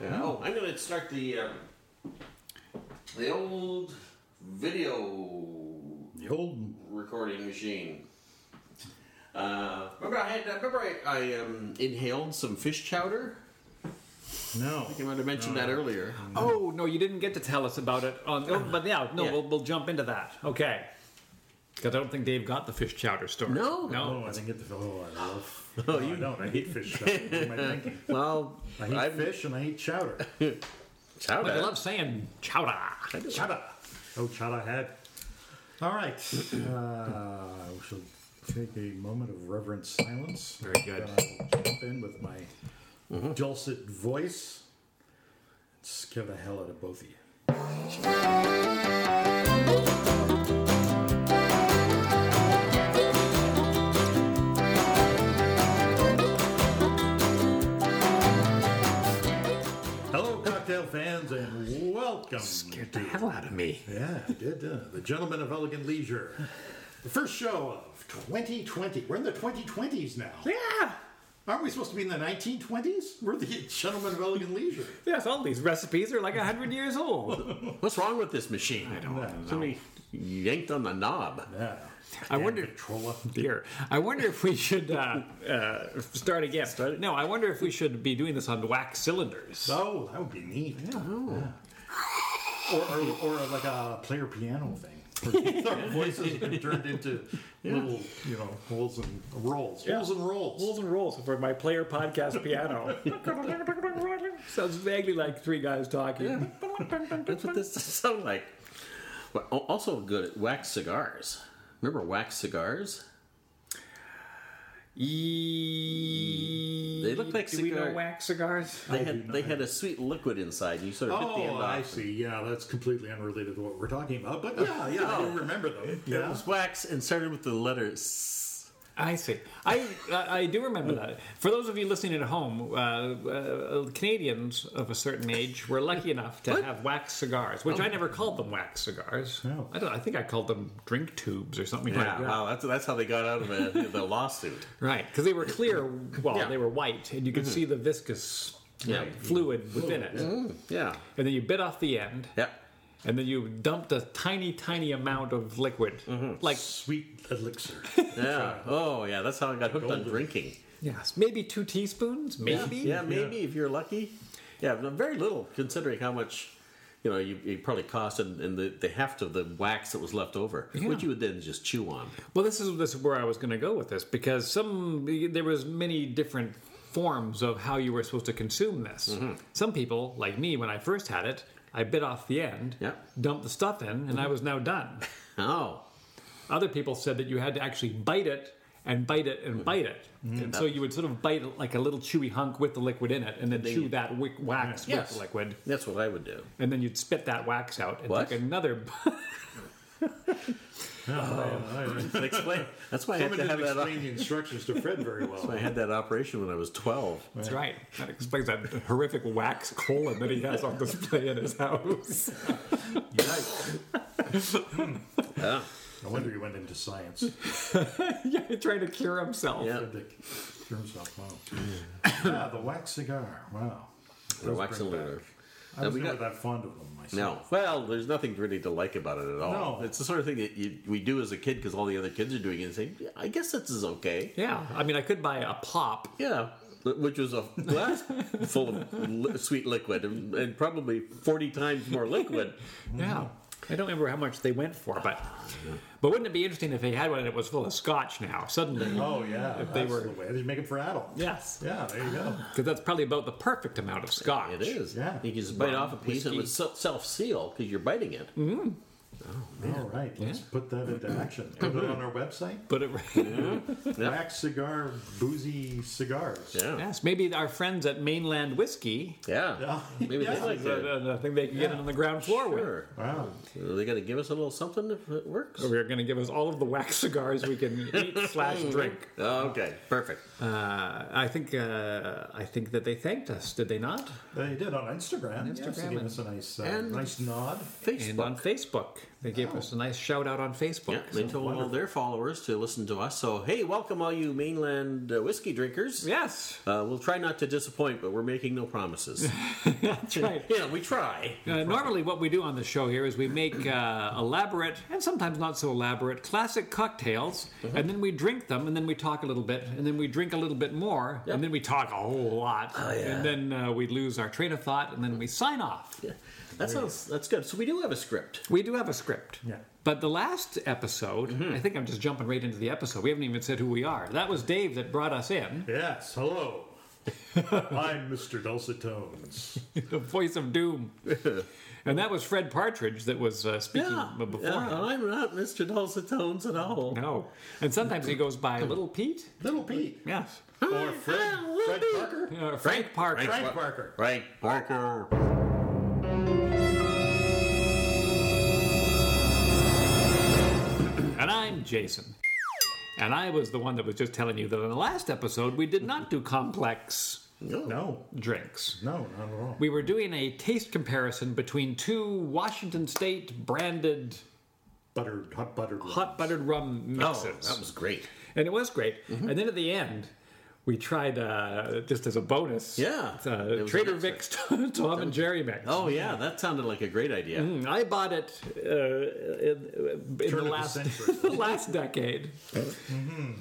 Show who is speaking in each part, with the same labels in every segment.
Speaker 1: Yeah.
Speaker 2: Oh, I'm going to start the um, the old video
Speaker 1: The old
Speaker 2: recording machine. Uh, remember, I had. Uh, remember, I, I um, inhaled some fish chowder.
Speaker 1: no.
Speaker 2: I might have mentioned that earlier.
Speaker 3: Oh no, you didn't get to tell us about it. On, oh, but yeah, no,
Speaker 2: Yeah.
Speaker 3: We'll, we'll jump into that. Okay. Because I don't think Dave got the fish chowder story.
Speaker 2: No.
Speaker 3: no.
Speaker 1: Oh, I didn't get the oh, I love. No, you don't. I hate fish. Chowder. What am I thinking?
Speaker 2: Well,
Speaker 1: I hate
Speaker 2: I've-
Speaker 1: fish and I hate chowder.
Speaker 2: chowder.
Speaker 3: But I love saying chowder.
Speaker 1: Chowder. Oh, chowder head. All right. Uh, we shall take a moment of reverent silence.
Speaker 3: Very good.
Speaker 1: Then I will jump in with my dulcet voice. Scare the hell out of both of you. Hello, cocktail fans, and welcome.
Speaker 3: Scared the hell out of me.
Speaker 1: Yeah, I did. Uh, the Gentlemen of Elegant Leisure. The first show of 2020. We're in the 2020s now.
Speaker 3: Yeah.
Speaker 1: Aren't we supposed to be in the 1920s? We're the Gentlemen of Elegant Leisure.
Speaker 3: Yes, all these recipes are like hundred years old.
Speaker 2: What's wrong with this machine? I don't
Speaker 1: know.
Speaker 2: Somebody yanked on the knob.
Speaker 1: Yeah.
Speaker 3: I wonder.
Speaker 1: Controller.
Speaker 3: Here, I wonder if we should uh, uh, start again. No, I wonder if we should be doing this on wax cylinders.
Speaker 1: Oh, that would be neat. Yeah. Or, or, or like a player piano thing. Where Our voices have been turned into little, you know, holes and rolls. Holes and rolls.
Speaker 3: Rules and rolls for my player podcast piano. Sounds vaguely like three guys talking.
Speaker 2: That's what this sounds like. But al- also good at wax cigars. Remember wax cigars?
Speaker 3: E-
Speaker 2: They look like
Speaker 3: Do we know
Speaker 2: cigar-
Speaker 3: wax cigars?
Speaker 2: They
Speaker 1: I do
Speaker 2: had
Speaker 1: not
Speaker 2: they
Speaker 1: have
Speaker 2: had a sweet liquid inside, and you sort of hit the end
Speaker 1: Oh,
Speaker 2: off.
Speaker 1: I see. Yeah, that's completely unrelated to what we're talking about. But yeah, yeah, I do remember them.
Speaker 2: It
Speaker 1: Uh, Yeah.
Speaker 2: was wax and started with the letter S.
Speaker 3: I see. I uh, I I do remember that. For those of you listening at home, uh, uh, Canadians of a certain age were lucky enough to have wax cigars, which
Speaker 2: Oh.
Speaker 3: I never called them wax cigars.
Speaker 1: No.
Speaker 3: I don't. I think I called them drink tubes or something like
Speaker 2: Yeah,
Speaker 3: that.
Speaker 2: wow, that's that's how they got out of a, the lawsuit.
Speaker 3: Right, because they were clear. Well,
Speaker 2: Yeah. Mm-hmm.
Speaker 3: they were white, and you could see the viscous
Speaker 2: Yeah. Mm-hmm.
Speaker 3: like, fluid within it.
Speaker 2: Yeah,
Speaker 3: And then you bit off the end,
Speaker 2: yeah,
Speaker 3: and then you dumped a tiny, tiny amount of liquid,
Speaker 2: Mm-hmm.
Speaker 3: like
Speaker 1: Sweet elixir.
Speaker 2: yeah. Oh, yeah, that's how I got hooked on drinking.
Speaker 3: yes, maybe two teaspoons, maybe.
Speaker 2: Yeah, maybe if you're lucky. Yeah, but very little considering how much you know you, you probably cost and, and the, the heft of the wax that was left over, which you would then just chew on.
Speaker 3: Well, this is this is where I was going to go with this because some there was many different forms of how you were supposed to consume this. Some people, like me, when I first had it, I bit off the end,
Speaker 2: Yeah.
Speaker 3: dumped the stuff in, and I was now done.
Speaker 2: Oh,
Speaker 3: Other people said that you had to actually bite it and bite it and bite it, and so you would sort of bite it like a little chewy hunk with the liquid in it, and then chew that wick wax with
Speaker 2: Yes.
Speaker 3: the liquid,
Speaker 2: that's what I would do.
Speaker 3: and then you'd spit that wax out and
Speaker 2: What?
Speaker 3: take another.
Speaker 1: Oh,
Speaker 2: Explain. That's why I had
Speaker 1: Someone
Speaker 2: to have
Speaker 1: didn't
Speaker 2: that.
Speaker 1: explain the instructions to Fred very
Speaker 2: I
Speaker 1: well.
Speaker 2: had that operation when I was 12.
Speaker 3: That's right. That explains that horrific wax colon that he has on display in his house.
Speaker 1: Yikes.
Speaker 2: Yeah.
Speaker 1: No wonder you went into science.
Speaker 3: yeah, trying to cure himself.
Speaker 2: Yeah.
Speaker 1: Fred Dick threw himself. Wow. Yeah, the wax cigar. Wow.
Speaker 2: The wax and
Speaker 1: back.
Speaker 2: lunar.
Speaker 1: I was
Speaker 2: we
Speaker 1: never
Speaker 2: got-
Speaker 1: that fond of them myself.
Speaker 2: No. Well, there's nothing really to like about it at all.
Speaker 1: No.
Speaker 2: It's the sort of thing that you, we do as a kid because all the other kids are doing it and saying, "Yeah, I guess this is okay.
Speaker 3: Yeah, I mean, I could buy a pop.
Speaker 2: Yeah. Which was a glass full of li- sweet liquid and, and probably 40 times more liquid.
Speaker 3: Yeah. I don't remember how much they went for, but but wouldn't it be interesting if they had one and it was full of scotch now, suddenly?
Speaker 1: Oh, yeah. If
Speaker 3: they
Speaker 1: they were
Speaker 3: were- Ah.
Speaker 1: the way. They make it for adults.
Speaker 3: Yes.
Speaker 1: Yeah, there you go.
Speaker 3: Because that's probably about the perfect amount of scotch.
Speaker 2: It is.
Speaker 1: Yeah.
Speaker 2: You can just Mm-hmm. bite off a piece and it would self seal because you're biting it.
Speaker 1: All right. Let's put that into action. Put it on our website.
Speaker 3: But it,
Speaker 2: Yeah.
Speaker 1: Wax cigar, boozy cigars.
Speaker 2: Yeah.
Speaker 3: yes, maybe our friends at Mainland Whiskey,
Speaker 2: Yeah.
Speaker 1: Yeah.
Speaker 2: Maybe they
Speaker 1: Yeah.
Speaker 2: like that.
Speaker 3: uh, I think they can get it on the ground floor with.
Speaker 2: Sure.
Speaker 1: Wow.
Speaker 2: Are they going to give us a little something if it works?
Speaker 3: We're going to give us all of the wax cigars we can eat slash drink.
Speaker 2: Oh, okay. Perfect.
Speaker 3: Uh, I think uh, I think that they thanked us, did they not?
Speaker 1: They did on Instagram. Instagram yes,
Speaker 3: Instagram
Speaker 1: they gave
Speaker 3: and-
Speaker 1: us a nice, uh,
Speaker 2: and-
Speaker 1: nice nod.
Speaker 2: Facebook.
Speaker 3: And on Facebook. They gave us
Speaker 2: Oh.
Speaker 3: a nice shout out on Facebook.
Speaker 2: Yeah, they
Speaker 3: So-
Speaker 2: told all their followers to listen to us. So, hey, welcome all you mainland uh, whiskey drinkers.
Speaker 3: yes,
Speaker 2: Uh, we'll try not to disappoint, but we're making no promises.
Speaker 3: that's right.
Speaker 2: yeah, we try.
Speaker 3: Uh, normally, what we do on the show here is we make uh, elaborate and sometimes not so elaborate classic cocktails,
Speaker 2: Uh-huh.
Speaker 3: and then we drink them, and then we talk a little bit, and then we drink a little bit more,
Speaker 2: Yep. Oh,
Speaker 3: and then we talk a whole lot,
Speaker 2: yeah.
Speaker 3: and then uh, we lose our train of thought, and then we sign off.
Speaker 2: Yeah, that sounds that's good. So we do have a script.
Speaker 3: We do have a script.
Speaker 1: Yeah.
Speaker 3: But the last episode,
Speaker 2: Mm-hmm.
Speaker 3: I think I'm just jumping right into the episode. We haven't even said who we are. That was Dave that brought us in,
Speaker 1: Yes, hello. I'm Mr. Dulcet Tones.
Speaker 3: the voice of doom. and that was Fred Partridge that was uh, speaking before.
Speaker 2: yeah, I'm not Mr. Dulcet Tones at all.
Speaker 3: No. And sometimes he goes by
Speaker 2: Hmm.
Speaker 3: Little Pete.
Speaker 1: Little Pete.
Speaker 3: Yes.
Speaker 1: Or Fred, Fred Parker.
Speaker 3: Uh, Frank Parker.
Speaker 2: Frank.
Speaker 1: Frank Parker.
Speaker 2: Right, Parker.
Speaker 3: And I'm Jason. And I was the one that was just telling you that in the last episode, we did not do complex
Speaker 2: Oh,
Speaker 1: No,
Speaker 3: drinks.
Speaker 1: no, not at all.
Speaker 3: We were doing a taste comparison between two Washington State branded
Speaker 1: Buttered, hot buttered. rum.
Speaker 3: hot buttered rum
Speaker 2: Oh,
Speaker 3: mixes.
Speaker 2: that was great.
Speaker 3: and it was great.
Speaker 2: Mm-hmm.
Speaker 3: And then at the end, we tried uh, just as a bonus.
Speaker 2: Yeah. It
Speaker 3: Uh,
Speaker 2: was
Speaker 3: Trader
Speaker 2: an
Speaker 3: Vic's Tom and Jerry mix. Hmm,
Speaker 2: Oh yeah, that sounded like a great idea.
Speaker 3: I bought it uh, in, in
Speaker 1: Turn
Speaker 3: the
Speaker 1: of the
Speaker 3: last
Speaker 1: century. Mm-hmm.
Speaker 3: the last decade.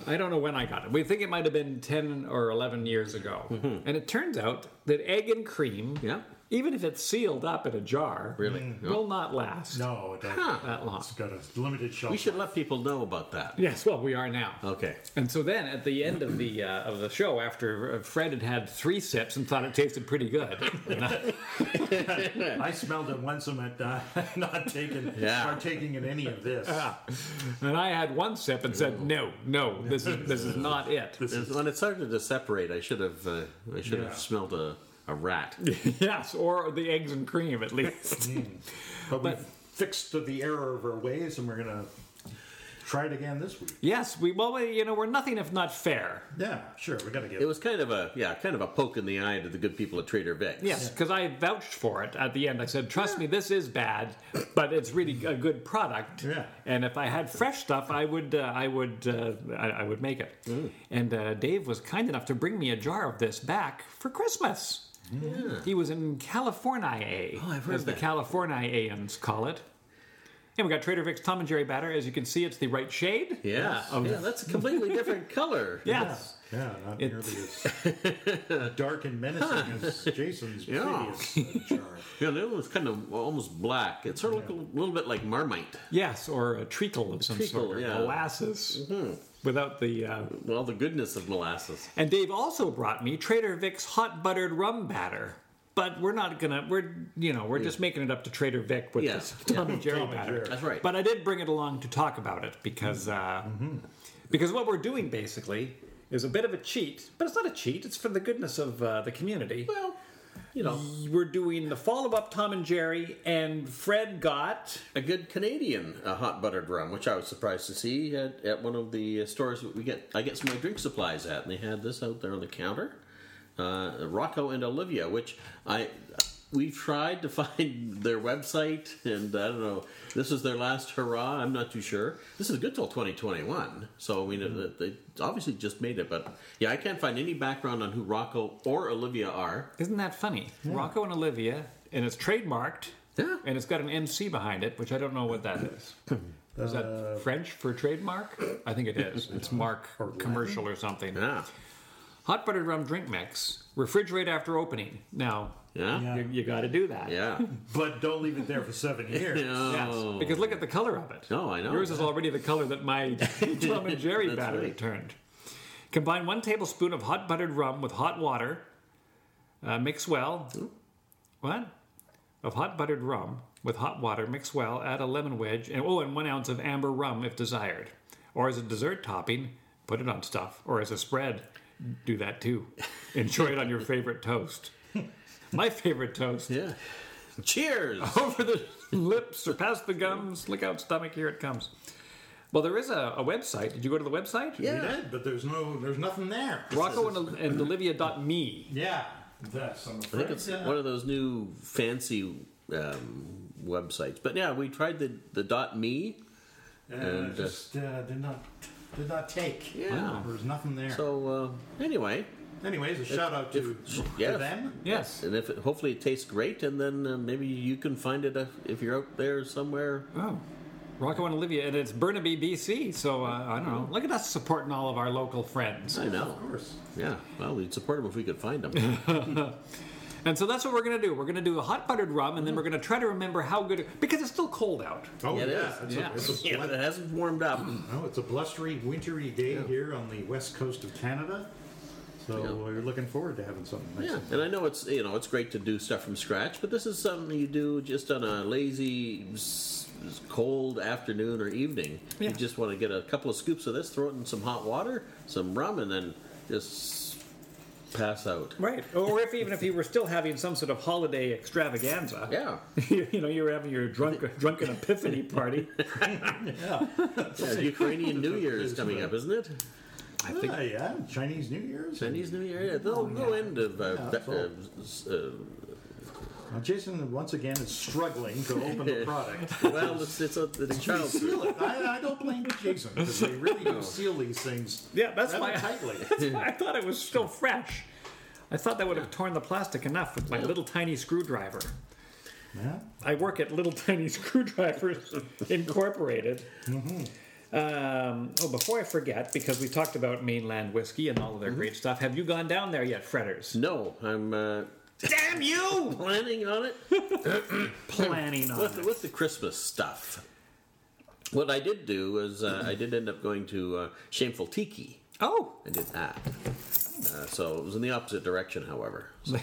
Speaker 3: I don't know when I got it. We think it might have been ten or eleven years ago. And it turns out that egg and cream,
Speaker 2: Mm-hmm. Yeah.
Speaker 3: even if it's sealed up in a jar,
Speaker 2: Really?
Speaker 3: will not last
Speaker 1: Mm. No, it doesn't.
Speaker 3: that long.
Speaker 1: It's got a limited shelf.
Speaker 2: We should let people know about that.
Speaker 3: Yes, well, we are now.
Speaker 2: Okay.
Speaker 3: And so then, at the end of the uh, of the show, after Fred had had three sips and thought it tasted pretty good,
Speaker 1: life. I smelled it once and went, uh, not taking,
Speaker 2: Yeah.
Speaker 1: partaking in any of this.
Speaker 3: and I had one sip and said, "No, no, this is this is not it."
Speaker 1: This is
Speaker 2: When it started to separate, I should have uh, I should
Speaker 1: Yeah.
Speaker 2: have smelled a, a rat.
Speaker 3: yes, or the eggs and cream at least.
Speaker 1: But we fixed the error of our ways, and we're gonna try it again this week.
Speaker 3: Yes, we well, we, you know, we're nothing if not fair.
Speaker 1: Yeah, sure. We gotta get
Speaker 2: It was kind of a yeah, kind of a poke in the eye to the good people at Trader Vic's.
Speaker 3: Yes, because I vouched for it at the end. I said, "Trust me, this is bad, but it's really a good product."
Speaker 1: Yeah.
Speaker 3: And if I had fresh stuff, I would, uh, I would, uh, I, I would make it.
Speaker 2: Mm.
Speaker 3: And uh, Dave was kind enough to bring me a jar of this back for Christmas. He was in California,
Speaker 2: Oh, I've heard
Speaker 3: as the
Speaker 2: that.
Speaker 3: Californians call it. And we got Trader Vic's Tom and Jerry batter. As you can see, it's the right shade.
Speaker 2: Yeah. Oh, yeah, that's a completely different color.
Speaker 3: Yes.
Speaker 1: Yeah, not
Speaker 3: It-
Speaker 1: nearly as dark and menacing as Jason's
Speaker 2: Yeah.
Speaker 1: previous uh, jar.
Speaker 2: Yeah, the other one's kind of almost black. It's sort of like a little bit like Marmite.
Speaker 3: Yes, or a treacle of some
Speaker 2: Treacle,
Speaker 3: sort, or
Speaker 2: yeah. Mm-hmm.
Speaker 3: molasses, without the. Uh...
Speaker 2: All the goodness of molasses.
Speaker 3: And Dave also brought me Trader Vic's hot buttered rum batter, but we're not gonna. We're you know we're just making it up to Trader Vic with
Speaker 2: Yeah,
Speaker 3: this Tom and Jerry
Speaker 1: Tom and
Speaker 3: batter.
Speaker 1: Jerry.
Speaker 2: That's right. Mm-hmm.
Speaker 3: But I did bring it along to talk about it because uh, because what we're doing basically is a bit of a cheat, but it's not a cheat. It's for the goodness of uh, the community.
Speaker 2: well, you know,
Speaker 3: We're doing the follow up Tom and Jerry, and Fred got
Speaker 2: a good Canadian uh, hot buttered rum, which I was surprised to see at, at one of the uh, stores that we get. I get some of my drink supplies at, and they had this out there on the counter. Uh, Rocco and Olivia, which I we've tried to find their website, and I don't know. This is their last hurrah. I'm not too sure. This is good till 2021, so I mean they they obviously just made it. But yeah, I can't find any background on who Rocco or Olivia are.
Speaker 3: Isn't that funny? Rocco and Olivia, and it's trademarked.
Speaker 2: Yeah.
Speaker 3: And it's got an MC behind it, which I don't know what that is. Is
Speaker 2: Uh,
Speaker 3: that French for trademark? I think it is. It's mark or commercial or something.
Speaker 2: Yeah,
Speaker 3: Hot buttered rum drink mix. Refrigerate after opening. Now,
Speaker 2: yeah,
Speaker 1: Yeah.
Speaker 3: you, you got to do that.
Speaker 2: yeah.
Speaker 1: But don't leave it there for seven years.
Speaker 3: Yes. Because look at the color of it.
Speaker 2: Oh. No, I know.
Speaker 3: Yours is already the color that my Tom and Jerry
Speaker 2: That's
Speaker 3: batter
Speaker 2: right.
Speaker 3: turned. Combine one tablespoon of hot buttered rum with hot water. Uh, mix well. What? Of hot buttered rum with hot water. Mix well. Add a lemon wedge and oh, and one ounce of amber rum if desired, or as a dessert topping. Put it on stuff, or as a spread. Do that too. Enjoy it on your favorite toast. My favorite toast
Speaker 2: yeah. Cheers.
Speaker 3: over the lips or past the gums. Look out, stomach, here it comes. Well, there is a, a website. Did you go to the website?
Speaker 1: We did, but there's no, there's nothing there.
Speaker 3: Rocco and, and Olivia.me.
Speaker 1: Yeah, that's. I'm
Speaker 2: I
Speaker 1: afraid.
Speaker 2: think it's
Speaker 1: yeah.
Speaker 2: one of those new fancy um, websites. But yeah, we tried the the dot me.
Speaker 1: Uh,
Speaker 2: And, uh,
Speaker 1: just uh, did not did not take.
Speaker 2: Yeah. Wow.
Speaker 1: There was nothing there.
Speaker 2: So uh, anyway,
Speaker 1: Anyways, a shout out to,
Speaker 2: if-
Speaker 1: to
Speaker 2: yes.
Speaker 1: them.
Speaker 3: Yes.
Speaker 2: and if it, hopefully it tastes great, and then uh, maybe you can find it uh, if you're out there somewhere.
Speaker 3: Oh. Rocco and Olivia, and it's Burnaby, BC. So uh, I don't know. Look at us supporting all of our local friends.
Speaker 2: I know.
Speaker 1: Of course.
Speaker 2: Yeah. Well, we'd support them if we could find them.
Speaker 3: And so that's what we're going to do. We're going to do a hot buttered rum, and then we're going to try to remember how good it, because it's still cold out.
Speaker 1: Oh
Speaker 2: Yeah, it
Speaker 1: yeah,
Speaker 2: is.
Speaker 1: It's,
Speaker 3: Yeah.
Speaker 1: A, it's, a
Speaker 2: yeah, but it hasn't warmed up.
Speaker 1: no, it's a blustery, wintry day here on the west coast of Canada. So
Speaker 2: Yeah.
Speaker 1: we're looking forward to having something nice.
Speaker 2: Yeah, and I know it's you know it's great to do stuff from scratch, but this is something you do just on a lazy, s- s- cold afternoon or evening.
Speaker 3: Yeah.
Speaker 2: You just want to get a couple of scoops of this, throw it in some hot water, some rum, and then just pass out.
Speaker 3: Right. Or if even if you were still having some sort of holiday extravaganza,
Speaker 2: Yeah,
Speaker 3: you, you know, you were having your drunk, drunken epiphany party.
Speaker 2: yeah Ukrainian New Year is coming up, isn't it? Ah,
Speaker 1: I think yeah, yeah. Chinese New Year's.
Speaker 2: Chinese New Year. Yeah, no, no end of uh,
Speaker 1: Yeah,
Speaker 2: that-
Speaker 1: full.
Speaker 2: uh, s- uh,
Speaker 1: Now, Uh, Jason once again is struggling to open the product.
Speaker 2: well, it's it's, a, it's child
Speaker 1: Seal it. I, I don't blame Jason because they really do seal these things.
Speaker 3: Yeah, that's
Speaker 1: rather
Speaker 3: why I-
Speaker 1: tightly.
Speaker 3: That's
Speaker 2: Hmm.
Speaker 3: why I thought it was still fresh. I thought that would have torn the plastic enough with my little tiny screwdriver.
Speaker 1: yeah.
Speaker 3: I work at Little Tiny Screwdrivers Incorporated.
Speaker 2: Mm-hmm.
Speaker 3: Um, oh, before I forget, because we talked about mainland whiskey and all of their
Speaker 2: Mm-hmm.
Speaker 3: great stuff, have you gone down there yet, Fretters?
Speaker 2: No, I'm uh,
Speaker 3: Damn you!
Speaker 2: planning on it.
Speaker 3: Planning on
Speaker 2: with,
Speaker 3: it.
Speaker 2: with the Christmas stuff, what I did do was uh, I did end up going to uh, Shameful Tiki.
Speaker 3: Oh,
Speaker 2: I did that. Uh, so it was in the opposite direction, however. So-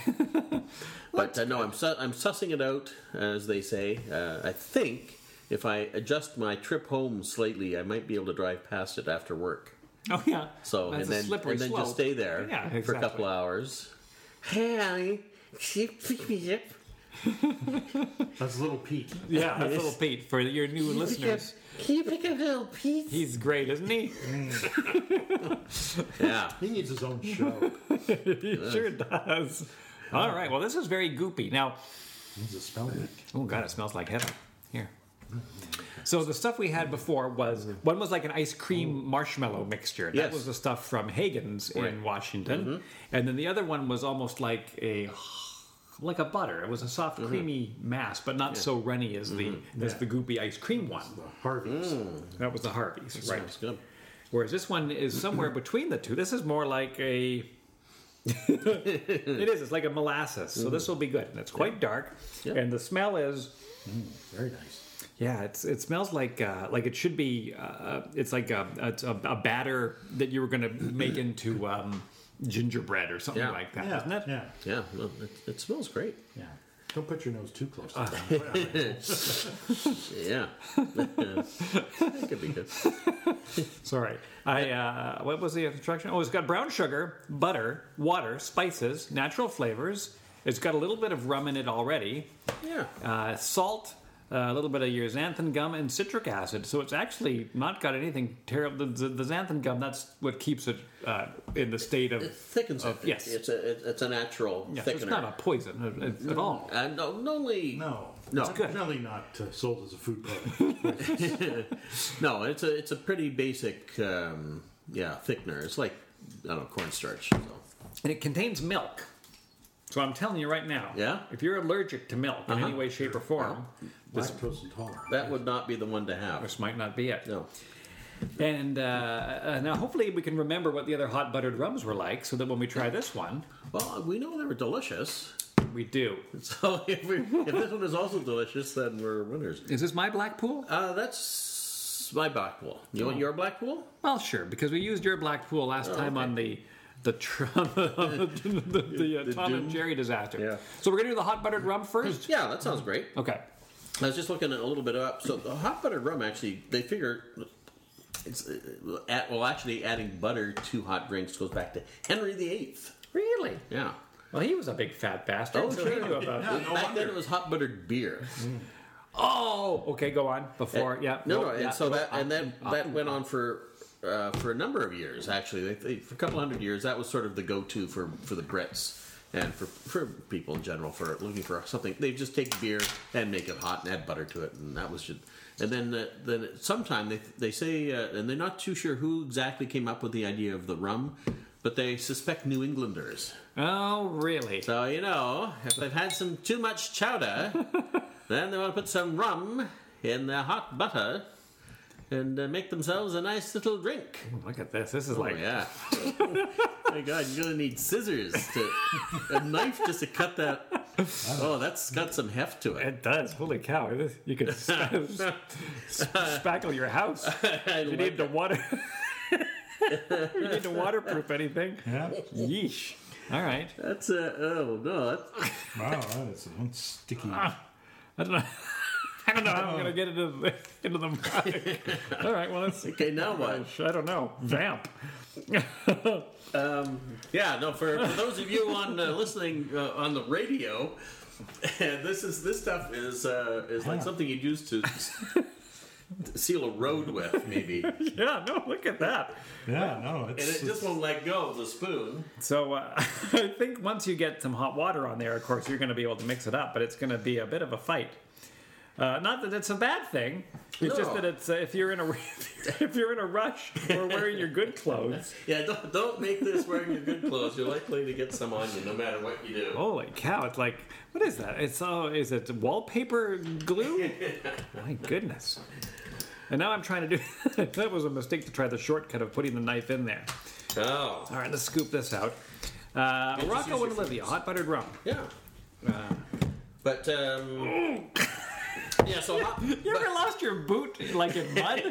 Speaker 2: but uh, no, I'm su- I'm sussing it out, as they say. Uh, I think if I adjust my trip home slightly, I might be able to drive past it after work.
Speaker 3: oh yeah.
Speaker 2: So
Speaker 3: That's
Speaker 2: and
Speaker 3: a
Speaker 2: then
Speaker 3: slippery
Speaker 2: and then
Speaker 3: slope.
Speaker 2: just stay there
Speaker 3: Yeah,
Speaker 2: for a
Speaker 3: exactly.
Speaker 2: couple hours. Hey,
Speaker 1: That's little Pete.
Speaker 3: Yeah, that's little Pete for your new listeners.
Speaker 2: Can you pick up little piece?
Speaker 3: He's great, isn't he?
Speaker 2: Yeah.
Speaker 1: He needs his own show.
Speaker 3: he sure does. All right. Well, this is very goopy. Now,
Speaker 1: He's a
Speaker 2: Mm.
Speaker 1: spellman.
Speaker 3: Oh god, it smells like heaven. Here. So the stuff we had before was one was like an ice cream marshmallow mixture. That
Speaker 2: Mm-hmm. Yes. Mm-hmm.
Speaker 3: was the stuff from Hagen's in Washington, and then the other one was almost like a like a butter. It was a soft,
Speaker 2: Mm-hmm.
Speaker 3: creamy mass, but not so runny as the as the goopy ice cream one.
Speaker 1: The Harveys.
Speaker 2: Mm.
Speaker 3: That was the Harvey's,
Speaker 2: Mm-hmm.
Speaker 3: right?
Speaker 2: Sounds good.
Speaker 3: Whereas this one is somewhere between the two. This is more like a. it is. It's like a molasses. So this will be good, and it's quite dark,
Speaker 2: Mm. Yeah.
Speaker 3: and the smell is.
Speaker 1: Very nice.
Speaker 3: Yeah, it's it smells like uh, like it should be. Uh, it's like a, it's a, a batter that you were going to make into um, gingerbread or something
Speaker 2: Yeah.
Speaker 3: like that,
Speaker 1: Yeah.
Speaker 3: not it?
Speaker 1: Yeah.
Speaker 2: Yeah, well, it, it smells great.
Speaker 1: Yeah. Don't put your nose too close.
Speaker 2: Uh,
Speaker 1: To that.
Speaker 2: Yeah, that could be good.
Speaker 3: Sorry, I uh, what was the instruction? Oh, it's got brown sugar, butter, water, spices, natural flavors. It's got a little bit of rum in it already,
Speaker 2: Yeah,
Speaker 3: uh, salt. a little bit of your xanthan gum and citric acid, so it's actually not got anything terrible. The, the, the xanthan gum—that's what keeps it uh, in the state of
Speaker 2: it thickens. it.
Speaker 3: Oh, yes.
Speaker 2: it's a it, it's a natural
Speaker 3: Yeah, so
Speaker 2: thickener.
Speaker 3: it's not a poison at- at, at all.
Speaker 2: uh, no, not only
Speaker 1: no.
Speaker 2: No.
Speaker 1: It's
Speaker 3: good.
Speaker 1: Definitely not uh, sold as a food product.
Speaker 2: no, it's a it's a pretty basic um, yeah thickener. It's like I don't know cornstarch. So.
Speaker 3: And it contains milk. So I'm telling you right now,
Speaker 2: Yeah? Uh-huh.
Speaker 3: if you're allergic to milk in any way, shape, or form,
Speaker 1: Lactose intolerant.
Speaker 2: That would not be the one to have.
Speaker 3: this might not be it.
Speaker 2: No,
Speaker 3: And uh, uh, now hopefully we can remember what the other hot buttered rums were like so that when we try this one,
Speaker 2: well we know they were delicious.
Speaker 3: we do.
Speaker 2: So if, we, if this one is also delicious, then we're winners.
Speaker 3: Is this my Blackpool?
Speaker 2: Uh, that's my Blackpool. You want your Blackpool?
Speaker 3: Well, sure, because we used your Blackpool last time on the. The, tr- on the, on the, the, the, uh,
Speaker 2: Oh, The
Speaker 3: Tom and
Speaker 2: doom.
Speaker 3: Jerry disaster.
Speaker 2: Yeah.
Speaker 3: So we're gonna do the hot buttered rum first.
Speaker 2: Yeah, that sounds great.
Speaker 3: Okay.
Speaker 2: I was just looking a little bit up. So the hot buttered rum actually, they figure it's uh, at, well, actually adding butter to hot drinks goes back to Henry VIII.
Speaker 3: Really?
Speaker 2: Yeah.
Speaker 3: Well, he was a big fat bastard.
Speaker 2: Oh,
Speaker 3: so
Speaker 2: sure.
Speaker 3: he knew about
Speaker 1: Yeah,
Speaker 2: back
Speaker 1: no
Speaker 2: then
Speaker 1: wonder.
Speaker 2: it was hot buttered beer.
Speaker 3: Oh, okay, go on. Before, yeah.
Speaker 2: Eh, No,
Speaker 3: well,
Speaker 2: no,
Speaker 3: yeah,
Speaker 2: and so
Speaker 3: well,
Speaker 2: that and then that went on for uh, for a number of years. Actually, they, they, for a couple hundred years, that was sort of the go-to for for the Brits and for, for people in general for looking for something. They just take beer and make it hot and add butter to it, and that was just. And then uh, then sometime they they say, uh, and they're not too sure who exactly came up with the idea of the rum, but they suspect New Englanders.
Speaker 3: Oh, really?
Speaker 2: So you know, if they've had some too much chowder, then they want to put some rum in their hot butter. And uh, make themselves a nice little drink.
Speaker 3: Look at this. This is
Speaker 2: Oh
Speaker 3: like
Speaker 2: yeah. My God, you're gonna need scissors to a knife just to cut that. Oh, that's got some heft to it.
Speaker 3: It does. Holy cow! This- You could sp- sp- spackle your house.
Speaker 2: I
Speaker 3: You
Speaker 2: like
Speaker 3: need to water. you need to waterproof anything.
Speaker 1: Yeah.
Speaker 3: Yeesh. All right.
Speaker 2: That's a oh no. That's,
Speaker 1: Wow, that is one sticky.
Speaker 2: Ah.
Speaker 3: I don't know. I don't know how I'm gonna get into the, into the mic. All right. Well, that's.
Speaker 2: okay, now what?
Speaker 3: I don't know. Vamp.
Speaker 2: Um, yeah, no. For, for those of you on uh, listening uh, on the radio, this is this stuff is uh, is like something you'd use to. to Seal a road with, maybe, and
Speaker 3: Yeah. No. Look at that.
Speaker 1: Yeah, no, it's,
Speaker 2: it just won't let go of the spoon.
Speaker 3: So uh, I think once you get some hot water on there, of course, you're going to be able to mix it up, but it's going to be a bit of a fight. Uh, not that it's a bad thing. It's just
Speaker 2: No.
Speaker 3: that it's uh, if you're in a if you're in a rush or wearing your good clothes.
Speaker 2: Yeah, don't, don't make this wearing your good clothes. You're likely to get some on you, no matter what you do.
Speaker 3: Holy cow! It's like what is that? It's oh, is it wallpaper glue? My goodness! And now I'm trying to do. that was a mistake to try the shortcut of putting the knife in there.
Speaker 2: Oh,
Speaker 3: All right, let's scoop this out. Uh,
Speaker 2: just use
Speaker 3: Morocco
Speaker 2: your
Speaker 3: and Olivia, hot buttered rum.
Speaker 2: Yeah. but um, yeah, so hot,
Speaker 3: You ever lost your boot like in mud?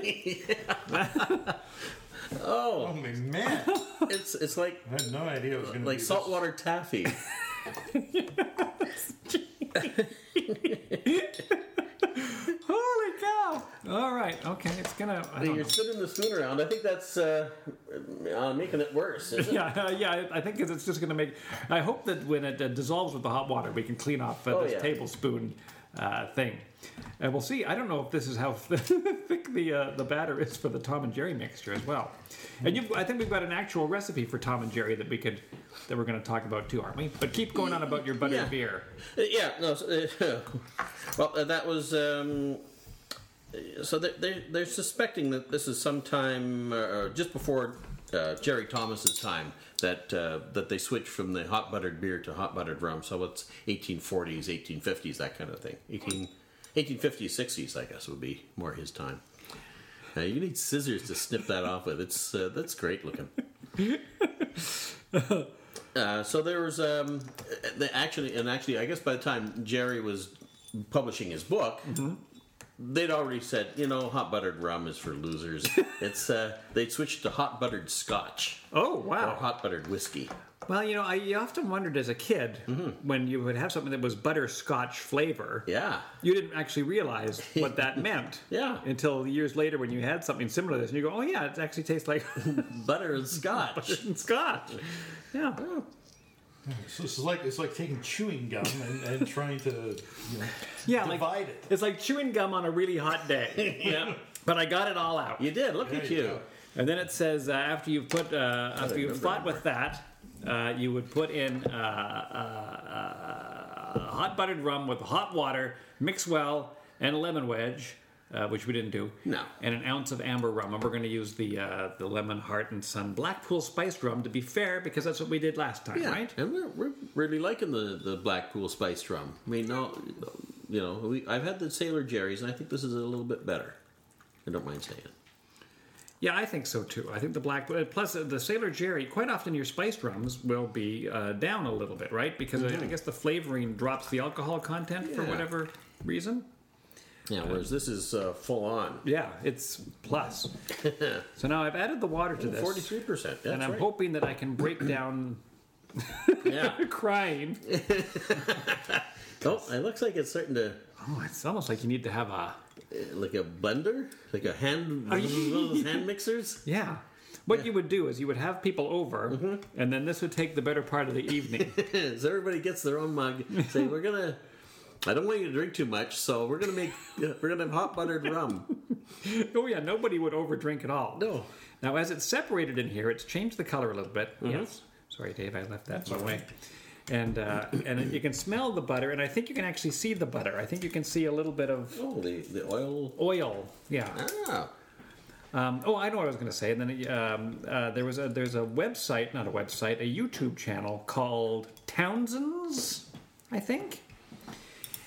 Speaker 2: oh,
Speaker 1: Oh man,
Speaker 2: it's it's like
Speaker 1: I had no idea it was gonna
Speaker 2: like
Speaker 1: be
Speaker 2: saltwater taffy.
Speaker 3: Holy cow! All right, okay, it's gonna. I don't know.
Speaker 2: You're spinning the spoon around. I think that's uh, uh, making it worse. Isn't it?
Speaker 3: Yeah, yeah. I think it's just gonna make. I hope that when it uh, dissolves with the hot water, we can clean off uh,
Speaker 2: Oh,
Speaker 3: this
Speaker 2: yeah.
Speaker 3: tablespoon uh, thing. And we'll see. I don't know if this is how thick the uh, the batter is for the Tom and Jerry mixture as well. And you've, I think we've got an actual recipe for Tom and Jerry that we could that we're gonna talk about too, aren't we? But keep going on about your buttered
Speaker 2: Yeah.
Speaker 3: beer.
Speaker 2: Uh, yeah. No. So, uh, well, uh, that was. Um, uh, so they're, they're, they're suspecting that this is sometime uh, just before uh, Jerry Thomas's time that uh, that they switched from the hot buttered beer to hot buttered rum. So it's 1840s, 1850s, that kind of thing. 18, 1850s, 60s, I guess, would be more his time. Uh, you need scissors to snip that off with. It's uh, that's great looking. Uh, so there was um, the, actually, and actually, I guess by the time Jerry was publishing his book,
Speaker 1: Mm-hmm.
Speaker 2: they'd already said, you know, hot buttered rum is for losers. it's uh, they switched to hot buttered scotch
Speaker 3: Oh
Speaker 2: or
Speaker 3: wow!
Speaker 2: hot buttered whiskey.
Speaker 3: Well, you know, I you often wondered as a kid
Speaker 2: Mm-hmm.
Speaker 3: when you would have something that was butterscotch flavor.
Speaker 2: Yeah,
Speaker 3: You didn't actually realize what that meant.
Speaker 2: Yeah.
Speaker 3: Until years later when you had something similar to this and you go, oh, yeah, it actually tastes like
Speaker 2: butter and scotch.
Speaker 3: scotch. Yeah.
Speaker 1: So it's like it's like taking chewing gum and, and trying to you know,
Speaker 3: Yeah.
Speaker 1: divide
Speaker 3: Like,
Speaker 1: it.
Speaker 3: it's like chewing gum on a really hot day.
Speaker 2: yeah,
Speaker 3: but I got it all out.
Speaker 2: you did. Look
Speaker 1: There
Speaker 2: at
Speaker 1: you
Speaker 2: you.
Speaker 1: go.
Speaker 3: And then it says uh, after you've put, uh, after you've
Speaker 2: remember
Speaker 3: fought with that, uh, you would put in uh, uh, uh, hot buttered rum with hot water, mix well, and a lemon wedge. Uh, which we didn't do.
Speaker 2: No.
Speaker 3: And an ounce of amber rum, and we're going to use the uh, the lemon heart and sun Blackpool spiced rum. To be fair, because that's what we did last time,
Speaker 2: Yeah,
Speaker 3: right?
Speaker 2: and we're, we're really liking the the Blackpool spiced rum. I mean, no, you know, we, I've had the Sailor Jerry's, and I think this is a little bit better. I don't mind saying.
Speaker 3: Yeah, I think so too. I think the black uh, plus uh, the Sailor Jerry. Quite often, your spiced rums will be uh, down a little bit, right? Because I- I guess the flavoring drops the alcohol content for
Speaker 2: Yeah.
Speaker 3: whatever reason.
Speaker 2: Yeah, whereas this is uh, full on.
Speaker 3: Yeah, it's plus. so now I've added the water to this,
Speaker 2: Forty-three percent.
Speaker 3: and I'm hoping that I can break down
Speaker 2: Yeah.
Speaker 3: crying.
Speaker 2: oh, it looks like it's starting to eh,
Speaker 3: Oh, it's almost like you need to have a
Speaker 2: like a blender, like a hand one of those hand mixers.
Speaker 3: yeah. Mm-hmm. What you would do is you would have people over, and then this would take the better part of the evening.
Speaker 2: so everybody gets their own mug. Say we're gonna. I don't want you to drink too much, so we're gonna make we're gonna have hot buttered rum.
Speaker 3: oh yeah, nobody would overdrink at all.
Speaker 2: No.
Speaker 3: Now, as it's separated in here, it's changed the color a little bit. Yes. Sorry, Dave, I left that in the way. and uh, and you can smell the butter, and I think you can actually see the butter. I think you can see a little bit of
Speaker 2: Oh, the, the oil.
Speaker 3: oil. Yeah.
Speaker 2: Ah,
Speaker 3: Um, oh, I know what I was going to say. And then um, uh, there was a there's a website, not a website, a YouTube channel called Townsend's, I think.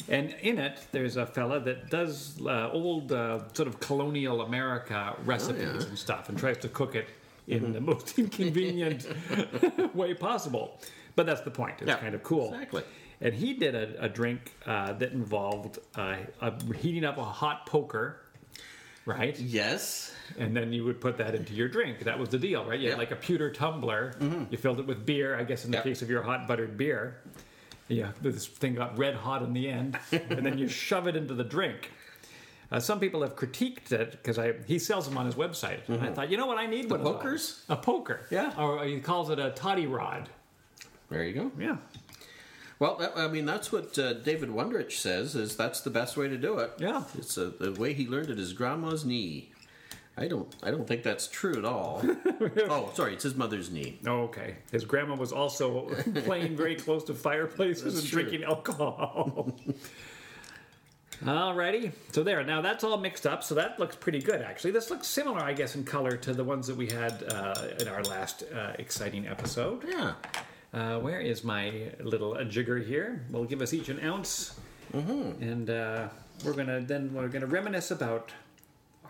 Speaker 3: And in it, there's a fella that does uh, old uh, sort of colonial America recipes
Speaker 2: Oh, yeah. Mm-hmm.
Speaker 3: and stuff, and tries to cook it in the most inconvenient way possible. But that's the point. It's
Speaker 2: Yeah,
Speaker 3: kind of cool.
Speaker 2: exactly.
Speaker 3: And he did a, a drink uh, that involved uh, a, heating up a hot poker, right?
Speaker 2: yes.
Speaker 3: and then you would put that into your drink. That was the deal, right? You
Speaker 2: Yeah. Mm-hmm.
Speaker 3: had like a pewter tumbler. You filled it with beer, I guess in the
Speaker 2: Yeah.
Speaker 3: case of your hot buttered beer. Yeah, this thing got red hot in the end, and then you shove it into the drink. Uh, some people have critiqued it because I he sells them on his website. And I thought, you know what, I need one of
Speaker 2: Mm-hmm. pokers?
Speaker 3: those. a poker,
Speaker 2: Yeah.
Speaker 3: or he calls it a toddy rod.
Speaker 2: There you go.
Speaker 3: Yeah,
Speaker 2: Well, that, I mean, that's what uh, David Wondrich says is that's the best way to do it.
Speaker 3: Yeah.
Speaker 2: it's uh the way he learned it is grandma's knee. I don't, I don't think that's true at all. oh, sorry, it's his mother's knee.
Speaker 3: Oh, okay. His grandma was also playing very close to fireplaces and
Speaker 2: true.
Speaker 3: drinking alcohol. Alrighty, so there. Now that's all mixed up, so that looks pretty good actually. This looks similar, I guess, in color to the ones that we had uh, in our last uh, exciting episode.
Speaker 2: Yeah,
Speaker 3: Uh, where is my little uh, jigger here? We'll give us each an ounce,
Speaker 2: Mm-hmm.
Speaker 3: and uh, we're gonna then we're gonna reminisce about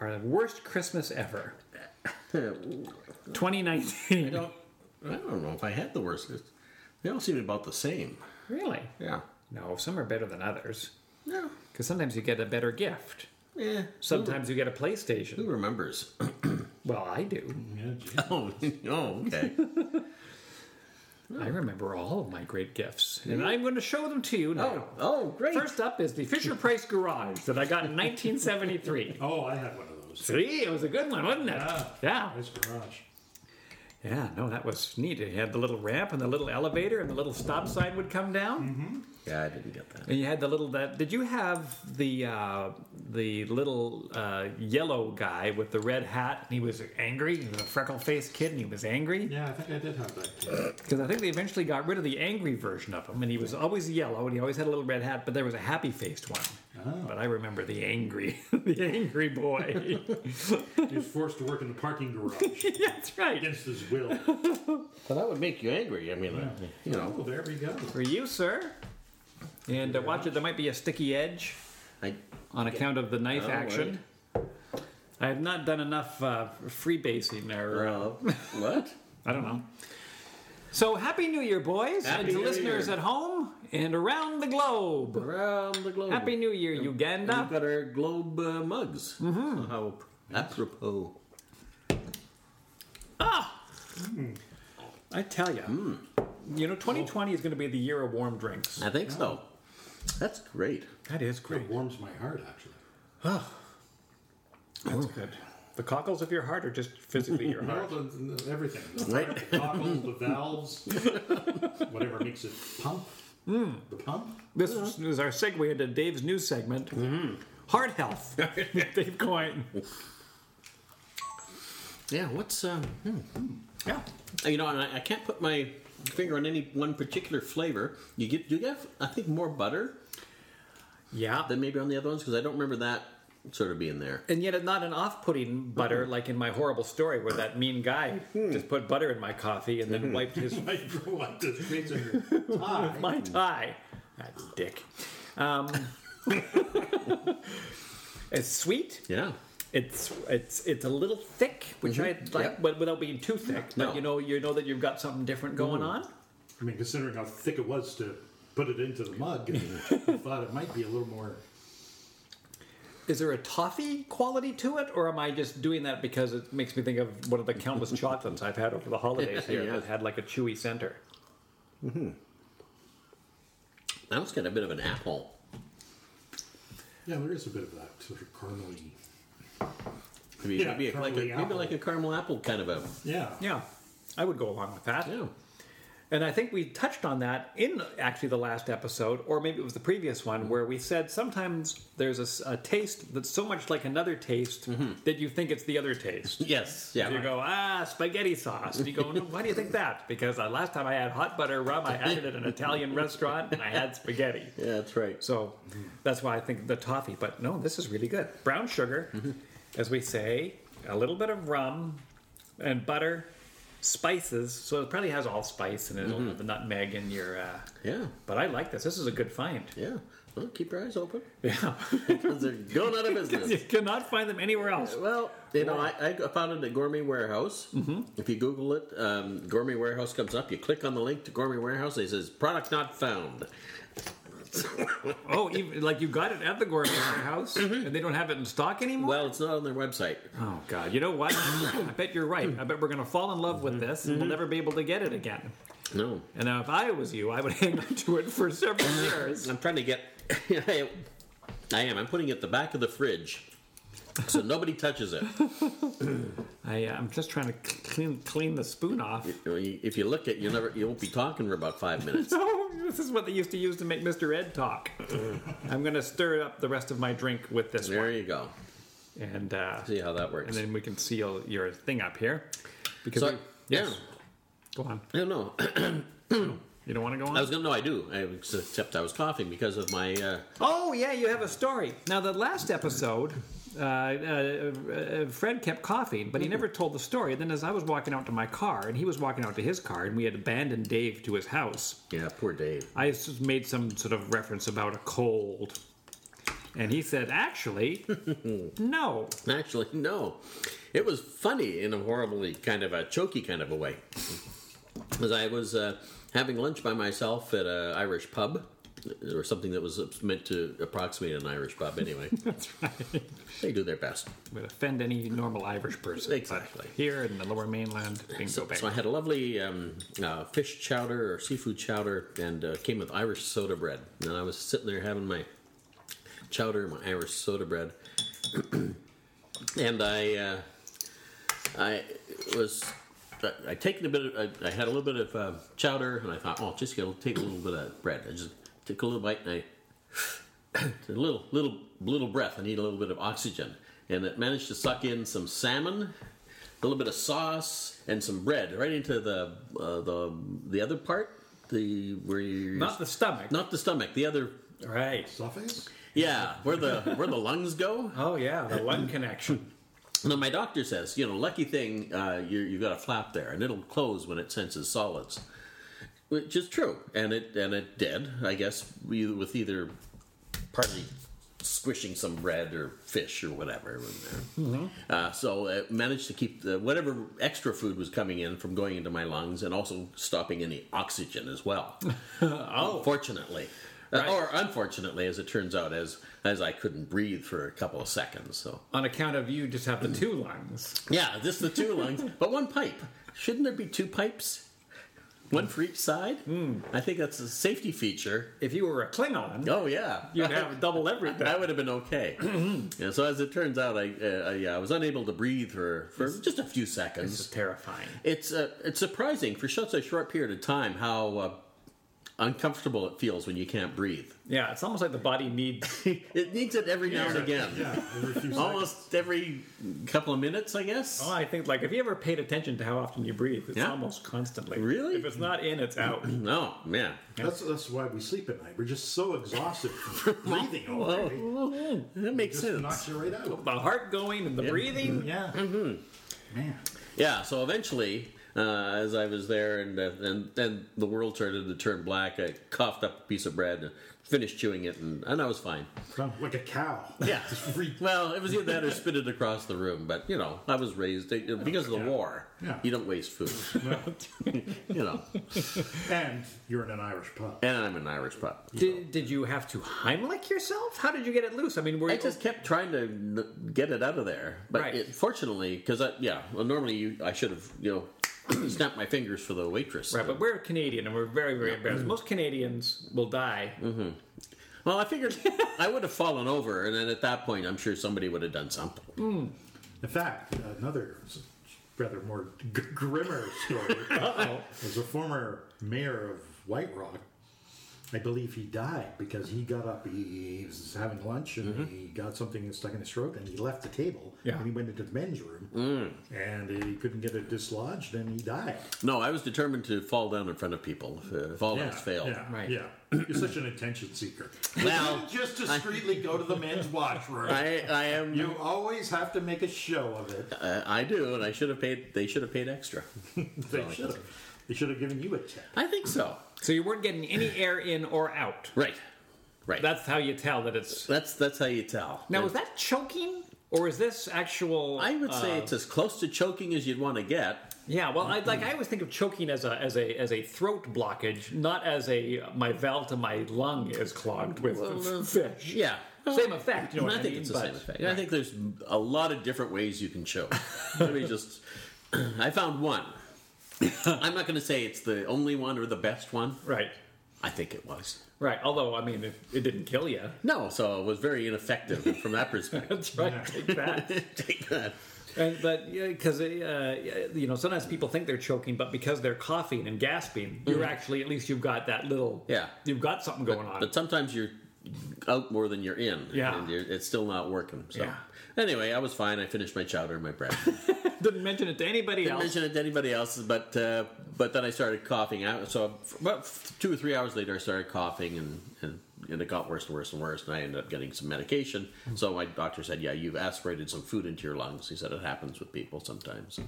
Speaker 3: our worst Christmas ever, 2019.
Speaker 2: I don't, I don't know if I had the worst. It's- They all seem about the same.
Speaker 3: Really?
Speaker 2: Yeah,
Speaker 3: No, some are better than others.
Speaker 2: no,
Speaker 3: Because sometimes you get a better gift.
Speaker 2: yeah.
Speaker 3: Sometimes you get a
Speaker 2: Who
Speaker 3: PlayStation.
Speaker 2: remembers?
Speaker 3: Well, I do.
Speaker 1: Yeah, gee.
Speaker 2: Oh, oh, okay.
Speaker 3: I remember all of my great gifts. And I'm going to show them to you now.
Speaker 2: Oh, oh, great.
Speaker 3: First up is the Fisher Price Garage that I got in 1973.
Speaker 1: Oh, I had one of those.
Speaker 3: See, it was a good one, wasn't it?
Speaker 1: Yeah.
Speaker 3: Yeah.
Speaker 1: Nice garage.
Speaker 3: Yeah, no, that was neat. It had the little ramp and the little elevator, and the little stop sign would come down.
Speaker 2: Yeah, I didn't get that.
Speaker 3: And you had the little that. Did you have the uh, the little uh, yellow guy with the red hat? And he was angry. He was a freckle faced kid, and he was angry
Speaker 1: Yeah, I think I did have that. Too.
Speaker 3: because I think they eventually got rid of the angry version of him, and he was always yellow, and he always had a little red hat. But there was a happy faced one.
Speaker 1: Oh.
Speaker 3: But I remember the angry, the angry boy.
Speaker 1: He was forced to work in the parking garage
Speaker 3: That's right.
Speaker 1: against his will.
Speaker 2: Well, that would make you angry. I mean, uh, you know,
Speaker 1: Oh, there we go.
Speaker 3: For you, sir. And uh, watch it. There might be a sticky edge.
Speaker 2: I
Speaker 3: on account of the knife
Speaker 2: Oh,
Speaker 3: action. I have not done enough uh, freebasing or uh,
Speaker 2: uh, what?
Speaker 3: I don't know. So happy New Year, boys,
Speaker 2: Happy
Speaker 3: and to
Speaker 2: New
Speaker 3: listeners
Speaker 2: Year.
Speaker 3: at home and around the globe.
Speaker 2: Around the globe.
Speaker 3: Happy New Year,
Speaker 2: And we've
Speaker 3: Uganda.
Speaker 2: got our globe uh, mugs. How apropos.
Speaker 3: I tell you, Hmm. you know, 2020 is going to be the year of warm drinks.
Speaker 2: I think so. That's great.
Speaker 3: That is
Speaker 1: It warms my heart, actually.
Speaker 3: That's good. The cockles of your heart are just physically your
Speaker 1: No,
Speaker 3: heart.
Speaker 1: the, the- everything. The,
Speaker 2: Right.
Speaker 1: the cockles, the valves, whatever makes it pump.
Speaker 3: Hmm.
Speaker 1: The pump.
Speaker 3: This is our segue into Dave's new segment, Heart Health. Mm-hmm. Dave Coyne.
Speaker 2: Yeah, what's. Um, hmm.
Speaker 3: Yeah.
Speaker 2: You know, and I, I can't put my finger on any one particular flavor. You get, you get, I think, more butter
Speaker 3: Yeah.
Speaker 2: than maybe on the other ones because I don't remember that sort of being there.
Speaker 3: And yet, it's not an off-putting butter like in my horrible story where that mean guy just put butter in my coffee and then wiped his
Speaker 1: I drew like the streets of your tie.
Speaker 3: my tie. That dick. Um, it's sweet.
Speaker 2: Yeah.
Speaker 3: It's it's it's a little thick, which I like,
Speaker 2: Mm-hmm. yeah.
Speaker 3: but without being too thick.
Speaker 2: No.
Speaker 3: But you know, you know that you've got something different going on.
Speaker 1: I mean, considering how thick it was to put it into the mug, I thought it might be a little more.
Speaker 3: Is there a toffee quality to it, or am I just doing that because it makes me think of one of the countless chocolates I've had over the holidays here
Speaker 2: Yes.
Speaker 3: that had like a chewy center?
Speaker 2: I was getting a bit of an apple.
Speaker 1: Yeah, there is a bit of that sort of caramely.
Speaker 2: Maybe,
Speaker 1: Yeah,
Speaker 2: maybe, a, like a,
Speaker 1: caramel
Speaker 2: maybe
Speaker 1: apple.
Speaker 2: like a caramel apple kind of a.
Speaker 1: Yeah.
Speaker 3: Yeah, I would go along with that.
Speaker 2: Yeah.
Speaker 3: And I think we touched on that in actually the last episode, or maybe it was the previous one, where we said sometimes there's a s- a, taste that's so much like another taste that you think it's the other taste.
Speaker 2: Yes. Yeah.
Speaker 3: You go, ah, spaghetti sauce. And you go, "No, why do you think that? Because uh, last time I had hot butter rum, I had it at an Italian restaurant and I had spaghetti.
Speaker 2: Yeah, that's right.
Speaker 3: So that's why I think the toffee. But no, this is really good. Brown sugar, as we say, a little bit of rum and butter, spices. So it probably has allspice and it'll have the nutmeg in your. Uh,
Speaker 2: Yeah.
Speaker 3: but I like this. This is a good find.
Speaker 2: Yeah. Well, keep your eyes open.
Speaker 3: Yeah.
Speaker 2: They're going out of
Speaker 3: you
Speaker 2: business.
Speaker 3: cannot find them anywhere else.
Speaker 2: Well, you know, I, I found it at Gourmet Warehouse. Mm-hmm. If you Google it, um, Gourmet Warehouse comes up. You click on the link to Gourmet Warehouse, and it says "Product Not Found."
Speaker 3: Oh, even, like you got it at the gourmet house and they don't have it in stock anymore?
Speaker 2: Well, it's not on their website.
Speaker 3: Oh God! You know what? I bet you're right. I bet we're gonna fall in love with this, and we'll never be able to get it again.
Speaker 2: No,
Speaker 3: And now, if I was you, I would hang on to it for several years.
Speaker 2: I'm trying to get. I am. I'm putting it at the back of the fridge, so nobody touches it.
Speaker 3: I, uh, I'm just trying to clean clean the spoon off.
Speaker 2: You know, you- If you look at, you never, you won't be talking for about five minutes.
Speaker 3: So this is what they used to use to make Mr. Ed talk. I'm gonna stir up the rest of my drink with this
Speaker 2: There you go.
Speaker 3: one, and uh,
Speaker 2: See how that
Speaker 3: and
Speaker 2: works.
Speaker 3: then we can seal your thing up here. Because
Speaker 2: So,
Speaker 3: we-
Speaker 2: yeah.
Speaker 3: go on.
Speaker 2: No, no.
Speaker 3: You don't want to go on.
Speaker 2: I was gonna. No, I do. I, except I was coughing because of my. Uh,
Speaker 3: Oh yeah, you have a story. Now the last episode, uh, uh, uh, Fred kept coughing, but he never told the story. Then as I was walking out to my car, and he was walking out to his car, and we had abandoned Dave to his house,
Speaker 2: yeah, poor Dave.
Speaker 3: I s- made some sort of reference about a cold, and he said, "Actually, no."
Speaker 2: Actually, no. It was funny in a horribly kind of a choky kind of a way. As I was uh, having lunch by myself at an Irish pub, or something that was meant to approximate an Irish pub anyway.
Speaker 3: That's right.
Speaker 2: they do their best.
Speaker 3: Would offend any normal Irish person. but
Speaker 2: Exactly.
Speaker 3: Here in the Lower Mainland, things go
Speaker 2: So,
Speaker 3: back.
Speaker 2: so I had a lovely um, uh, fish chowder or seafood chowder and uh, came with Irish soda bread. And I was sitting there having my chowder, my Irish soda bread. and I uh, I was I- I taken a bit of I, I had a little bit of uh, chowder and I thought oh just gonna take a little bit of bread I just took a little bite and I a little little little breath I need a little bit of oxygen and it managed to suck in some salmon a little bit of sauce and some bread right into the uh, the the other part the where you
Speaker 3: Not the stomach.
Speaker 2: not the stomach the other
Speaker 3: Right.
Speaker 1: Stuffings?
Speaker 2: yeah where the where the lungs go
Speaker 3: Oh yeah, the lung connection.
Speaker 2: No, my doctor says, you know, lucky thing, uh, you you've got a flap there, and it'll close when it senses solids, which is true, and it and it did, I guess, we- with either partly squishing some bread or fish or whatever in there. Uh, so it managed to keep the, whatever extra food was coming in from going into my lungs, and also stopping any oxygen as well. oh, fortunately. Uh,
Speaker 3: Right.
Speaker 2: or unfortunately, as it turns out, as as I couldn't breathe for a couple of seconds, so
Speaker 3: On account of you just have the two lungs.
Speaker 2: yeah, just the two lungs, but one pipe. Shouldn't there be two pipes? One for each side?
Speaker 3: Hmm.
Speaker 2: I think that's a safety feature.
Speaker 3: If you were a Klingon,
Speaker 2: Oh, yeah.
Speaker 3: you'd have double Hmm. everything.
Speaker 2: That would have been okay. yeah, so, as it turns out, I, uh, I, yeah, I was unable to breathe for, for just a few
Speaker 3: This is
Speaker 2: seconds.
Speaker 3: terrifying.
Speaker 2: It's, uh, it's surprising for such a short period of time how uh, uncomfortable it feels when you can't breathe.
Speaker 3: Yeah, it's almost like the body needs.
Speaker 2: It needs it every now and again.
Speaker 1: Yeah, every few seconds.
Speaker 2: Almost every couple of minutes, I guess.
Speaker 3: Oh, I think like if you ever paid attention to how often you breathe, it's
Speaker 2: Yeah.
Speaker 3: almost constantly.
Speaker 2: Really?
Speaker 3: If it's not in, it's out.
Speaker 2: No, man.
Speaker 1: That's, that's why we sleep at night. We're just so exhausted from breathing all day.
Speaker 2: That makes
Speaker 1: Just
Speaker 2: sense.
Speaker 1: knocks you right out.
Speaker 3: the heart going and the breathing.
Speaker 1: Yeah. Man.
Speaker 2: Yeah, so eventually, uh, as I was there and, uh, and and the world started to turn black, I coughed up a piece of bread and finished chewing it, and, and I was fine.
Speaker 1: Sound Like a cow.
Speaker 2: Yeah.
Speaker 1: Just re-
Speaker 2: Well, it was either that or spit it across the room, but you know, I was raised uh, because of the war.
Speaker 1: Yeah.
Speaker 2: You don't waste food, you know.
Speaker 1: and you're in an Irish pub.
Speaker 2: And I'm an Irish pup.
Speaker 3: Did, did you have to Heimlich yourself? How did you get it loose? I mean, were
Speaker 2: I
Speaker 3: you
Speaker 2: just kept trying to n- get it out of there, but
Speaker 3: Right.
Speaker 2: it, fortunately, because I yeah, well, normally you, I should have you know snapped my fingers for the waitress.
Speaker 3: Oh, right? But we're Canadian and we're very very
Speaker 2: Mm.
Speaker 3: embarrassed. Most Canadians will die.
Speaker 2: Well, I figured I would have fallen over, and then at that point, I'm sure somebody would have done something.
Speaker 1: In fact, another s- rather more g- grimmer story. As a former mayor of White Rock, I believe he died because he got up, he, he was having lunch, and
Speaker 2: Mm-hmm.
Speaker 1: he got something and stuck in his throat, and he left the table,
Speaker 3: Yeah.
Speaker 1: and he went into the men's room,
Speaker 2: Mm.
Speaker 1: and he couldn't get it dislodged, and he died.
Speaker 2: No, I was determined to fall down in front of people if, uh, if all else failed.
Speaker 1: Yeah,
Speaker 3: Right.
Speaker 1: yeah. You're such an attention seeker.
Speaker 2: Well,
Speaker 1: just discreetly go to the men's washroom.
Speaker 2: I, I am.
Speaker 1: You always have to make a show of it.
Speaker 2: Uh, I do, and I should have paid. They should have paid extra.
Speaker 1: They should have. They should have given you a tip.
Speaker 2: I think so.
Speaker 3: So you weren't getting any air in or out.
Speaker 2: Right, right. That's
Speaker 3: That's how you tell that it's.
Speaker 2: that's, that's how you tell.
Speaker 3: Now, is that choking? Or is this actual?
Speaker 2: I would say
Speaker 3: uh,
Speaker 2: it's as close to choking as you'd want to get.
Speaker 3: yeah. Well, I, like I always think of choking as a as a as a throat blockage, not as a my valve to my lung is clogged with
Speaker 2: Well, uh,
Speaker 3: fish.
Speaker 2: Yeah.
Speaker 3: Same effect. You know
Speaker 2: I
Speaker 3: what I,
Speaker 2: think
Speaker 3: mean?
Speaker 2: it's the
Speaker 3: But-
Speaker 2: same effect. I think there's a lot of different ways you can choke. Let me just. I found one. I'm not going to say it's the only one or the best one.
Speaker 3: Right.
Speaker 2: I think it was.
Speaker 3: Right. Although I mean, it, it didn't kill you.
Speaker 2: No, so it was very ineffective from that perspective.
Speaker 3: That's right. Take that.
Speaker 2: Take that.
Speaker 3: And, but because uh, yeah, you know, sometimes people think they're choking, but because they're coughing and gasping, you're actually at least you've got that little.
Speaker 2: Mm-hmm. Yeah.
Speaker 3: You've got something going on.
Speaker 2: But sometimes you're out more than you're in.
Speaker 3: Yeah.
Speaker 2: And you're, it's still not working. So.
Speaker 3: Yeah.
Speaker 2: Anyway, I was fine. I finished my chowder and my bread.
Speaker 3: Didn't mention it to anybody
Speaker 2: Didn't
Speaker 3: else.
Speaker 2: mention it to anybody else, but uh, but then I started coughing out. So about two or three hours later, I started coughing, and, and, and it got worse and worse and worse. And I ended up getting some medication.
Speaker 3: Mm-hmm.
Speaker 2: So my doctor said, "Yeah, you've aspirated some food into your lungs." He said it happens with people sometimes.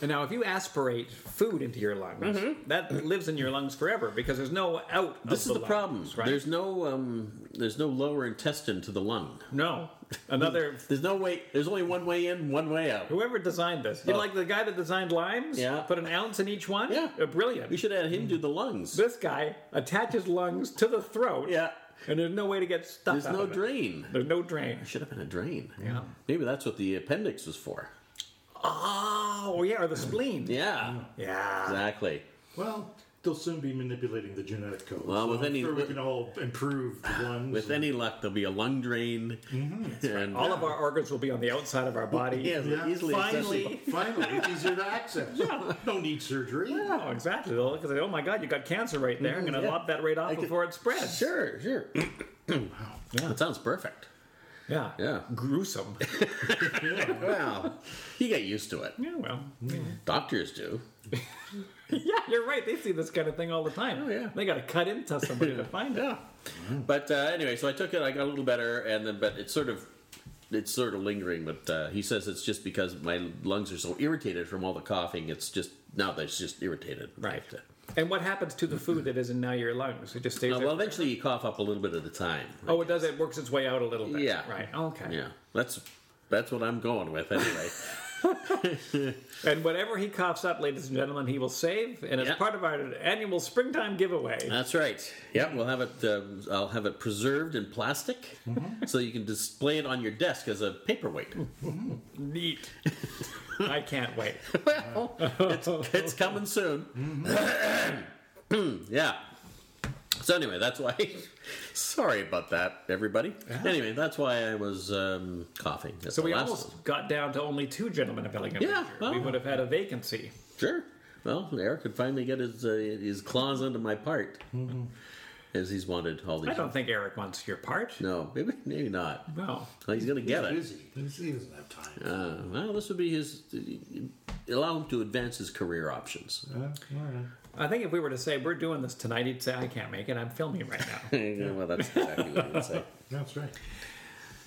Speaker 3: And now, if you aspirate food into your lungs, that lives in your lungs forever because there's no out. of
Speaker 2: Mm-hmm. This is the
Speaker 3: lungs,
Speaker 2: problem.
Speaker 3: right?
Speaker 2: There's no um, there's no lower intestine to the lung.
Speaker 3: no another.
Speaker 2: There's no way. There's only one way in, one way out.
Speaker 3: Whoever designed this, you know,
Speaker 2: Oh.
Speaker 3: like the guy that designed limes,
Speaker 2: Yeah.
Speaker 3: put an ounce in each one.
Speaker 2: Yeah.
Speaker 3: Uh, brilliant.
Speaker 2: We should add him to the lungs.
Speaker 3: This guy attaches lungs to the throat.
Speaker 2: Yeah.
Speaker 3: and there's no way to get stuff.
Speaker 2: There's
Speaker 3: out
Speaker 2: no
Speaker 3: of it.
Speaker 2: drain.
Speaker 3: There's no drain.
Speaker 2: Should have been a drain. Yeah. Maybe that's what the appendix was for.
Speaker 3: Oh yeah, or the spleen.
Speaker 2: Yeah.
Speaker 3: Yeah.
Speaker 2: Exactly.
Speaker 1: Well, they'll soon be manipulating the genetic code.
Speaker 2: Well,
Speaker 1: so
Speaker 2: with
Speaker 1: I'm
Speaker 2: any-
Speaker 1: sure we can all improve the ones.
Speaker 2: With any luck, there'll be a lung drain. And
Speaker 3: Mm-hmm. All of our organs will be on the outside of our body.
Speaker 2: Yeah,
Speaker 1: and- yeah,
Speaker 2: easily
Speaker 1: finally,
Speaker 2: accessible.
Speaker 1: finally, it's easier to access. No need surgery.
Speaker 3: Oh, exactly. Because oh my God, you got cancer right there. I'm going to
Speaker 2: Mm-hmm. yeah.
Speaker 3: lop that right off
Speaker 2: could-
Speaker 3: before it spreads.
Speaker 2: Sure, sure. That sounds perfect.
Speaker 3: Yeah.
Speaker 2: Yeah.
Speaker 3: Gruesome.
Speaker 2: Wow. you get used to it.
Speaker 3: yeah. Well.
Speaker 2: Doctors do.
Speaker 3: Yeah, you're right. They see this kind of thing all the time.
Speaker 2: Oh, yeah.
Speaker 3: They got to cut into somebody to find it.
Speaker 2: But uh, anyway, so I took it. I got a little better, and then but it's sort of it's sort of lingering. But uh, he says it's just because my lungs are so irritated from all the coughing. It's just now they're just irritated.
Speaker 3: Right. And what happens to the food that is in now your lungs? It just stays.
Speaker 2: Uh,
Speaker 3: there
Speaker 2: well,
Speaker 3: forever?
Speaker 2: eventually you cough up a little bit at a time.
Speaker 3: oh, it does. It works its way out a little bit.
Speaker 2: Yeah.
Speaker 3: Right. Okay.
Speaker 2: Yeah, that's that's what I'm going with anyway.
Speaker 3: And whatever he coughs up, ladies and gentlemen, he will save, and it's
Speaker 2: Yeah.
Speaker 3: part of our annual springtime giveaway.
Speaker 2: that's right. Yeah, we'll have it. Uh, I'll have it preserved in plastic, so you can display it on your desk as a paperweight.
Speaker 3: Neat. I can't wait.
Speaker 2: well, it's, it's coming soon. Mm-hmm. yeah. So anyway, that's why. Sorry about that, everybody. Anyway, that's why I was um, coughing. at
Speaker 3: So
Speaker 2: the
Speaker 3: we
Speaker 2: last
Speaker 3: almost
Speaker 2: one.
Speaker 3: got down to only two gentlemen of Elegant
Speaker 2: Yeah,
Speaker 3: Leisure.
Speaker 2: well.
Speaker 3: we would have had a vacancy.
Speaker 2: Sure. Well, Eric could finally get his uh, his claws into my part, as he's wanted all these.
Speaker 3: I don't think Eric wants your part.
Speaker 2: No, maybe maybe not.
Speaker 3: No.
Speaker 2: Well, he's gonna get it.
Speaker 1: Busy. He's- He doesn't have time.
Speaker 2: Uh, well, this would be his. Allow him to advance his career options.
Speaker 1: Uh, all right.
Speaker 3: I think if we were to say we're doing this tonight, he'd say I can't make it. I'm filming right now.
Speaker 2: Yeah, well, that's exactly what I would say.
Speaker 1: That's right.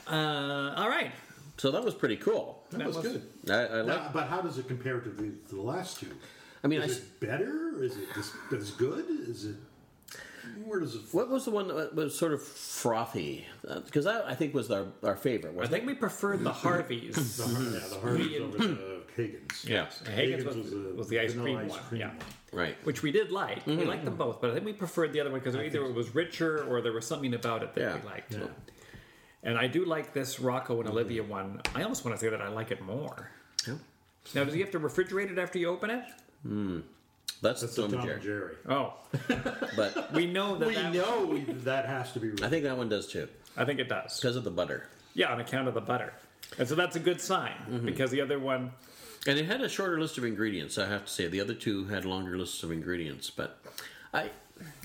Speaker 3: uh, all right.
Speaker 2: So that was pretty cool.
Speaker 1: That,
Speaker 3: That
Speaker 1: was,
Speaker 3: was-
Speaker 1: good.
Speaker 2: I, I like.
Speaker 1: Now, but how does it compare to the, to the last two?
Speaker 2: I mean, I s
Speaker 1: is it better? Is it this, as good? Is it where does it?
Speaker 2: what was the one that was sort of frothy? Because that I think was our, our favorite.
Speaker 3: I
Speaker 2: Wasn't
Speaker 3: think we preferred the
Speaker 1: The
Speaker 3: Harveys.
Speaker 1: Har- yeah, the Harvey's over the Higgins.
Speaker 3: yes. Higgins was,
Speaker 1: the
Speaker 3: was the ice
Speaker 1: vanilla
Speaker 3: cream one. Yeah.
Speaker 2: it? Right.
Speaker 3: Which we did like. We liked them both, but I think we preferred the other one because either it was richer or there was something about it that
Speaker 2: Yeah.
Speaker 3: we liked.
Speaker 1: Yeah.
Speaker 3: And I do like this Rocco and Olivia one. I almost want to say that I like it more.
Speaker 2: Yeah.
Speaker 3: Now, does he have to refrigerate it after you open it?
Speaker 2: That's,
Speaker 1: That's
Speaker 2: Tom,
Speaker 1: the
Speaker 2: and
Speaker 1: Tom
Speaker 2: Jerry.
Speaker 1: and Jerry.
Speaker 3: Oh,
Speaker 2: But
Speaker 3: we know that.
Speaker 1: We
Speaker 3: that-
Speaker 1: know that has to be.
Speaker 2: I
Speaker 1: Right.
Speaker 2: think that one does too
Speaker 3: I think it does.
Speaker 2: because of the butter.
Speaker 3: Yeah, on account of the butter. And so that's a good sign because the other one,
Speaker 2: And it had a shorter list of ingredients, I have to say. The other two had longer lists of ingredients, but I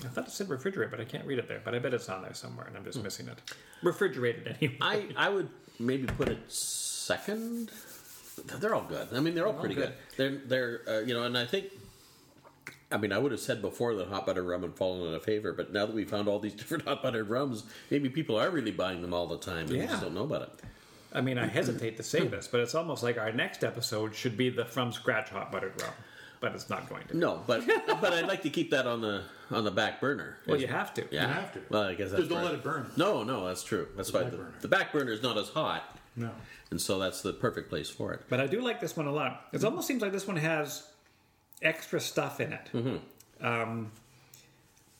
Speaker 3: I thought it said refrigerate, but I can't read it there. But I bet it's on there somewhere, and I'm just missing it. Refrigerated anyway.
Speaker 2: I I would maybe put it second. They're all good. I mean, they're all pretty good. They're they're uh, you know, and I think. I mean, I would have said before that hot buttered rum had fallen out of favor, but now that we found all these different hot buttered rums, maybe people are really buying them all the time and they
Speaker 3: Yeah.
Speaker 2: just don't know about it.
Speaker 3: I mean, I hesitate to say this, but it's almost like our next episode should be the from scratch hot buttered rum, but it's not going to. be.
Speaker 2: No, but but I'd like to keep that on the on the back burner.
Speaker 3: Well, you have to.
Speaker 2: yeah.
Speaker 1: Oh, You have to.
Speaker 2: Well, I guess that's
Speaker 1: Just don't
Speaker 2: right.
Speaker 1: let it burn.
Speaker 2: No, no, that's true. That's why
Speaker 1: back
Speaker 2: the,
Speaker 1: burner.
Speaker 2: the back burner is not as hot,
Speaker 1: No.
Speaker 2: and so that's the perfect place for it.
Speaker 3: But I do like this one a lot. It almost seems like this one has extra stuff in it.
Speaker 2: Mm-hmm.
Speaker 3: Um,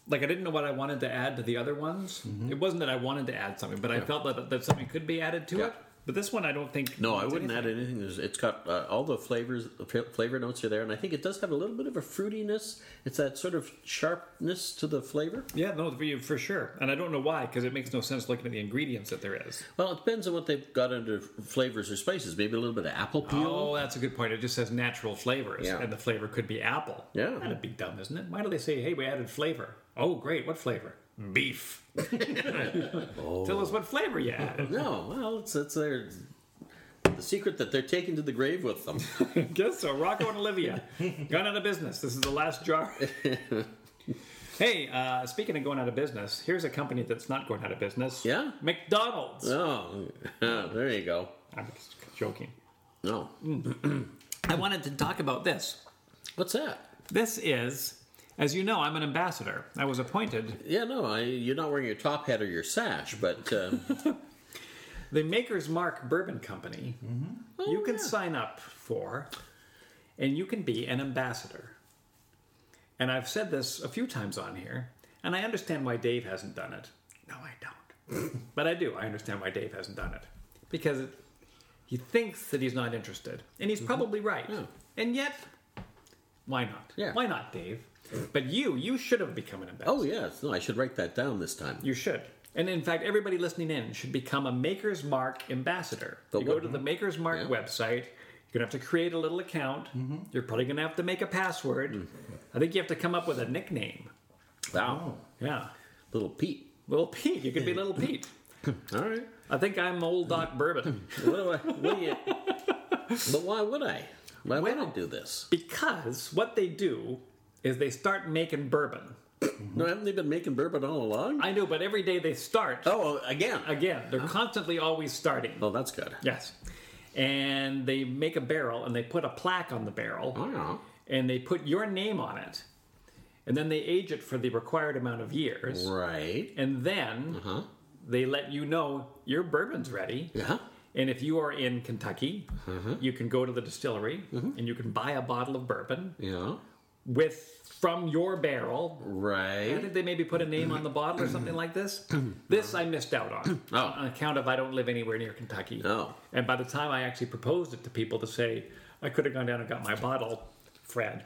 Speaker 3: like I didn't know what I wanted to add to the other ones.
Speaker 2: Mm-hmm.
Speaker 3: It wasn't that I wanted to add something, but I felt that, that something could be added to
Speaker 2: Yeah.
Speaker 3: it. But this one, I don't think.
Speaker 2: No, I
Speaker 3: needs
Speaker 2: wouldn't
Speaker 3: anything.
Speaker 2: add anything. There's, it's got uh, all the flavors, the fla- flavor notes are there, and I think it does have a little bit of a fruitiness. It's that sort of sharpness to the flavor.
Speaker 3: Yeah, no, for you for sure. And I don't know why, because it makes no sense looking at the ingredients that there is.
Speaker 2: Well, it depends on what they've got under flavors or spices. Maybe a little bit of apple peel.
Speaker 3: Oh, that's a good point. It just says natural flavors,
Speaker 2: Yeah.
Speaker 3: and the flavor could be apple.
Speaker 2: Yeah.
Speaker 3: that'd be dumb, isn't it? Why do they say, "Hey, we added flavor"? Oh, great, what flavor? Beef. Tell us what flavor you added.
Speaker 2: No, well, it's it's their the secret that they're taking to the grave with them.
Speaker 3: Guess so. Rocco and Olivia gone out of business. This is the last jar. hey, uh, speaking of going out of business, here's a company that's not going out of business.
Speaker 2: Yeah?
Speaker 3: McDonald's.
Speaker 2: oh, there you go.
Speaker 3: I'm just joking.
Speaker 2: No,
Speaker 3: I wanted to talk about this.
Speaker 2: what's that?
Speaker 3: This is, as you know, I'm an ambassador. I was appointed.
Speaker 2: Yeah, no, I, you're not wearing your top hat or your sash, but uh,
Speaker 3: The Maker's Mark Bourbon Company, you can sign up for, and you can be an ambassador. And I've said this a few times on here, and I understand why Dave hasn't done it. No, I don't. but I do. I understand why Dave hasn't done it. Because it, he thinks that he's not interested, and he's probably right.
Speaker 2: Yeah.
Speaker 3: And yet, why not?
Speaker 2: Yeah.
Speaker 3: Why not, Dave? But you, you should have become an ambassador.
Speaker 2: oh yes, no, I should write that down this time.
Speaker 3: You should. And in fact, everybody listening in should become a Maker's Mark ambassador.
Speaker 2: The
Speaker 3: you go
Speaker 2: what? Hmm?
Speaker 3: to the Maker's Mark
Speaker 2: Yeah. Mm-hmm.
Speaker 3: website. You're going to have to create a little account. You're probably going to have to make a password.
Speaker 2: Mm.
Speaker 3: I think you have to come up with a nickname.
Speaker 2: Wow,
Speaker 3: Yeah.
Speaker 2: little Pete.
Speaker 3: Little Pete. You
Speaker 2: Mm.
Speaker 3: could be Little Pete.
Speaker 2: All right.
Speaker 3: I think I'm Old Doc Bourbon.
Speaker 2: What do I? What do you? but why would I? Why would I do this?
Speaker 3: Because what they do is they start making bourbon.
Speaker 2: No, haven't they been making bourbon all along?
Speaker 3: I know, but every day they start.
Speaker 2: oh, again.
Speaker 3: Again, they're constantly always starting.
Speaker 2: oh, that's good.
Speaker 3: Yes. And they make a barrel and they put a plaque on the barrel.
Speaker 2: Wow.
Speaker 3: and they put your name on it, and then they age it for the required amount of years,
Speaker 2: Right. Uh-huh.
Speaker 3: and then they let you know your bourbon's ready.
Speaker 2: Yeah. Uh-huh.
Speaker 3: And if you are in Kentucky, you can go to the distillery
Speaker 2: Mm-hmm.
Speaker 3: and you can buy a bottle of bourbon
Speaker 2: Yeah.
Speaker 3: with from your barrel. I
Speaker 2: Right.
Speaker 3: think they maybe put a name on the bottle or something like this. this I missed out on
Speaker 2: Oh.
Speaker 3: on account of I don't live anywhere near Kentucky.
Speaker 2: Oh.
Speaker 3: And by the time I actually proposed it to people to say, I could have gone down and got my bottle, Fred,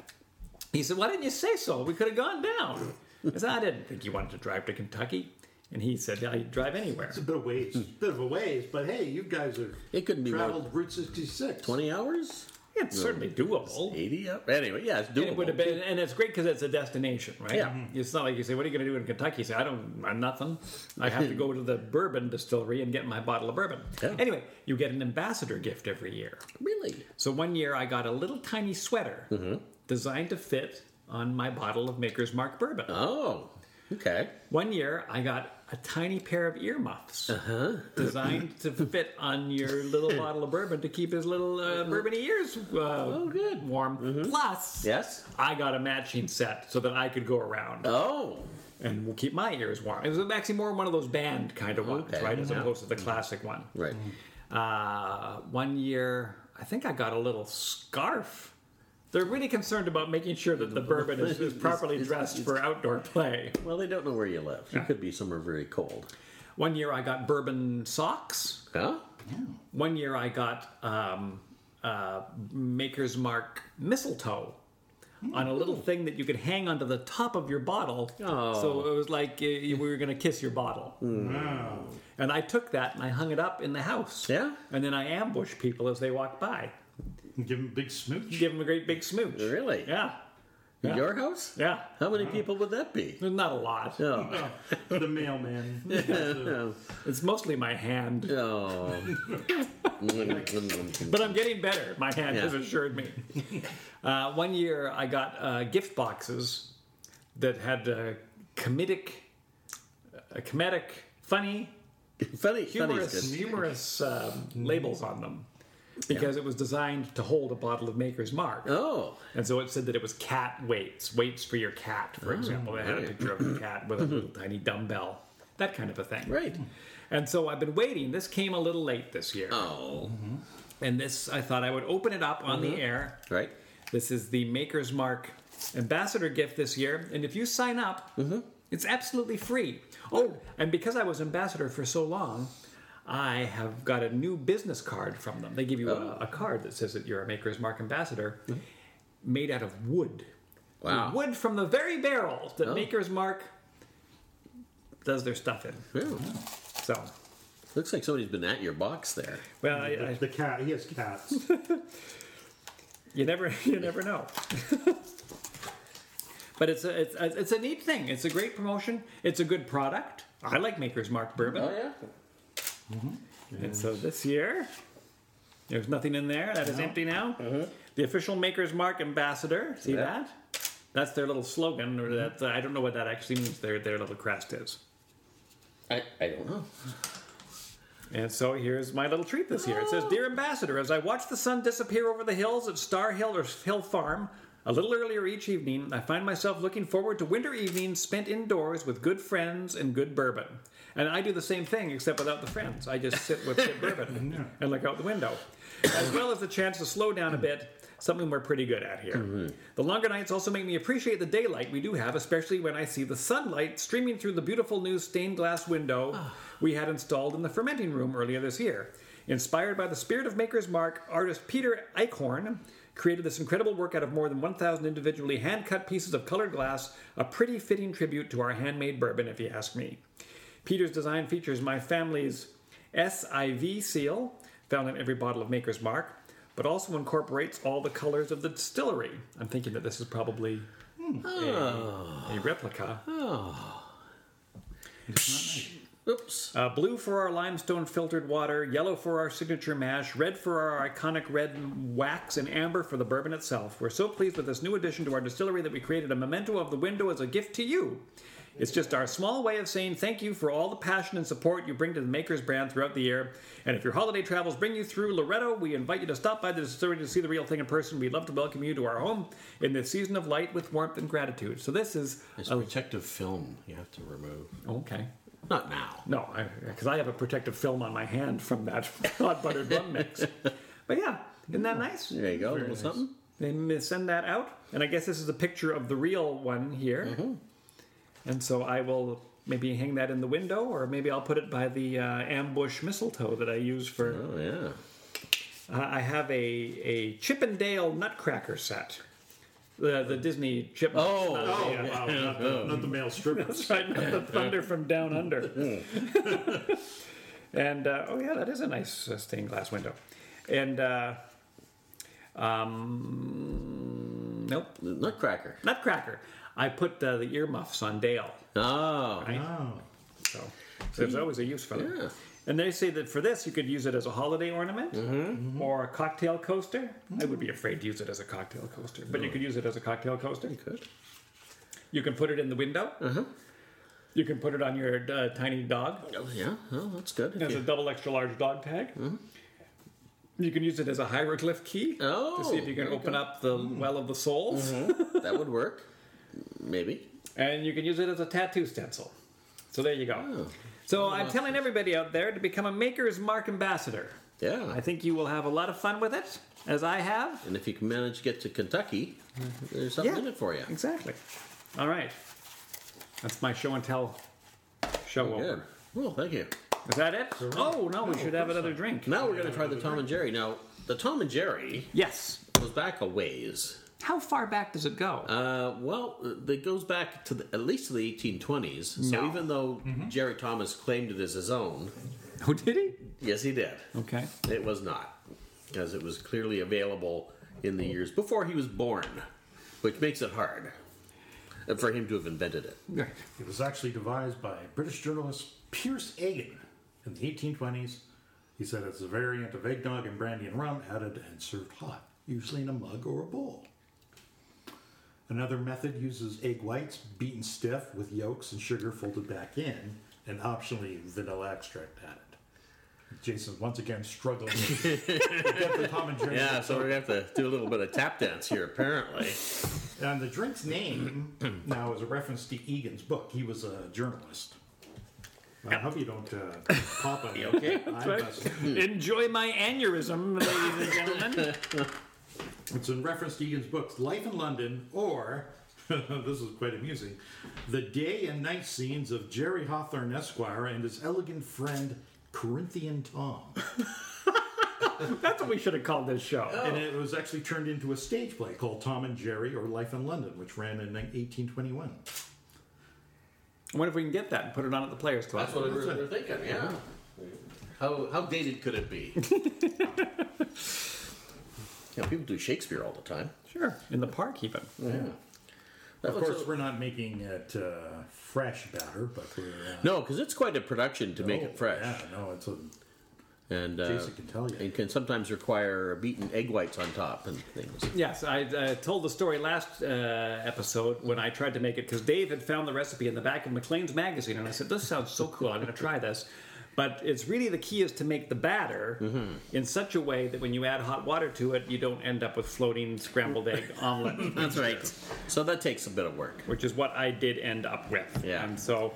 Speaker 3: he said, Why didn't you say so? We could have gone down. I said, I didn't think you wanted to drive to Kentucky. And he said, I drive anywhere.
Speaker 1: It's a bit of ways. bit of a ways, but hey, you guys have
Speaker 2: It couldn't be more-
Speaker 1: traveled Route 66.
Speaker 2: Twenty hours.
Speaker 3: It's certainly doable.
Speaker 2: Eighty. Up. Anyway, yeah, it's
Speaker 3: It would have
Speaker 2: doable.
Speaker 3: been, and it's great because it's a destination, right? Mm-hmm.
Speaker 2: Yeah. Mhm.
Speaker 3: It's not like you say, "What are you going to do in Kentucky?" You say, "I don't, I'm nothing. I have to go to the bourbon distillery and get my bottle of bourbon."
Speaker 2: Hmm. Yeah.
Speaker 3: Anyway, you get an ambassador gift every year.
Speaker 2: Really?
Speaker 3: So one year I got a little tiny sweater
Speaker 2: Mm-hmm.
Speaker 3: designed to fit on my bottle of Maker's Mark bourbon.
Speaker 2: Oh. Okay.
Speaker 3: One year I got a tiny pair of earmuffs
Speaker 2: Uh-huh.
Speaker 3: designed to fit on your little bottle of bourbon to keep his little uh, bourbony ears uh,
Speaker 2: Uh-huh. Oh, good. Mm-hmm.
Speaker 3: warm. Plus,
Speaker 2: Yes.
Speaker 3: I got a matching set so that I could go around
Speaker 2: Oh.
Speaker 3: and will keep my ears warm. It was actually more one of those band kind of ones,
Speaker 2: Okay.
Speaker 3: right, as
Speaker 2: Yeah.
Speaker 3: opposed to the classic one.
Speaker 2: Right.
Speaker 3: Uh, one year, I think I got a little scarf. They're really concerned about making sure that the bourbon is, is properly dressed for outdoor play.
Speaker 2: Well, they don't know where you live. You could be somewhere very cold.
Speaker 3: One year I got bourbon socks.
Speaker 2: Huh?
Speaker 3: One year I got um, uh, Maker's Mark mistletoe on a little thing that you could hang onto the top of your bottle.
Speaker 2: Oh.
Speaker 3: So it was like uh, you- we were going to kiss your bottle.
Speaker 1: Wow.
Speaker 3: And I took that and I hung it up in the house.
Speaker 2: Yeah.
Speaker 3: And then I ambush people as they walk by.
Speaker 1: Give him a big smooch.
Speaker 3: Give him a great big smooch.
Speaker 2: Really?
Speaker 3: Yeah. Yeah.
Speaker 2: Your house?
Speaker 3: Yeah.
Speaker 2: How many people would that be?
Speaker 3: There's not a lot.
Speaker 2: Oh,
Speaker 1: the mailman.
Speaker 2: no.
Speaker 3: It's mostly my hand.
Speaker 2: Oh.
Speaker 3: But I'm getting better. My hand
Speaker 2: Yeah.
Speaker 3: has assured me. uh, one year, I got uh, gift boxes that had uh, comedic, uh, comedic, funny,
Speaker 2: funny, funny
Speaker 3: humorous,
Speaker 2: is good. Mm-hmm.
Speaker 3: humorous um, labels on them because it was designed to hold a bottle of Maker's Mark.
Speaker 2: Oh,
Speaker 3: And so it said that it was cat weights, weights for your cat, for example. They had a
Speaker 2: Oh, right.
Speaker 3: picture of a cat with a little tiny dumbbell, that kind of a thing.
Speaker 2: right.
Speaker 3: And so I've been waiting. This came a little late this year.
Speaker 2: Oh,
Speaker 3: And this, I thought I would open it up on
Speaker 2: Mm-hmm.
Speaker 3: the air.
Speaker 2: right.
Speaker 3: This is the Maker's Mark ambassador gift this year. And if you sign up, it's absolutely free. Oh, and because I was ambassador for so long, I have got a new business card from them. They give you a, a card that says that you're a Maker's Mark ambassador made out of wood.
Speaker 2: Wow.
Speaker 3: Wood from the very barrel that Maker's Mark does their stuff in.
Speaker 2: Yeah.
Speaker 3: So,
Speaker 2: Looks like somebody's been at your box there.
Speaker 3: well, I, I,
Speaker 1: The cat. He has cats.
Speaker 3: You never, you never know. but it's a, it's a, it's a neat thing. It's a great promotion. It's a good product. I like Maker's Mark bourbon.
Speaker 2: Oh, yeah.
Speaker 3: And so this year, there's nothing in there. That is empty now. The official Maker's Mark ambassador. See
Speaker 2: Yeah.
Speaker 3: that? That's their little slogan, or that uh, I don't know what that actually means. Their their little crest is.
Speaker 2: I, I don't know.
Speaker 3: And so here's my little treat this year. It says, Dear Ambassador, as I watch the sun disappear over the hills at Star Hill or Hill Farm, a little earlier each evening, I find myself looking forward to winter evenings spent indoors with good friends and good bourbon. And I do the same thing, except without the friends. I just sit with good bourbon and look out the window. As well as the chance to slow down a bit, something we're pretty good at here. The longer nights also make me appreciate the daylight we do have, especially when I see the sunlight streaming through the beautiful new stained glass window we had installed in the fermenting room earlier this year. Inspired by the spirit of Maker's Mark, artist Peter Eichhorn created this incredible work out of more than 1,000 individually hand cut pieces of colored glass, a pretty fitting tribute to our handmade bourbon, if you ask me. Peter's design features my family's SIV seal, found in every bottle of Maker's Mark, but also incorporates all the colors of the distillery. I'm thinking that this is probably a, a replica.
Speaker 2: Oops.
Speaker 3: Uh, blue for our limestone filtered water, yellow for our signature mash, red for our iconic red wax, and amber for the bourbon itself. We're so pleased with this new addition to our distillery that we created a memento of the window as a gift to you. It's just our small way of saying thank you for all the passion and support you bring to the Maker's brand throughout the year. And if your holiday travels bring you through Loretto, we invite you to stop by the distillery to see the real thing in person. We'd love to welcome you to our home in this season of light with warmth and gratitude. So this is
Speaker 2: It's protective film you have to remove.
Speaker 3: okay.
Speaker 2: Not now.
Speaker 3: No, because I, have a protective film on my hand from that hot buttered rum mix. But yeah, isn't that nice?
Speaker 2: There you go. A little something.
Speaker 3: They m- send that out, and I guess this is a picture of the real one here. And so I will maybe hang that in the window, or maybe I'll put it by the uh, ambush mistletoe that I use for.
Speaker 2: Oh, yeah.
Speaker 3: Uh, I have a a Chippendale Nutcracker set, the the Disney Chip.
Speaker 2: Oh.
Speaker 3: not
Speaker 1: Oh,
Speaker 3: the, uh,
Speaker 1: wow. Not the, not the male strippers.
Speaker 3: That's right, not the thunder from down under. and uh, oh yeah, that is a nice uh, stained glass window. And uh, um, nope,
Speaker 2: The nutcracker.
Speaker 3: Nutcracker. I put uh, the earmuffs on Dale,
Speaker 2: Oh.
Speaker 1: Oh.
Speaker 3: so there's always a use for them.
Speaker 2: Yeah.
Speaker 3: And they say that for this, you could use it as a holiday ornament or a cocktail coaster. I would be afraid to use it as a cocktail coaster, but you could use it as a cocktail coaster. You could. Uh-huh. You can put it in the window. You can put it on your uh, tiny dog
Speaker 2: Oh, yeah. Oh, that's good.
Speaker 3: as a double extra large dog tag. You can use it as a hieroglyph key to see if you can
Speaker 2: Oh, there you
Speaker 3: open up the well of the souls,
Speaker 2: that would work. Maybe.
Speaker 3: and you can use it as a tattoo stencil. So there you go. So I'm telling everybody out there to become a Maker's Mark ambassador.
Speaker 2: Yeah.
Speaker 3: I think you will have a lot of fun with it, as I have.
Speaker 2: and if you can manage to get to Kentucky, there's something in it for you.
Speaker 3: Exactly. All right. That's my show and tell show
Speaker 2: Good.
Speaker 3: over.
Speaker 2: Well, thank you.
Speaker 3: Is that it? Oh, no, we should have another drink.
Speaker 2: Now we're going to try the Tom and Jerry. Now, the Tom and Jerry
Speaker 3: Yes.
Speaker 2: goes back a ways.
Speaker 3: How far back does it go?
Speaker 2: Uh, well, that goes back to the, at least to the 1820s. So
Speaker 3: No.
Speaker 2: even though
Speaker 3: Mm-hmm.
Speaker 2: Jerry Thomas claimed it as his own,
Speaker 3: oh, did he?
Speaker 2: yes, he did.
Speaker 3: Okay.
Speaker 2: It was not. because it was clearly available in the years before he was born, which makes it hard uh, for him to have invented it.
Speaker 3: Right.
Speaker 1: It was actually devised by British journalist Pierce Agan in the 1820s. He said it's a variant of eggnog and brandy and rum added and served hot, usually in a mug or a bowl. Another method uses egg whites beaten stiff with yolks and sugar folded back in, and optionally vanilla extract added. Jason once again struggling to get the common drink.
Speaker 2: Yeah, so we're gonna have to do a little bit of tap dance here, apparently.
Speaker 1: And the drink's name now is a reference to Egan's book. He was a journalist. I hope you don't uh, pop on me,
Speaker 2: okay?
Speaker 3: Enjoy my aneurysm, ladies and gentlemen.
Speaker 1: It's in reference to Egan's books, Life in London, or, this is quite amusing, The Day and Night Scenes of Jerry Hawthorne Esquire and His Elegant Friend, Corinthian Tom.
Speaker 2: Oh.
Speaker 3: That's what we should have called this show.
Speaker 1: And it was actually turned into a stage play called Tom and Jerry or Life in London, which ran in 1821.
Speaker 3: I wonder if we can get that and put it on at the Players Club.
Speaker 2: That's what we were, we were thinking, yeah. How, how dated could it be? yeah, people do Shakespeare all the time.
Speaker 3: Sure. In the park, even.
Speaker 2: That
Speaker 1: Of
Speaker 2: looks
Speaker 1: course,
Speaker 2: a-
Speaker 1: we're not making it uh, fresh batter, but we're. Uh,
Speaker 2: no, because it's quite a production to make
Speaker 1: Oh,
Speaker 2: it fresh.
Speaker 1: Yeah, no, it's a.
Speaker 2: And uh,
Speaker 1: Jason can tell you.
Speaker 2: it can sometimes require beaten egg whites on top and things.
Speaker 3: Yes, I uh, told the story last uh, episode when I tried to make it because Dave had found the recipe in the back of McLean's magazine, and I said, "This sounds so cool. I'm going to try this." But it's really the key is to make the batter in such a way that when you add hot water to it, you don't end up with floating scrambled egg omelet.
Speaker 2: That's right. So that takes a bit of work.
Speaker 3: which is what I did end up with.
Speaker 2: Yeah.
Speaker 3: And so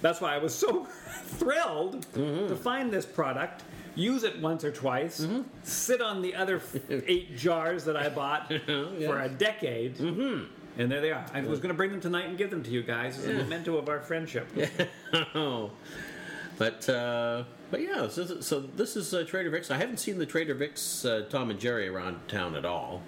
Speaker 3: that's why I was so thrilled to find this product, use it once or twice, sit on the other f- eight jars that I bought for a decade. Mm-hmm. And there they are. I was going to bring them tonight and give them to you guys as a memento of our friendship.
Speaker 2: Oh, but uh, but yeah. So, so this is uh, Trader Vic's. I haven't seen the Trader Vic's uh, Tom and Jerry around town at all.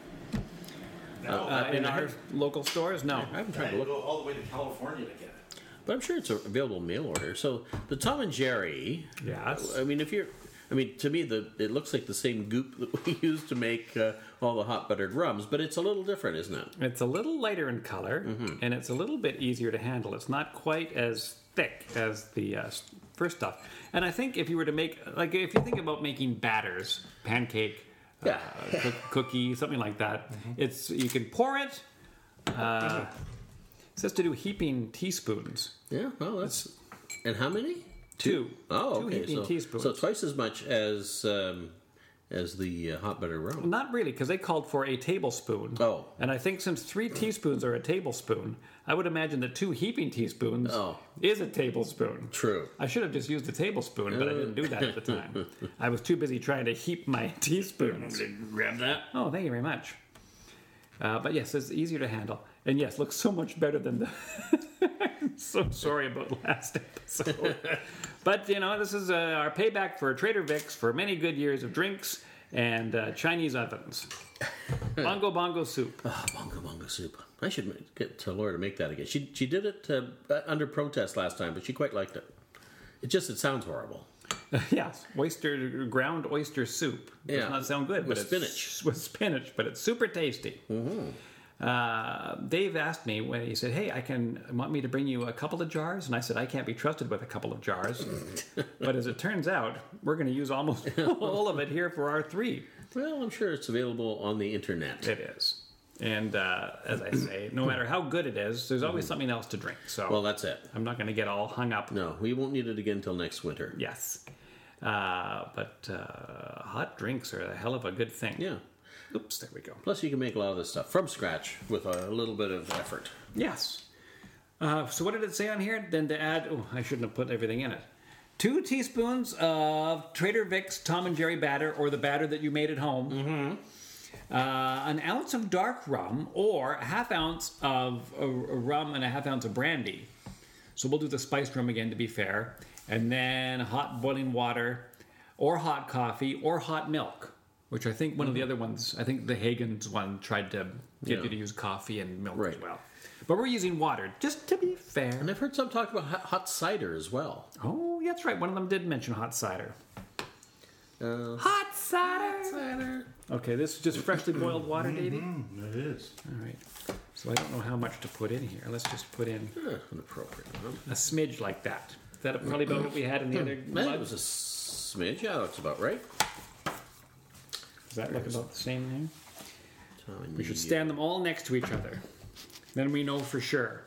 Speaker 3: Uh,
Speaker 2: I mean,
Speaker 3: in
Speaker 2: I
Speaker 3: our
Speaker 2: haven't-
Speaker 3: local stores? No.
Speaker 2: I haven't tried to look,
Speaker 1: go all the way to California to get it.
Speaker 2: but I'm sure it's a available mail order. So the Tom and Jerry.
Speaker 3: Yes.
Speaker 2: I mean, if you're, I mean, to me, the it looks like the same goop that we use to make uh, all the hot buttered rums, but it's a little different, isn't it?
Speaker 3: It's a little lighter in color,
Speaker 2: Mm-hmm.
Speaker 3: and it's a little bit easier to handle. It's not quite as thick as the uh, s- first stuff. And I think if you were to make, like, if you think about making batters, pancake,
Speaker 2: Yeah.
Speaker 3: uh, cook, cookie, something like that,
Speaker 2: Mm-hmm.
Speaker 3: it's you can pour it. Uh, it says to do heaping teaspoons.
Speaker 2: Yeah. Well, that's. And how many?
Speaker 3: Two.
Speaker 2: Oh,
Speaker 3: Two
Speaker 2: okay.
Speaker 3: heaping
Speaker 2: so,
Speaker 3: teaspoons.
Speaker 2: so twice as much as um, as the uh, hot buttered rum.
Speaker 3: Not really, because they called for a tablespoon.
Speaker 2: Oh.
Speaker 3: And I think since three teaspoons are a tablespoon, I would imagine that two heaping teaspoons
Speaker 2: Oh.
Speaker 3: is a tablespoon.
Speaker 2: True.
Speaker 3: I should have just used a tablespoon, but I didn't do that at the time. I was too busy trying to heap my teaspoons.
Speaker 2: Grab that.
Speaker 3: Oh, thank you very much. Uh, but yes, it's easier to handle, and yes, looks so much better than the. I'm so sorry about last episode, but you know this is uh, our payback for Trader Vic's for many good years of drinks and uh, Chinese ovens, bongo bongo soup.
Speaker 2: Ah, bongo bongo soup. I should ma- get to Laura to make that again. She she did it uh, uh, under protest last time, but she quite liked it. It just it sounds horrible.
Speaker 3: yes, oyster ground oyster soup. Does
Speaker 2: Yeah.
Speaker 3: not sound good,
Speaker 2: With
Speaker 3: but
Speaker 2: spinach. Mm-hmm.
Speaker 3: It's, with spinach, but it's super tasty. Uh, Dave asked me when he said, "Hey, I can want me to bring you a couple of jars," and I said, "I can't be trusted with a couple of jars." but as it turns out, we're going to use almost all of it here for our three.
Speaker 2: Well, I'm sure it's available on the internet.
Speaker 3: It is, and uh, as I say, no matter how good it is, there's always something else to drink. So
Speaker 2: Mm-hmm. Well, that's it.
Speaker 3: I'm not going to get all hung up
Speaker 2: No, we won't need it again till next winter.
Speaker 3: Yes. Uh, but uh, hot drinks are a hell of a good thing.
Speaker 2: Yeah.
Speaker 3: Oops, there we go.
Speaker 2: Plus, you can make a lot of this stuff from scratch with a little bit of effort.
Speaker 3: Yes. Uh, so what did it say on here? Then to add, oh, I shouldn't have put everything in it. Two teaspoons of Trader Vic's Tom and Jerry batter, or the batter that you made at home. Mm-hmm. Uh, an ounce of dark rum, or a half ounce of uh, rum and a half ounce of brandy. So we'll do the spiced rum again to be fair, and then hot boiling water, or hot coffee, or hot milk. Which I think one of the other ones, I think the Hagen's one tried to get
Speaker 2: Mm-hmm. Yeah.
Speaker 3: you to use coffee and milk as
Speaker 2: Right.
Speaker 3: well. But we're using water, just to be
Speaker 2: And
Speaker 3: fair.
Speaker 2: I've heard some talk about hot, hot cider as well.
Speaker 3: Oh, yeah, that's right. One of them did mention hot cider. Hot cider. Okay, this is just freshly boiled water, Davey.
Speaker 1: Mm, it is.
Speaker 3: All right. So I don't know how much to put in here. Let's just put in
Speaker 2: Eh, an appropriate amount.
Speaker 3: a smidge like that. Is that probably about what we had in the other
Speaker 2: Man, it
Speaker 3: mug?
Speaker 2: was a smidge. Yeah, that's about right.
Speaker 3: Does that look about the same in
Speaker 2: So I
Speaker 3: We should
Speaker 2: need-
Speaker 3: stand them all next to each other. Then we know for sure.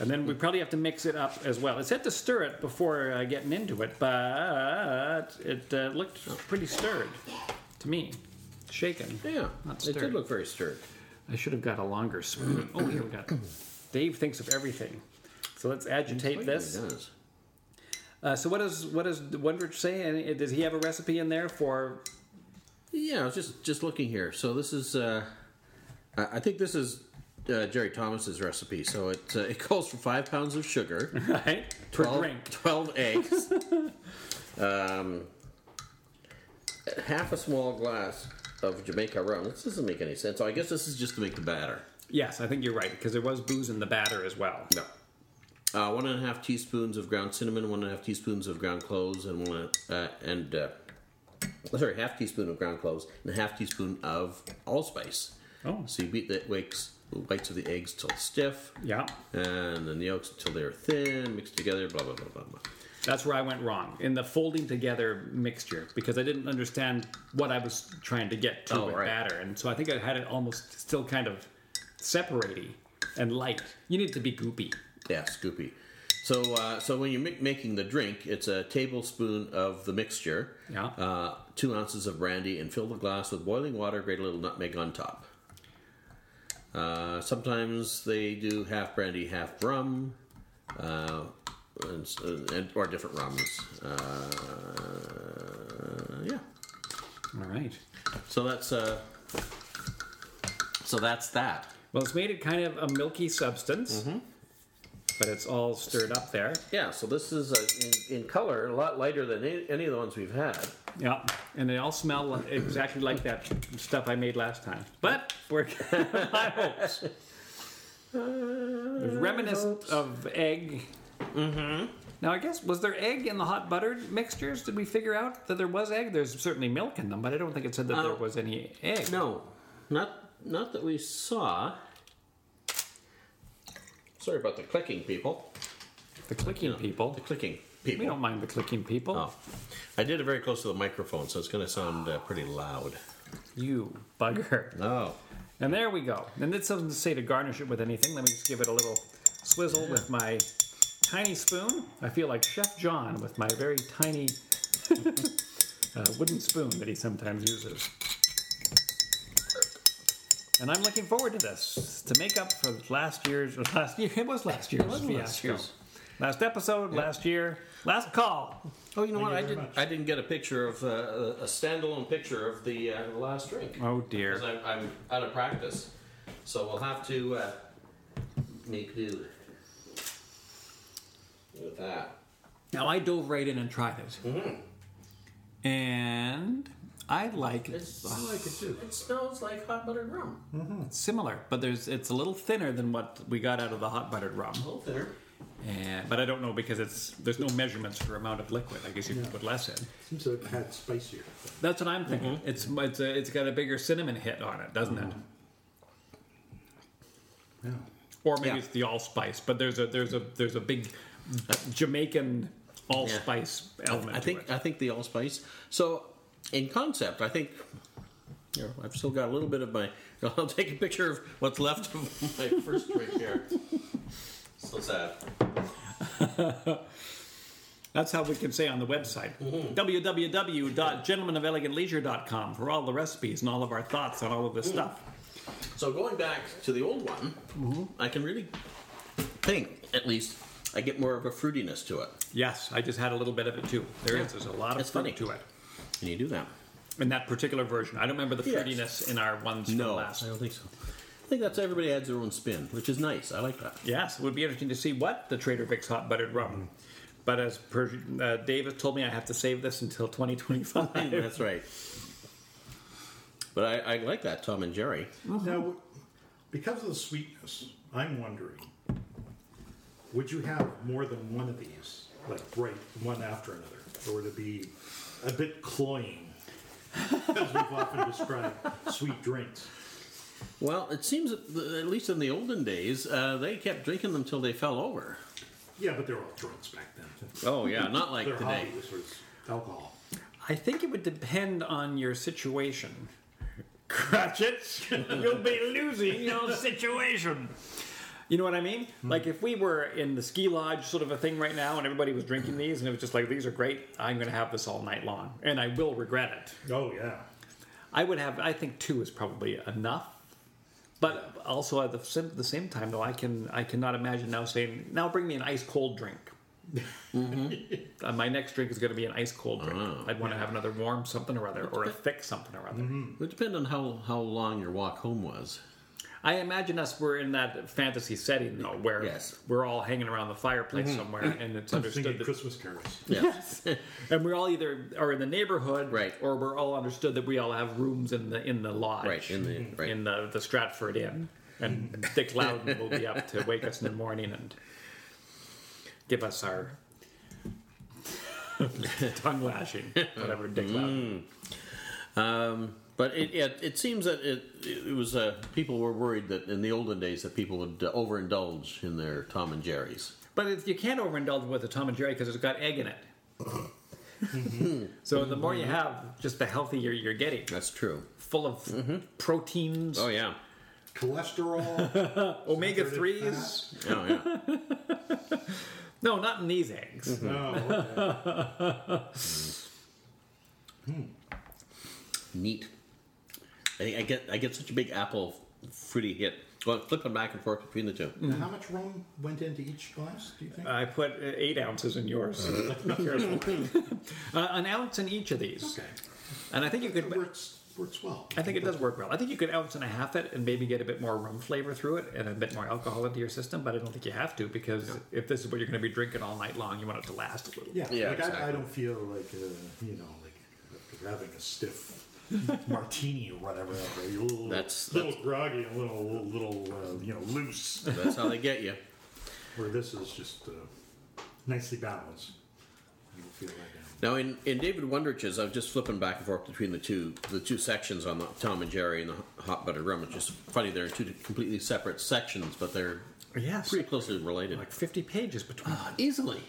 Speaker 3: And then we probably have to mix it up as well. It said to stir it before uh, getting into it, but it uh, looked pretty stirred to me. Shaken.
Speaker 2: Yeah,
Speaker 3: Not
Speaker 2: it
Speaker 3: stirred.
Speaker 2: did look very stirred.
Speaker 3: I should have got a longer spoon. Oh, here we got. Dave thinks of everything. So let's agitate
Speaker 2: It
Speaker 3: this.
Speaker 2: does.
Speaker 3: Uh, so what does what does Wondrich say? And uh, does he have a recipe in there for?
Speaker 2: Yeah, I was just just looking here. So this is, uh, I I think this is uh, Jerry Thomas's recipe. So it uh, it calls for five pounds of sugar,
Speaker 3: Right. Per drink.
Speaker 2: 12 eggs, um, half a small glass of Jamaica rum. This doesn't make any sense. So I guess this is just to make the batter.
Speaker 3: Yes, I think you're right because there was booze in the batter as well.
Speaker 2: No. Uh, one and a half teaspoons of ground cinnamon, one and a half teaspoons of ground cloves, and one uh, and uh, sorry, half teaspoon of ground cloves and a half teaspoon of allspice.
Speaker 3: Oh.
Speaker 2: So you beat the whites, whites of the eggs till stiff,
Speaker 3: Yeah.
Speaker 2: and then the yolks until they're thin, mixed together. Blah blah blah blah blah.
Speaker 3: That's where I went wrong in the folding together mixture because I didn't understand what I was trying to get to
Speaker 2: Oh,
Speaker 3: with
Speaker 2: right.
Speaker 3: batter, and so I think I had it almost still kind of separatey and light. You need to be goopy.
Speaker 2: Yeah, scoopy. So, uh, so when you're mi- making the drink, it's a tablespoon of the mixture,
Speaker 3: Yeah.
Speaker 2: uh, two ounces of brandy, and fill the glass with boiling water. Grate a little nutmeg on top. Uh, sometimes they do half brandy, half rum, uh, and, s- and or different rums. Uh, yeah.
Speaker 3: All right.
Speaker 2: So that's uh, so that's that.
Speaker 3: Well, it's made it kind of a milky substance, but it's all stirred up there.
Speaker 2: Yeah. So this is uh, in, in color a lot lighter than any, any of the ones we've had.
Speaker 3: Yeah, and they all smell li- exactly like that stuff I made last time. But we're high hopes. Reminiscent of egg. Mm-hmm. Now I guess was there egg in the hot buttered mixtures? Did we figure out that there was egg? There's certainly milk in them, but I don't think it said that there
Speaker 2: Uh,
Speaker 3: was any egg.
Speaker 2: No, not not that we saw. Sorry about the clicking, people.
Speaker 3: the clicking people.
Speaker 2: The clicking,
Speaker 3: We
Speaker 2: people.
Speaker 3: don't mind the clicking people.
Speaker 2: Oh, I did it very close to the microphone, so it's going to sound uh, pretty loud.
Speaker 3: You bugger.
Speaker 2: Oh,
Speaker 3: And there we go. And this doesn't say to garnish it with anything. Let me just give it a little swizzle with my tiny spoon. I feel like Chef John with my very tiny uh, wooden spoon that he sometimes uses. And I'm looking forward to this to make up for last year's. or Last year it was last year's
Speaker 2: was last
Speaker 3: fiasco.
Speaker 2: year's.
Speaker 3: Last episode, last year, last call.
Speaker 2: oh, you know what? I
Speaker 1: very
Speaker 2: didn't.
Speaker 1: much.
Speaker 2: I didn't get a picture of uh, a a standalone picture of the uh, last drink
Speaker 3: Oh dear.
Speaker 2: because I'm, I'm out of practice. So we'll have to uh, make do with that.
Speaker 3: Now I dove right in and tried it, and I like it.
Speaker 2: like it too. It smells like hot buttered rum.
Speaker 3: similar, but there's it's a little thinner than what we got out of the hot buttered rum.
Speaker 2: A little thinner.
Speaker 3: And, but I don't know because it's there's no measurements for amount of liquid. I guess you could put less in.
Speaker 1: Seems to have had spicier.
Speaker 3: That's what I'm thinking.
Speaker 2: Mm-hmm.
Speaker 3: It's it's a, it's got a bigger cinnamon hit on it, doesn't it?
Speaker 1: Yeah.
Speaker 2: Uh-huh.
Speaker 3: Or maybe
Speaker 2: Yeah.
Speaker 3: it's the allspice, but there's a there's a there's a big Jamaican allspice element.
Speaker 2: I think
Speaker 3: to it.
Speaker 2: I think the allspice. So in concept, I think here, I've still got a little bit of my. I'll take a picture of what's left of my first drink here. So sad.
Speaker 3: that's how we can say on the website
Speaker 2: Mm-hmm.
Speaker 3: www.gentlemanofelegantleisure.com for all the recipes and all of our thoughts on all of
Speaker 2: Mm.
Speaker 3: this stuff.
Speaker 2: So going back to the old one, I can really think at least I get more of a fruitiness to it.
Speaker 3: Yes, I just had a little bit of it too. There is
Speaker 2: Yeah.
Speaker 3: there's a lot of
Speaker 2: That's
Speaker 3: fruit
Speaker 2: funny.
Speaker 3: to it
Speaker 2: Can you do that?
Speaker 3: in that particular version. I don't remember the
Speaker 2: Yes.
Speaker 3: fruitiness in our ones from
Speaker 2: No,
Speaker 3: last.
Speaker 2: I don't think so. I think that's everybody adds their own spin, which is nice. I like that.
Speaker 3: Yes, it would be interesting to see what the Trader Vic's hot buttered rum. But as per, uh, Dave has told me, I have to save this until 2025.
Speaker 2: that's right. But I, I like that Tom and Jerry.
Speaker 1: Now, because of the sweetness, I'm wondering would you have more than one of these, like right one after another? Or would it be a bit cloying, as we've often described sweet drinks.
Speaker 2: Well, it seems that the- at least in the olden days uh, they kept drinking them till they fell over.
Speaker 1: Yeah, but they were all drunks back then.
Speaker 2: Oh yeah, not like
Speaker 1: Their
Speaker 2: today.
Speaker 1: hobby was sort of alcohol.
Speaker 3: I think it would depend on your situation.
Speaker 1: Cratchits.
Speaker 3: You'll be losing your situation. You know what I mean? Like if we were in the ski lodge sort of a thing right now and everybody was drinking these and it was just like, these are great, I'm going to have this all night long and I will regret it.
Speaker 1: Oh yeah.
Speaker 3: I would have, I think two is probably enough. But also at the same, the same time though, I can I cannot imagine now saying, now bring me an ice cold drink. Uh, my next drink is going to be an ice cold drink. I'd want to have another warm something or other or a thick something or other.
Speaker 2: It would depend on how, how long your walk home was.
Speaker 3: I imagine us we're in that fantasy setting though, where
Speaker 2: Yes.
Speaker 3: we're all hanging around the fireplace somewhere, and it's
Speaker 1: Singing
Speaker 3: understood that
Speaker 1: Christmas carols.
Speaker 3: yes, and we're all either are in the neighborhood,
Speaker 2: Right.
Speaker 3: or we're all understood that we all have rooms in the in the lodge, Mm-hmm.
Speaker 2: Right, in the- right.
Speaker 3: in the, the Stratford Inn, and Dick Loudon will be up to wake us in the morning and give us our tongue lashing, whatever Dick
Speaker 2: Mm.
Speaker 3: Loudon.
Speaker 2: Um, but it, it it seems that it it was uh, people were worried that in the olden days that people would uh, overindulge in their Tom and Jerry's.
Speaker 3: But it's, you can't overindulge with a Tom and Jerry because it's got egg in it.
Speaker 2: Mm-hmm.
Speaker 3: so the more you have, just the healthier you're getting.
Speaker 2: That's true.
Speaker 3: Full of proteins,
Speaker 2: Mm-hmm. Oh yeah.
Speaker 1: Cholesterol.
Speaker 3: omega
Speaker 1: Saturated
Speaker 3: threes.
Speaker 2: Oh yeah.
Speaker 3: No, not in these eggs.
Speaker 1: oh, okay.
Speaker 2: Neat. I think I get I get such a big apple fruity hit. Well, flipping back and forth between the two.
Speaker 1: Now, How much rum went into each glass? Do you think?
Speaker 3: I put uh, eight ounces in yours. Be careful. Uh-huh. uh, an ounce in each of these,
Speaker 1: okay.
Speaker 3: and I think you
Speaker 1: It
Speaker 3: could.
Speaker 1: works. Works well.
Speaker 2: Uh,
Speaker 3: I think it does work well. I think you could ounce and a half it and maybe get a bit more rum flavor through it and a bit more alcohol into your system, but I don't think you have to because if this is what you're going to be drinking all night long, you want it to last a little.
Speaker 1: Yeah,
Speaker 2: Yeah,
Speaker 1: like I,
Speaker 2: exactly.
Speaker 1: I don't feel like uh, you know, like after having a stiff martini or whatever, like a little,
Speaker 2: That's-
Speaker 1: little groggy, a little little uh, you know loose.
Speaker 2: That's how they get you.
Speaker 1: Where this is just uh, nicely balanced. You don't feel um, that
Speaker 2: Now, in, in David Wondrich's, I was just flipping back and forth between the two the two sections on the Tom and Jerry and the Hot Buttered Rum. It's just funny; they're two completely separate sections, but they're
Speaker 3: Yes.
Speaker 2: pretty closely related.
Speaker 3: Like 50 pages between.
Speaker 2: Easily,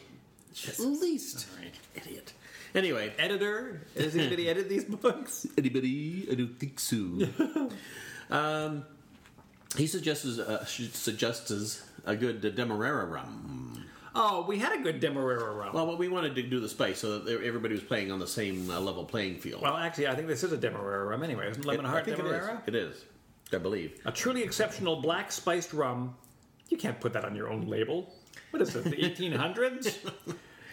Speaker 2: at least. Idiot. Anyway,
Speaker 3: editor? Is anybody edit these books?
Speaker 2: anybody? I don't think so. um, he suggests uh, she suggests a good uh, Demerara rum.
Speaker 3: Oh, we had a good Demerara rum. Well,
Speaker 2: Well, but we wanted to do the spice so that e-, everybody was playing on the same uh, level playing field.
Speaker 3: actually, I think this is a Demerara rum anyway. Isn't Lemon
Speaker 2: I
Speaker 3: Heart
Speaker 2: think it is.
Speaker 3: Demerara?
Speaker 2: It is. I believe.
Speaker 3: A truly exceptional black spiced rum. You can't put that on your own label. What is it, the 1800s?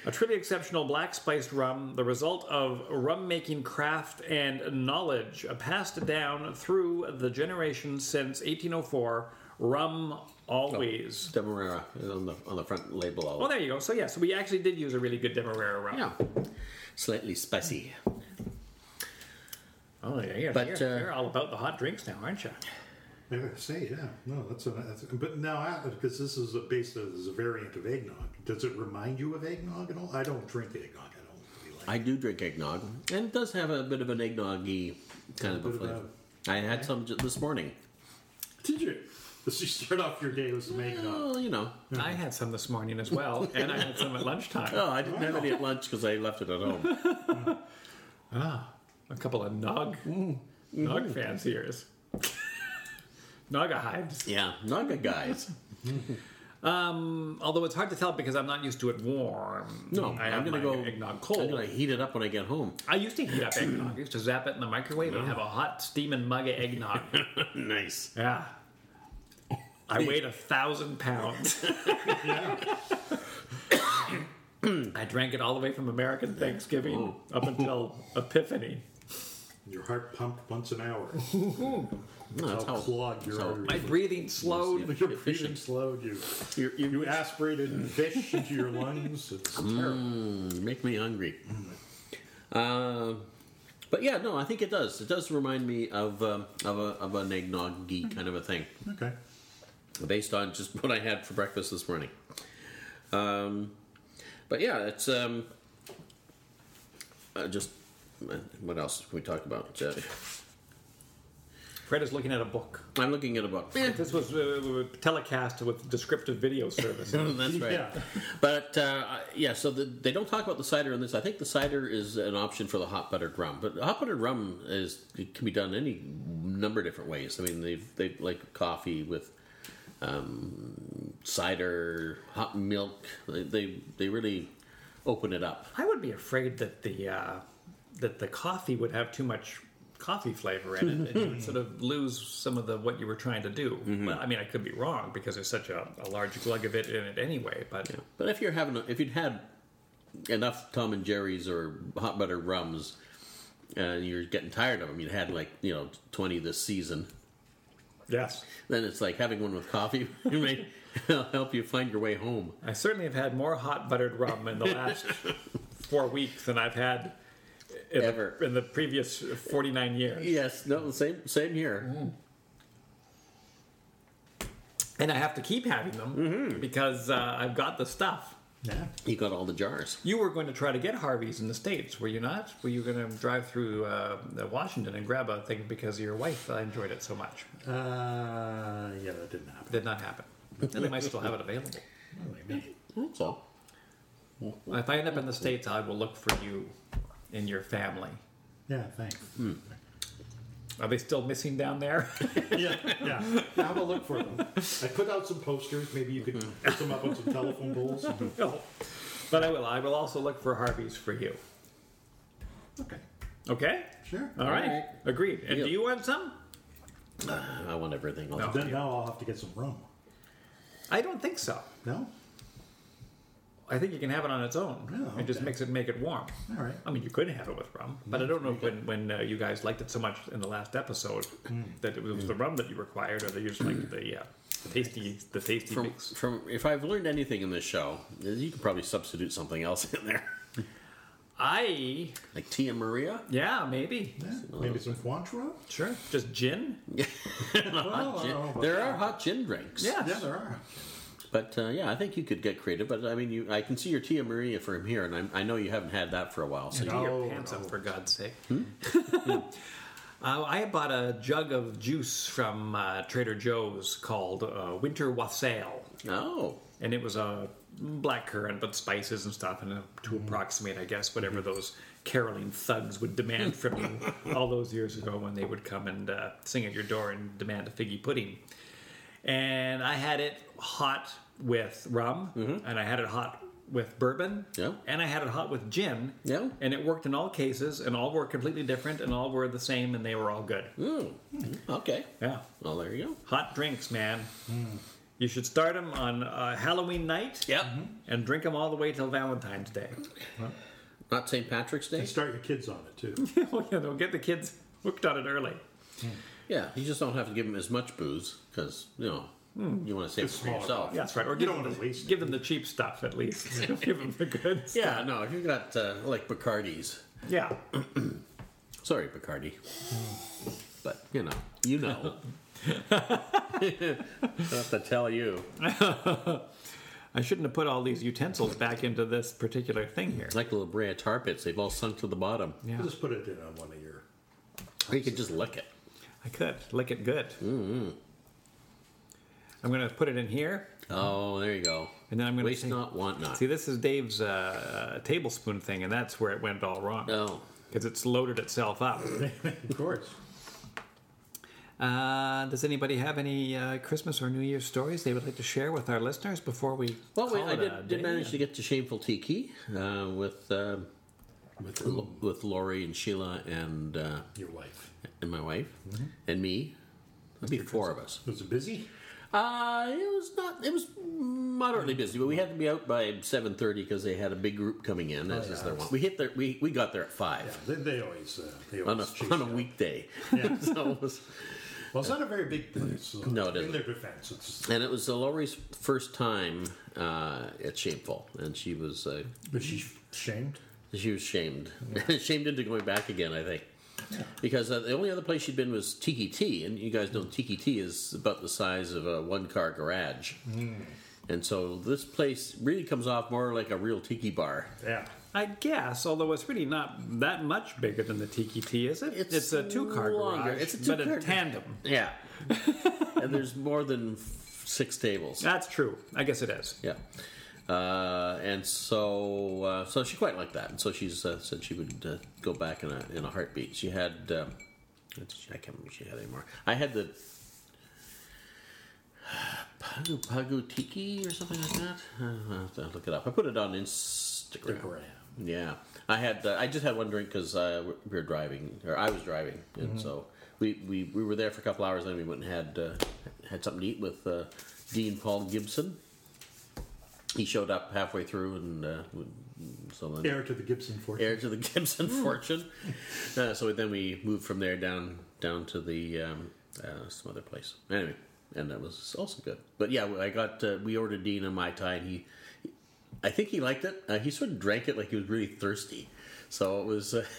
Speaker 3: A truly exceptional black spiced rum, the result of rum making craft and knowledge passed down through the generations since 1804. Rum always.
Speaker 2: Oh. Demerara is on the on the front label. All
Speaker 3: Well, there you go. So yeah, so we actually did use a really good Demerara rum.
Speaker 2: yeah, slightly spicy.
Speaker 3: Oh yeah, yeah.
Speaker 2: But,
Speaker 3: you're,
Speaker 2: uh,
Speaker 3: you're all about the hot drinks now, aren't you?
Speaker 1: down. I gotta say, yeah, no, that's a that's. But now, because this is a base that is a variant of eggnog. Does it remind you of eggnog at all? I don't drink eggnog. I don't really like.
Speaker 2: I do drink eggnog, and it does have a bit of an eggnoggy kind of a
Speaker 1: bit of
Speaker 2: flavor.
Speaker 1: a-
Speaker 2: I had some ju- this morning.
Speaker 1: it. Did you? Does you start off your day with some eggnog?
Speaker 2: Well, you know.
Speaker 3: I had some this morning as well, and I had some at lunchtime.
Speaker 2: Oh, I didn't have any at lunch because I left it at home.
Speaker 3: A couple of Nog Nog fans here is Naga hives.
Speaker 2: yeah, naga guys.
Speaker 3: Um, although it's hard to tell because I'm not used to it warm.
Speaker 2: No,
Speaker 3: I
Speaker 2: I'm
Speaker 3: have
Speaker 2: gonna
Speaker 3: my
Speaker 2: go
Speaker 3: eggnog
Speaker 2: I'm
Speaker 3: cold.
Speaker 2: gonna heat it up when I get home.
Speaker 3: I used to heat up eggnog. I used to zap it in the microwave and have a hot steaming mug of eggnog.
Speaker 2: nice.
Speaker 3: yeah. I weighed a thousand pounds. I drank it all the way from American Thanksgiving up until Epiphany.
Speaker 1: Your heart pumped once an hour.
Speaker 2: No, that's
Speaker 1: How
Speaker 2: how
Speaker 1: clogged your
Speaker 2: so-
Speaker 1: arteries.
Speaker 3: My breathing slowed.
Speaker 1: Your
Speaker 2: Efficient.
Speaker 1: breathing slowed. You
Speaker 2: you're, you're,
Speaker 1: you aspirated fish into your lungs. It's terrible.
Speaker 2: you make me hungry. Uh, but yeah, no, I think it does. It does remind me of um, of a of an eggnoggy kind of a thing.
Speaker 1: Okay.
Speaker 2: based on just what I had for breakfast this morning. Um, but yeah, it's um, uh, just what else can we talk about? Uh,
Speaker 3: Fred is looking at a book.
Speaker 2: I'm looking at a book. Eh,
Speaker 3: This was uh, telecast with descriptive video service.
Speaker 2: That's right.
Speaker 1: Yeah.
Speaker 2: But uh, I- yeah, so the, they don't talk about the cider in this. I think the cider is an option for the hot buttered rum. But hot buttered rum is it can be done any number of different ways. I mean, they they like coffee with um, cider, hot milk. They, they they really open it up.
Speaker 3: I would be afraid that the uh, that the coffee would have too much coffee flavor in it, and you would sort of lose some of the what you were trying to do. Well, I mean, I could be wrong because there's such a, a large glug of it in it anyway. But
Speaker 2: But if you're having, a, if you'd had enough Tom and Jerry's or hot butter rums, uh, and you're getting tired of them, you'd had like you know twenty this season.
Speaker 3: yes,
Speaker 2: Then it's like having one with coffee. It may help you find your way home.
Speaker 3: I certainly have had more hot buttered rum in the last four weeks than I've had in the-
Speaker 2: Ever.
Speaker 3: in the previous 49 years.
Speaker 2: Yes, no, same same here.
Speaker 3: And I have to keep having them because uh, I've got the stuff.
Speaker 1: Yeah.
Speaker 2: You got all the jars.
Speaker 3: You were going to try to get Harvey's in the States, were you not? Were you going to drive through uh, Washington and grab a thing because your wife enjoyed it so much?
Speaker 1: Uh, yeah, that didn't happen.
Speaker 3: Did not happen. And they might still have it available.
Speaker 1: Oh, they made it.
Speaker 2: That's all.
Speaker 3: If I end up in the States, I will look for you and your family.
Speaker 1: Yeah, thanks.
Speaker 3: Are they still missing down there?
Speaker 1: Yeah, yeah. Have a look for them. I put out some posters. Maybe you could put them up on some telephone poles.
Speaker 3: no. But I will. I will also look for Harvey's for you.
Speaker 1: Okay,
Speaker 3: Okay?
Speaker 1: sure.
Speaker 3: All right.
Speaker 2: right.
Speaker 3: Agreed. And
Speaker 2: Deal.
Speaker 3: do you want some?
Speaker 2: I want everything. I'll-
Speaker 3: No.
Speaker 1: Then now I'll have to get some rum.
Speaker 3: I don't think so.
Speaker 1: No?
Speaker 3: I think you can have it on its own.
Speaker 1: Oh,
Speaker 3: It just
Speaker 1: okay.
Speaker 3: makes it make it warm.
Speaker 1: All right.
Speaker 3: I mean, you could have it with rum, but I don't know when, when uh, Mm, you guys liked it so much in the last episode that it was the rum that you required, or that you just liked the, uh, the tasty, the tasty
Speaker 2: From,
Speaker 3: mix.
Speaker 2: from if I've learned anything in this show, is you could probably substitute something else in there,
Speaker 3: I,
Speaker 2: like Tia Maria.
Speaker 3: yeah, maybe,
Speaker 1: Yeah. Maybe some Cointreau?
Speaker 3: sure, just gin.
Speaker 1: Well, I
Speaker 2: Gin-
Speaker 1: don't know about
Speaker 2: there
Speaker 1: that.
Speaker 2: are hot gin drinks.
Speaker 3: Yeah,
Speaker 1: Yeah, there are.
Speaker 2: But uh, yeah, I think you could get creative. But I mean, you, I can see your Tia Maria from here, and I'm, I know you haven't had that for a while. So
Speaker 3: Get
Speaker 2: you-
Speaker 1: No,
Speaker 3: your pants up
Speaker 1: no.
Speaker 3: for God's sake. uh, I bought a jug of juice from uh, Trader Joe's called uh, Winter Wassail.
Speaker 2: oh,
Speaker 3: and it was a black currant, but spices and stuff, and uh, to
Speaker 2: Mm-hmm.
Speaker 3: approximate, I guess, whatever those caroling thugs would demand from you all those years ago when they would come and uh, sing at your door and demand a figgy pudding. And I had it hot with rum, and I had it hot with bourbon,
Speaker 2: Mm-hmm. Yeah.
Speaker 3: and I had it hot with gin,
Speaker 2: Yeah.
Speaker 3: and it worked in all cases, and all were completely different, and all were the same, and they were all good.
Speaker 2: Mm. okay.
Speaker 3: Yeah.
Speaker 2: Well, there you go.
Speaker 3: Hot drinks, man.
Speaker 2: Mm.
Speaker 3: You should start them on uh, Halloween night
Speaker 2: Yep.
Speaker 3: and drink them all the way till Valentine's Day.
Speaker 2: Not St. Patrick's Day.
Speaker 1: And start your kids on it, too.
Speaker 3: oh, yeah, they'll get the kids hooked on it early.
Speaker 2: Yeah, you just don't have to give them as much booze because you know you want to save it
Speaker 1: It's
Speaker 2: for
Speaker 1: smaller
Speaker 2: yourself.
Speaker 1: bottles.
Speaker 3: Yeah, that's right. Or
Speaker 1: You
Speaker 3: give,
Speaker 1: don't
Speaker 3: them
Speaker 1: wanna
Speaker 3: the,
Speaker 1: waste it.
Speaker 3: give them the cheap stuff at least. Don't give them the good stuff.
Speaker 2: Yeah, no, if you got uh, like Bacardi's.
Speaker 3: Yeah.
Speaker 2: Sorry, Bacardi. But you know, you know. I have to tell you.
Speaker 3: I shouldn't have put all these utensils back into this particular thing here.
Speaker 2: Like the La Brea tar pits, they've all sunk to the bottom.
Speaker 3: Yeah.
Speaker 1: Just put it in on one of your.
Speaker 2: Or you could just lick it.
Speaker 3: I could. Lick it good.
Speaker 2: Mm-hmm.
Speaker 3: I'm going to put it in here,
Speaker 2: Oh, there you go.
Speaker 3: and then I'm going to
Speaker 2: Waste not, want not.
Speaker 3: See, this is Dave's uh, tablespoon thing, and that's where it went all wrong.
Speaker 2: No.
Speaker 3: because it's loaded itself up.
Speaker 1: Of course.
Speaker 3: Uh, does anybody have any uh, Christmas or New Year's stories they would like to share with our listeners before we?
Speaker 2: Well, we,
Speaker 3: call
Speaker 2: I
Speaker 3: it a
Speaker 2: did, did
Speaker 3: day?
Speaker 2: manage to get to Shameful Tiki uh, with, uh,
Speaker 1: With
Speaker 2: with Lori and Sheila and, uh,
Speaker 1: your wife.
Speaker 2: and my wife and me. That'd be four of us.
Speaker 1: Was it busy?
Speaker 2: Uh, it was not. It was moderately busy, but we had to be out by seven thirty because they had a big group coming in. As is their one. We hit there. We, we got there at five
Speaker 1: They, they always. Uh, they
Speaker 2: on
Speaker 1: always chase
Speaker 2: a on a
Speaker 1: you.
Speaker 2: weekday. so it was,
Speaker 1: Well, it's not a very big place. So
Speaker 2: No, it
Speaker 1: In
Speaker 2: isn't.
Speaker 1: their defense, it's,
Speaker 2: and it was Lori's first time uh, at Shameful, and she was uh,
Speaker 1: was she shamed?
Speaker 2: she was shamed, shamed into going back again. I think. Because uh, the only other place she'd been was Tiki T, and you guys know Tiki T is about the size of a one-car garage, and so this place really comes off more like a real tiki bar.
Speaker 1: Yeah.
Speaker 3: I guess, although it's really not that much bigger than the Tiki Tea, is it?
Speaker 2: It's
Speaker 3: a two-car
Speaker 2: longer.
Speaker 3: garage,
Speaker 2: It's a
Speaker 3: but
Speaker 2: two-car
Speaker 3: a
Speaker 2: gar-
Speaker 3: tandem.
Speaker 2: Yeah. and there's more than f- six tables.
Speaker 3: That's true. I guess it is.
Speaker 2: Yeah. Uh, and so, uh, so she quite liked that, and so she's uh, said she would uh, go back in a in a heartbeat. She had, uh, what did she- I can't remember what she had anymore. I had the Pagu Pagu Tiki or something like that. I have to look it up. I put it on Instagram.
Speaker 1: Instagram.
Speaker 2: Yeah, I had uh, I just had one drink because uh, we were driving, or I was driving, and so we, we, we were there for a couple hours, and then we went and had uh, had something to eat with uh, Dean Paul Gibson. He showed up halfway through, and uh, we- so then
Speaker 1: Heir to the Gibson fortune.
Speaker 2: heir to the Gibson fortune. Uh, so then we moved from there down down to the um, uh, some other place. Anyway, and that was also good. But yeah, I got uh, we ordered Dean a mai tai, and he, I think he liked it. Uh, he sort of drank it like he was really thirsty. So it was. Uh,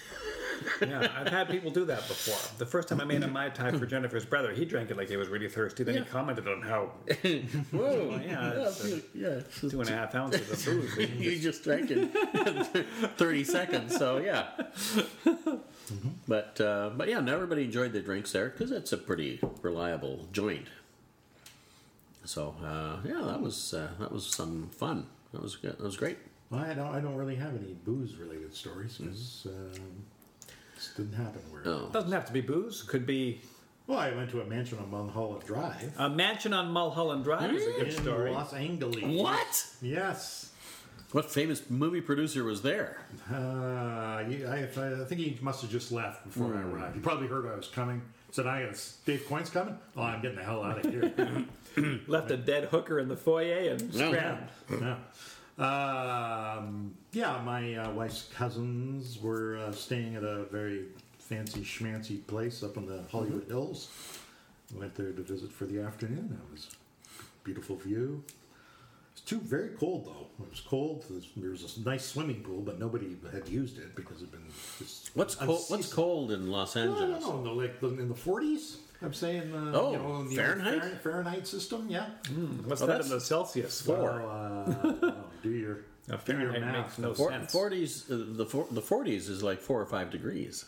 Speaker 3: Yeah, I've had people do that before. The first time I made a Mai Tai for Jennifer's brother, he drank it like he was really thirsty. Then
Speaker 2: Yeah.
Speaker 3: he commented on how
Speaker 2: Whoa!
Speaker 3: yeah,
Speaker 2: yeah,
Speaker 3: it's, uh,
Speaker 2: yeah.
Speaker 3: two and a half ounces of booze. is-
Speaker 2: you just drank it in 30 seconds so yeah but uh, but yeah now everybody enjoyed their drinks there because it's a pretty reliable joint so uh, yeah that was uh, that was some fun that was good that was great
Speaker 1: Well, I don't. I don't really have any booze related stories because this didn't happen. Where
Speaker 2: oh
Speaker 3: Doesn't have to be booze. Could be
Speaker 1: well, I went to a mansion on Mulholland Drive
Speaker 3: a mansion on Mulholland Drive is a good
Speaker 1: in
Speaker 3: story.
Speaker 1: Los Angeles.
Speaker 2: what
Speaker 1: Yes.
Speaker 2: what famous movie producer was there
Speaker 1: Uh, you- I, I think he must have just left before I arrived. He probably heard I was coming. Said, "I got Dave Coyne's coming. Oh, I'm getting the hell out of here."
Speaker 3: Left a dead hooker in the foyer and
Speaker 2: No.
Speaker 3: scrapped.
Speaker 1: yeah. Um, yeah, my uh, wife's cousins were uh, staying at a very fancy schmancy place up in the Hollywood Hills. Went there to visit for the afternoon. It was a beautiful view. It was too very cold though. It was cold. There was- There was a nice swimming pool, but nobody had used it because it'd been just
Speaker 2: what's cold what's
Speaker 1: unseasonable.
Speaker 2: cold in los
Speaker 1: No,
Speaker 2: angeles
Speaker 1: no, no, no, like the, in the 40s. I'm saying, uh,
Speaker 2: Oh,
Speaker 1: you know, in the
Speaker 2: Fahrenheit?
Speaker 1: Fahrenheit, Fahrenheit system, yeah.
Speaker 3: What's
Speaker 2: Well,
Speaker 3: that
Speaker 2: that's-
Speaker 3: in the Celsius
Speaker 2: Well,
Speaker 3: for?
Speaker 1: Or uh, no, do your
Speaker 3: A
Speaker 1: do your
Speaker 3: Fahrenheit
Speaker 1: math.
Speaker 3: makes no
Speaker 2: Four-
Speaker 3: sense.
Speaker 2: 40s uh, the four, the 40s is like 4 or 5 degrees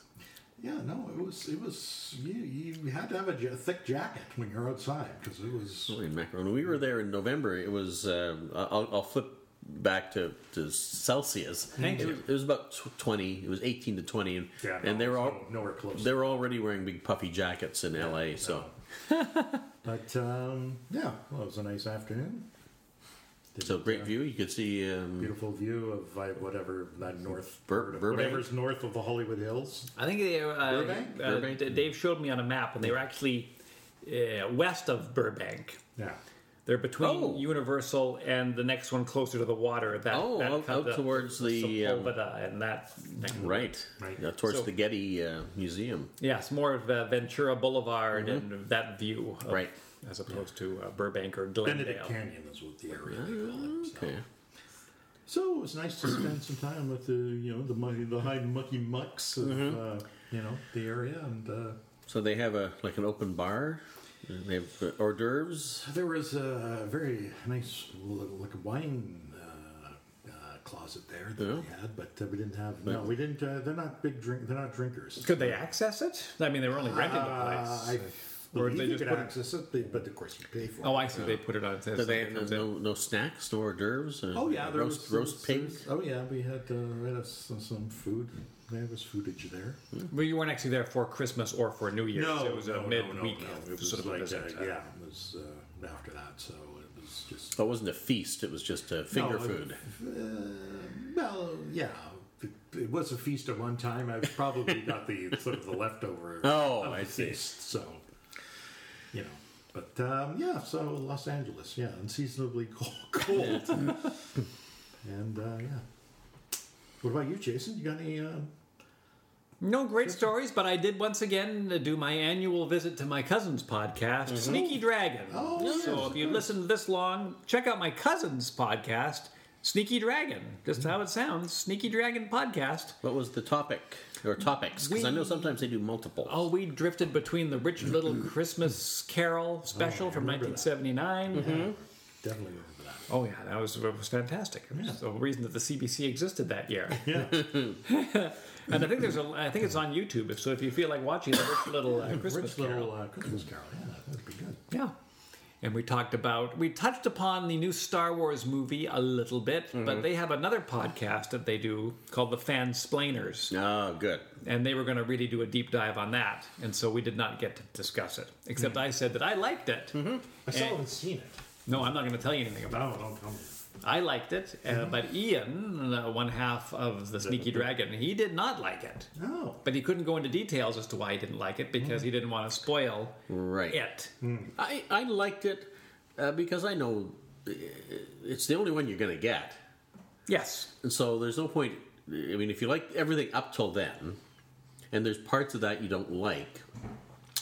Speaker 1: Yeah, no, it was it was you you had to have a ja- thick jacket when you're outside because it was
Speaker 2: Holy mackerel. When we were there in November, it was, uh, I'll, I'll flip back to, to Celsius.
Speaker 3: Thank
Speaker 2: it,
Speaker 3: you.
Speaker 2: Was, it was about tw- 20, it was 18 to 20. And,
Speaker 1: yeah, no,
Speaker 2: and they were all,
Speaker 1: no- nowhere close.
Speaker 2: they were already wearing big puffy jackets in LA. So
Speaker 1: but um, yeah, well, it was a nice afternoon. Did,
Speaker 2: so great
Speaker 1: uh,
Speaker 2: view. You could see, um,
Speaker 1: Beautiful view of uh, whatever that north
Speaker 2: Bur- Burbank?
Speaker 1: whatever's north of the Hollywood Hills.
Speaker 3: I think they, uh,
Speaker 1: Burbank?
Speaker 3: uh,
Speaker 2: Burbank?
Speaker 3: D- Dave showed me on a map, and they were actually uh, west of Burbank.
Speaker 1: Yeah,
Speaker 3: They're between
Speaker 2: Oh.
Speaker 3: Universal and the next one closer to the water. That
Speaker 2: Oh,
Speaker 3: that
Speaker 2: out-
Speaker 3: cut
Speaker 2: out towards the, um,
Speaker 3: Sepulveda and that. Neck of the-
Speaker 2: right,
Speaker 1: Right.
Speaker 2: uh, towards
Speaker 3: So-
Speaker 2: the Getty uh, Museum.
Speaker 3: Yes, more of uh, Ventura Boulevard and that view, of,
Speaker 2: Mm-hmm. Right.
Speaker 3: as opposed to uh, Burbank or Glendale.
Speaker 1: Benedict Canyon is what the area they call it. So.
Speaker 2: Okay.
Speaker 1: So it was nice to spend some time with the you know the mucky, the high mucky mucks of
Speaker 2: Mm-hmm.
Speaker 1: uh, you know the area, and uh,
Speaker 2: So they have a like an open bar. and They have uh, hors d'oeuvres.
Speaker 1: there was a very nice little like wine uh, uh, closet there that we
Speaker 2: Yeah.
Speaker 1: had, but uh, we didn't have no, we didn't. Uh, they're not big drink. They're not drinkers.
Speaker 3: Could they access it? I mean, they were only renting the
Speaker 1: Uh, I
Speaker 3: place. Or
Speaker 1: believe
Speaker 3: they
Speaker 1: you
Speaker 3: just
Speaker 1: could
Speaker 3: put it-
Speaker 1: access it, but- but of course you pay for
Speaker 3: oh,
Speaker 1: it.
Speaker 3: I see. They put it on. it says
Speaker 2: So they
Speaker 3: something
Speaker 2: no,
Speaker 3: comes in.
Speaker 2: no, no snacks, no hors d'oeuvres. uh,
Speaker 1: Oh yeah, there
Speaker 2: roast
Speaker 1: was,
Speaker 2: roast
Speaker 1: there
Speaker 2: pig.
Speaker 1: was- Oh yeah, we had uh, we had some, some food. There was foodage there.
Speaker 3: But you weren't actually there for Christmas or for New Year's.
Speaker 1: No,
Speaker 3: it was
Speaker 1: no,
Speaker 3: a
Speaker 1: no,
Speaker 3: midweek
Speaker 1: No, no. It was
Speaker 3: sort of
Speaker 1: like
Speaker 3: visit.
Speaker 1: uh, yeah, it was uh, after that, so it was just
Speaker 2: So it wasn't a feast. It was just uh, finger
Speaker 1: No, it- uh,
Speaker 2: food.
Speaker 1: Well, yeah, it, it was a feast at one time. I've probably got the sort of the leftover.
Speaker 2: Oh,
Speaker 1: of the
Speaker 2: I see.
Speaker 1: Feast, so, you know, but um, yeah, so Los Angeles, yeah, unseasonably cold, cold. and uh, yeah. What about you, Jason? You got any? Uh,
Speaker 3: No great stories, but I did once again uh, do my annual visit to my cousin's podcast, Sneaky Dragon.
Speaker 1: Mm-hmm. Oh, yes,
Speaker 3: so
Speaker 1: of
Speaker 3: if you listen this long, check out my cousin's podcast, Sneaky Dragon. Just how it sounds, Sneaky Dragon podcast.
Speaker 2: What was the topic or topics? Because I know
Speaker 3: We-
Speaker 2: sometimes they do multiple.
Speaker 3: Oh, we drifted
Speaker 1: Mm-hmm. Oh,
Speaker 3: between the Richard Little Christmas Carol special from
Speaker 2: Hmm?
Speaker 1: remember that.
Speaker 3: 1979 uh,
Speaker 1: Definitely remember that.
Speaker 3: Oh yeah, that was, was fantastic. It was The reason that the CBC existed that year.
Speaker 1: Yeah.
Speaker 3: And I think there's a, I think it's on YouTube. So if you feel like watching the rich little uh, Christmas
Speaker 1: Rich
Speaker 3: Carol,
Speaker 1: little uh, Christmas Carol. Yeah, that'd be good.
Speaker 3: yeah. And we talked about we touched upon the new Star Wars movie a little bit, but they have another podcast that they do called the Fansplainers,
Speaker 2: Oh, good.
Speaker 3: and they were going to really do a deep dive on that, and so we did not get to discuss it. Except I said that I liked it.
Speaker 1: I still haven't seen it.
Speaker 3: No, I'm not going to tell you anything about. it.
Speaker 2: Oh,
Speaker 1: No, don't tell me.
Speaker 3: I liked it, uh, but Ian, uh, one half of the Sneaky Dragon, he did not like it.
Speaker 1: No.
Speaker 3: But he couldn't go into details as to why he didn't like it because he didn't want to spoil
Speaker 2: Right.
Speaker 3: it.
Speaker 2: I, I liked it uh, because I know uh, it's the only one you're going to get.
Speaker 3: Yes.
Speaker 2: And so there's no point. I mean, if you like everything up till then, and there's parts of that you don't like,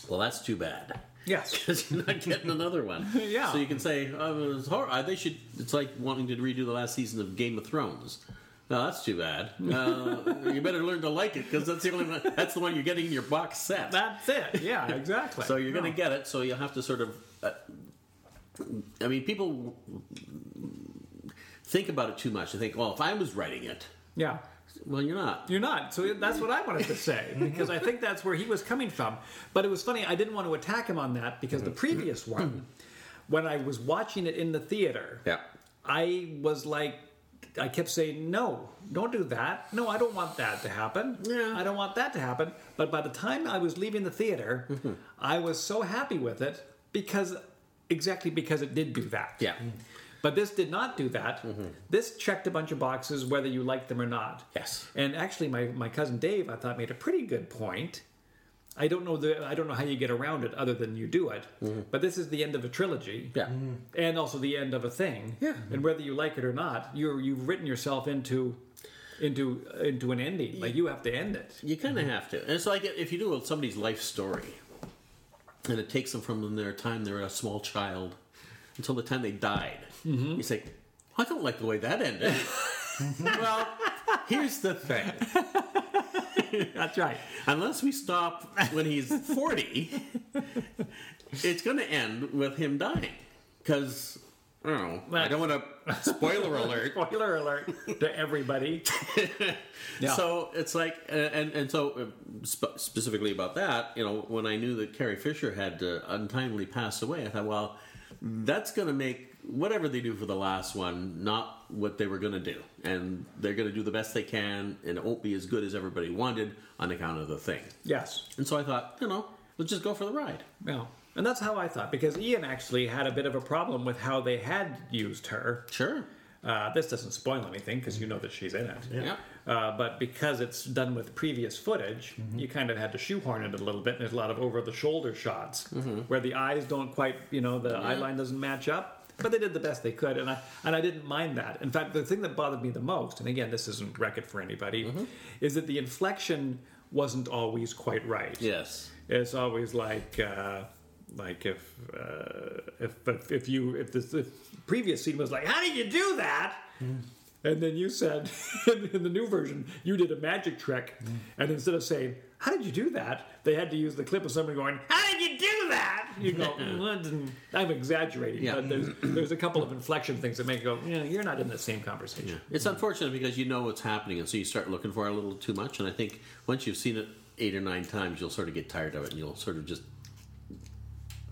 Speaker 2: well, that's too bad.
Speaker 3: Yes.
Speaker 2: Because you're not getting another one.
Speaker 3: Yeah.
Speaker 2: So you can say, oh, it was hor- uh, they should. It's like wanting to redo the last season of Game of Thrones. No, that's too bad. Uh, you better learn to like it because that's the only one. That's the one you're getting in your box set.
Speaker 3: That's it. Yeah, exactly.
Speaker 2: So you're going
Speaker 3: No.
Speaker 2: to get it. So you'll have to sort of. Uh, I mean, people think about it too much. They think, well, if I was writing it,
Speaker 3: Yeah.
Speaker 2: well, you're not.
Speaker 3: You're not. So that's what I wanted to say because I think that's where he was coming from. But it was funny, I didn't want to attack him on that because the
Speaker 2: Mm-hmm.
Speaker 3: previous one, when I was watching it in the theater,
Speaker 2: Yeah.
Speaker 3: I was like, I kept saying, no, don't do that. No, I don't want that to happen.
Speaker 2: Yeah.
Speaker 3: I don't want that to happen. But by the time I was leaving the theater,
Speaker 2: Mm-hmm.
Speaker 3: I was so happy with it because, exactly because it did do that.
Speaker 2: Yeah.
Speaker 3: But this did not do that. This checked a bunch of boxes, whether you liked them or not.
Speaker 2: Yes.
Speaker 3: And actually, my, my cousin Dave, I thought, made a pretty good point. I don't know the I don't know how you get around it other than you do it. But this is the end of a trilogy
Speaker 2: Yeah.
Speaker 3: and also the end of a thing.
Speaker 2: Yeah.
Speaker 3: And whether you like it or not, you're you've written yourself into into into an ending. Like you have to end it.
Speaker 2: You kind of have to. And it's like if you do somebody's life story, and it takes them from their time they were a small child until the time they died. You say, I don't like the way that ended. well, here's the thing.
Speaker 3: That's right.
Speaker 2: Unless we stop when he's 40, it's going to end with him dying. Because, I don't know, I don't want to. Spoiler alert.
Speaker 3: Spoiler alert to everybody. yeah.
Speaker 2: So it's like, uh, and and so uh, sp- specifically about that, you know, when I knew that Carrie Fisher had uh, untimely passed away, I thought, well, that's going to make whatever they do for the last one not what they were going to do, and they're going to do the best they can, and it won't be as good as everybody wanted on account of the thing.
Speaker 3: yes.
Speaker 2: And so I thought, you know, let's just go for the ride.
Speaker 3: Yeah. And that's how I thought because Ian actually had a bit of a problem with how they had used her.
Speaker 2: Sure.
Speaker 3: Uh, this doesn't spoil anything because you know that she's in it.
Speaker 2: Yeah.
Speaker 3: Uh, but because it's done with previous footage, you kind of had to shoehorn it a little bit. And there's a lot of over the shoulder shots where the eyes don't quite, you know, the eye line doesn't match up. But they did the best they could, and I and I didn't mind that. In fact, the thing that bothered me the most, and again, this isn't record for anybody, is that the inflection wasn't always quite right.
Speaker 2: Yes.
Speaker 3: It's always like. Uh, like if, uh, if if if you if this if previous scene was like how did you do that
Speaker 2: Mm.
Speaker 3: and then you said in, in the new version you did a magic trick
Speaker 2: Mm.
Speaker 3: and instead of saying how did you do that they had to use the clip of somebody going how did you do that you go "Well, that didn't- I'm exaggerating
Speaker 2: Yeah.
Speaker 3: but there's there's a couple of inflection things that make you go yeah you're not in the same conversation
Speaker 2: It's unfortunate because you know what's happening, and so you start looking for it a little too much. And I think once you've seen it eight or nine times, you'll sort of get tired of it, and you'll sort of just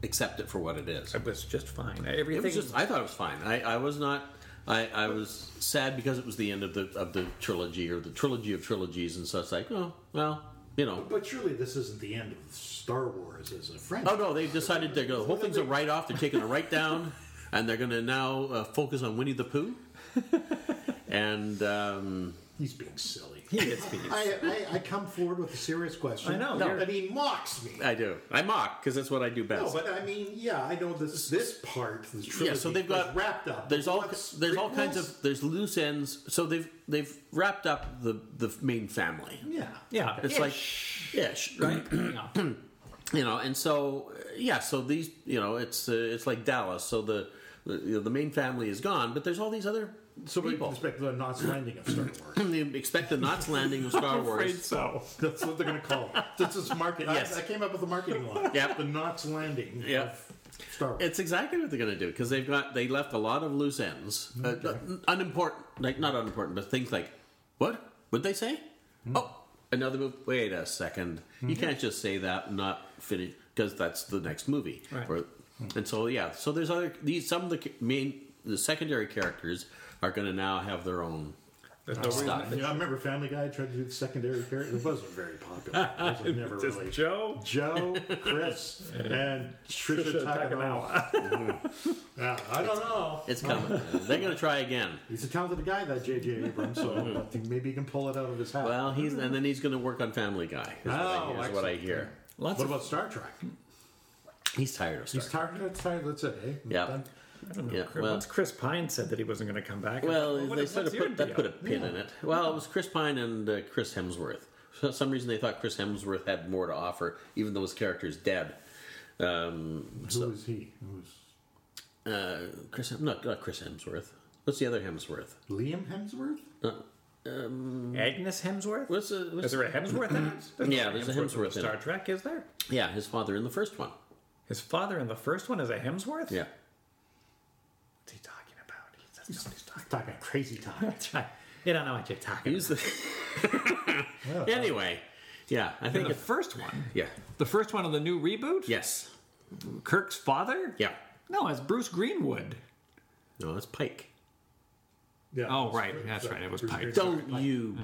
Speaker 2: accept it for what it is.
Speaker 3: it was just fine
Speaker 2: It
Speaker 3: everything
Speaker 2: was just, I thought it was fine. I, I was not. I, I was sad because it was the end of the of the trilogy or the trilogy of trilogies, and so it's like, oh well, you know.
Speaker 1: But surely this isn't the end of Star Wars as a franchise.
Speaker 2: Oh no, they've decided they're going. to The whole thing's a write off. They're taking a write down, and they're going to now uh, focus on Winnie the Pooh. And um,
Speaker 1: He's being silly.
Speaker 3: he gets beat
Speaker 1: I, I, I come forward with a serious question.
Speaker 3: I know, No. you're-
Speaker 1: but he mocks me.
Speaker 2: I do. I mock because that's what I do best.
Speaker 1: No, but I mean, yeah, I know this this part. This
Speaker 2: yeah, so they've got
Speaker 1: wrapped up.
Speaker 2: There's all
Speaker 1: What's
Speaker 2: there's all kinds
Speaker 1: prequels?
Speaker 2: of there's loose ends. So they've they've wrapped up the the main family.
Speaker 1: yeah.
Speaker 3: yeah
Speaker 2: It's like ish, right?
Speaker 3: yeah.
Speaker 2: you know, and so uh, yeah, so these you know it's uh, it's like Dallas. So the the, you know, the main family is gone, but there's all these other
Speaker 1: So we
Speaker 2: people.
Speaker 1: expect the Knots landing of Star Wars.
Speaker 2: They expect the Knots landing of Star
Speaker 3: I'm afraid
Speaker 2: Wars.
Speaker 3: so
Speaker 1: That's what they're going to call it. This is marketing.
Speaker 2: Yes.
Speaker 1: I, I came up with a marketing one.
Speaker 2: Yep.
Speaker 1: The Knots landing.
Speaker 2: Yep.
Speaker 1: of Star Wars.
Speaker 2: It's exactly what they're going to do because they've got they left a lot of loose ends, Uh, n- unimportant, like not unimportant, but things like what would they say?
Speaker 1: Hmm.
Speaker 2: Oh, another movie. Wait a 2nd
Speaker 1: Mm-hmm.
Speaker 2: you can't just say that and not finish because that's the next movie.
Speaker 3: Right.
Speaker 2: Or- and so yeah, so there's other these some of the ca- main the secondary characters are going to now have their own.
Speaker 3: There's no
Speaker 2: Stop
Speaker 3: reason.
Speaker 1: yeah, I remember Family Guy tried to do the secondary character. It wasn't very popular. It was never really.
Speaker 3: Just Joe.
Speaker 1: Joe, Chris, and Trisha,
Speaker 3: Trisha
Speaker 1: Takanawa. yeah, I don't know.
Speaker 2: It's coming. they're going to try again.
Speaker 1: He's a talented guy, that J.J. Abrams. So I think maybe he can pull it out of his hat.
Speaker 2: Well, he's and then he's going to work on Family Guy. Is,
Speaker 1: Oh,
Speaker 2: what, I, is what I hear.
Speaker 3: Lots
Speaker 1: what
Speaker 3: of
Speaker 1: about Star Trek?
Speaker 2: He's tired of Star
Speaker 1: He's tired. That's tired. That's it. Eh?
Speaker 2: Yeah.
Speaker 1: Done.
Speaker 2: Yeah, well,
Speaker 3: once Chris Pine said that he wasn't going to come back.
Speaker 2: Well,
Speaker 3: What-
Speaker 2: they
Speaker 3: what's
Speaker 2: sort of
Speaker 3: your
Speaker 2: put that
Speaker 3: deal?
Speaker 2: put a pin in it. Well, it was Chris Pine and uh, Chris Hemsworth. For some reason, they thought Chris Hemsworth had more to offer, even though his character is dead. Um,
Speaker 1: Who is he? Who's
Speaker 2: uh, Chris, Hem- no, not Chris Hemsworth. What's the other Hemsworth?
Speaker 1: Liam Hemsworth?
Speaker 2: Not,
Speaker 3: Agnes Hemsworth.
Speaker 2: what's, the- what's-
Speaker 3: Is there a Hemsworth in it?
Speaker 2: Yeah, there's a Hemsworth
Speaker 3: in
Speaker 2: in
Speaker 3: Star
Speaker 2: it.
Speaker 3: Trek. Is there?
Speaker 2: yeah, his father in the first one.
Speaker 3: His father in the first one is a Hemsworth.
Speaker 2: Yeah,
Speaker 3: What's he talking about? He doesn't know what he's talking.
Speaker 1: Talking crazy talk.
Speaker 3: about. You don't know what you're talking.
Speaker 2: he's the. anyway, yeah, I
Speaker 3: about.
Speaker 2: think
Speaker 3: The
Speaker 2: it,
Speaker 3: first one.
Speaker 2: yeah,
Speaker 3: The first one of the new reboot.
Speaker 2: yes,
Speaker 3: Kirk's father.
Speaker 2: yeah.
Speaker 3: No, it's Bruce Greenwood.
Speaker 2: No, that's Pike.
Speaker 1: Yeah.
Speaker 3: Oh, right. That's right. It was
Speaker 1: Bruce
Speaker 3: Pike.
Speaker 1: Greenwood.
Speaker 2: Don't you?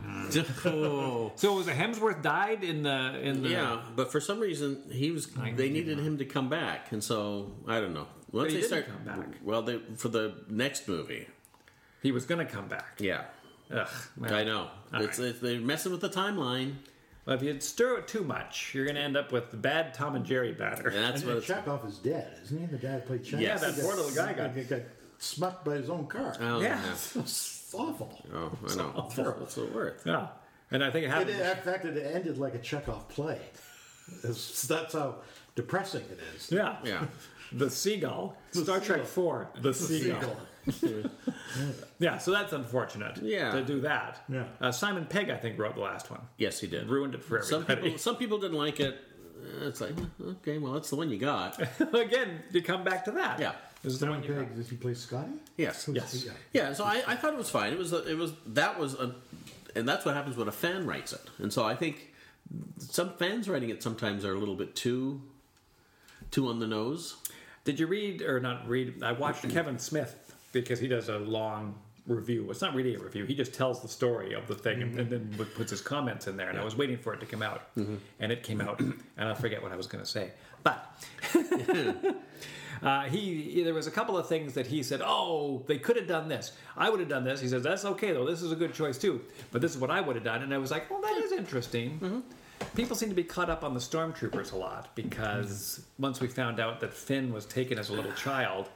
Speaker 2: Oh.
Speaker 3: So it was a Hemsworth died in the in the.
Speaker 2: Yeah, but for some reason he was. They needed him to come back, and so I don't know. Once
Speaker 3: he
Speaker 2: they
Speaker 3: didn't
Speaker 2: start,
Speaker 3: come back.
Speaker 2: well, they, for the next movie,
Speaker 3: He was going to come back.
Speaker 2: yeah,
Speaker 3: Ugh. well.
Speaker 2: I know. It's, it's they're messing with the timeline,
Speaker 3: Well, if you stir it too much, you're going to end up with the bad Tom and Jerry batter.
Speaker 2: and that's what
Speaker 1: And, and
Speaker 2: it's.
Speaker 1: Chekhov is dead, isn't he? The guy that played Chekhov.
Speaker 2: Yes. Yeah, that
Speaker 1: He
Speaker 3: poor little guy got-
Speaker 1: he got smacked by his own car.
Speaker 2: Oh,
Speaker 3: Yeah.
Speaker 1: It's awful.
Speaker 2: Oh, I know. What's it worth?
Speaker 3: Yeah. And I think it
Speaker 1: It,
Speaker 3: happened.
Speaker 1: in fact, it ended like a Chekhov play. It's- that's how depressing it is.
Speaker 3: yeah.
Speaker 2: Yeah,
Speaker 3: The Seagull. Star Trek 4. The, seagull. Yeah, so that's unfortunate.
Speaker 2: Yeah.
Speaker 3: To do that.
Speaker 1: Yeah.
Speaker 3: Uh, Simon Pegg, I think, wrote the last one.
Speaker 2: yes, he did.
Speaker 3: Ruined it for
Speaker 2: Some
Speaker 3: everybody.
Speaker 2: people, some people didn't like it. It's like okay, well, that's the one you got.
Speaker 3: Again, you come back to that.
Speaker 2: Yeah.
Speaker 3: This is the one you
Speaker 1: Pig, does he play Scotty?
Speaker 2: Yes,
Speaker 3: Yes.
Speaker 1: Yeah.
Speaker 2: Yeah, so I, I thought it was fine. It was a, it was that was a, and that's what happens when a fan writes it. And so I think some fans writing it sometimes are a little bit too too on the nose.
Speaker 3: Did you read, or not read, I watched Kevin Smith because he does a long review. It's not really a review, he just tells the story of the thing and, and then w- puts his comments in there. And I was waiting for it to come out,
Speaker 2: Mm-hmm.
Speaker 3: and it came out, and I forget what I was going to say. But uh, he, there was a couple of things that he said, oh, they could have done this. I would have done this. He says, that's okay, though. This is a good choice, too. But this is what I would have done. And I was like, well, that is interesting. People seem to be caught up on the stormtroopers a lot because once we found out that Finn was taken as a little child,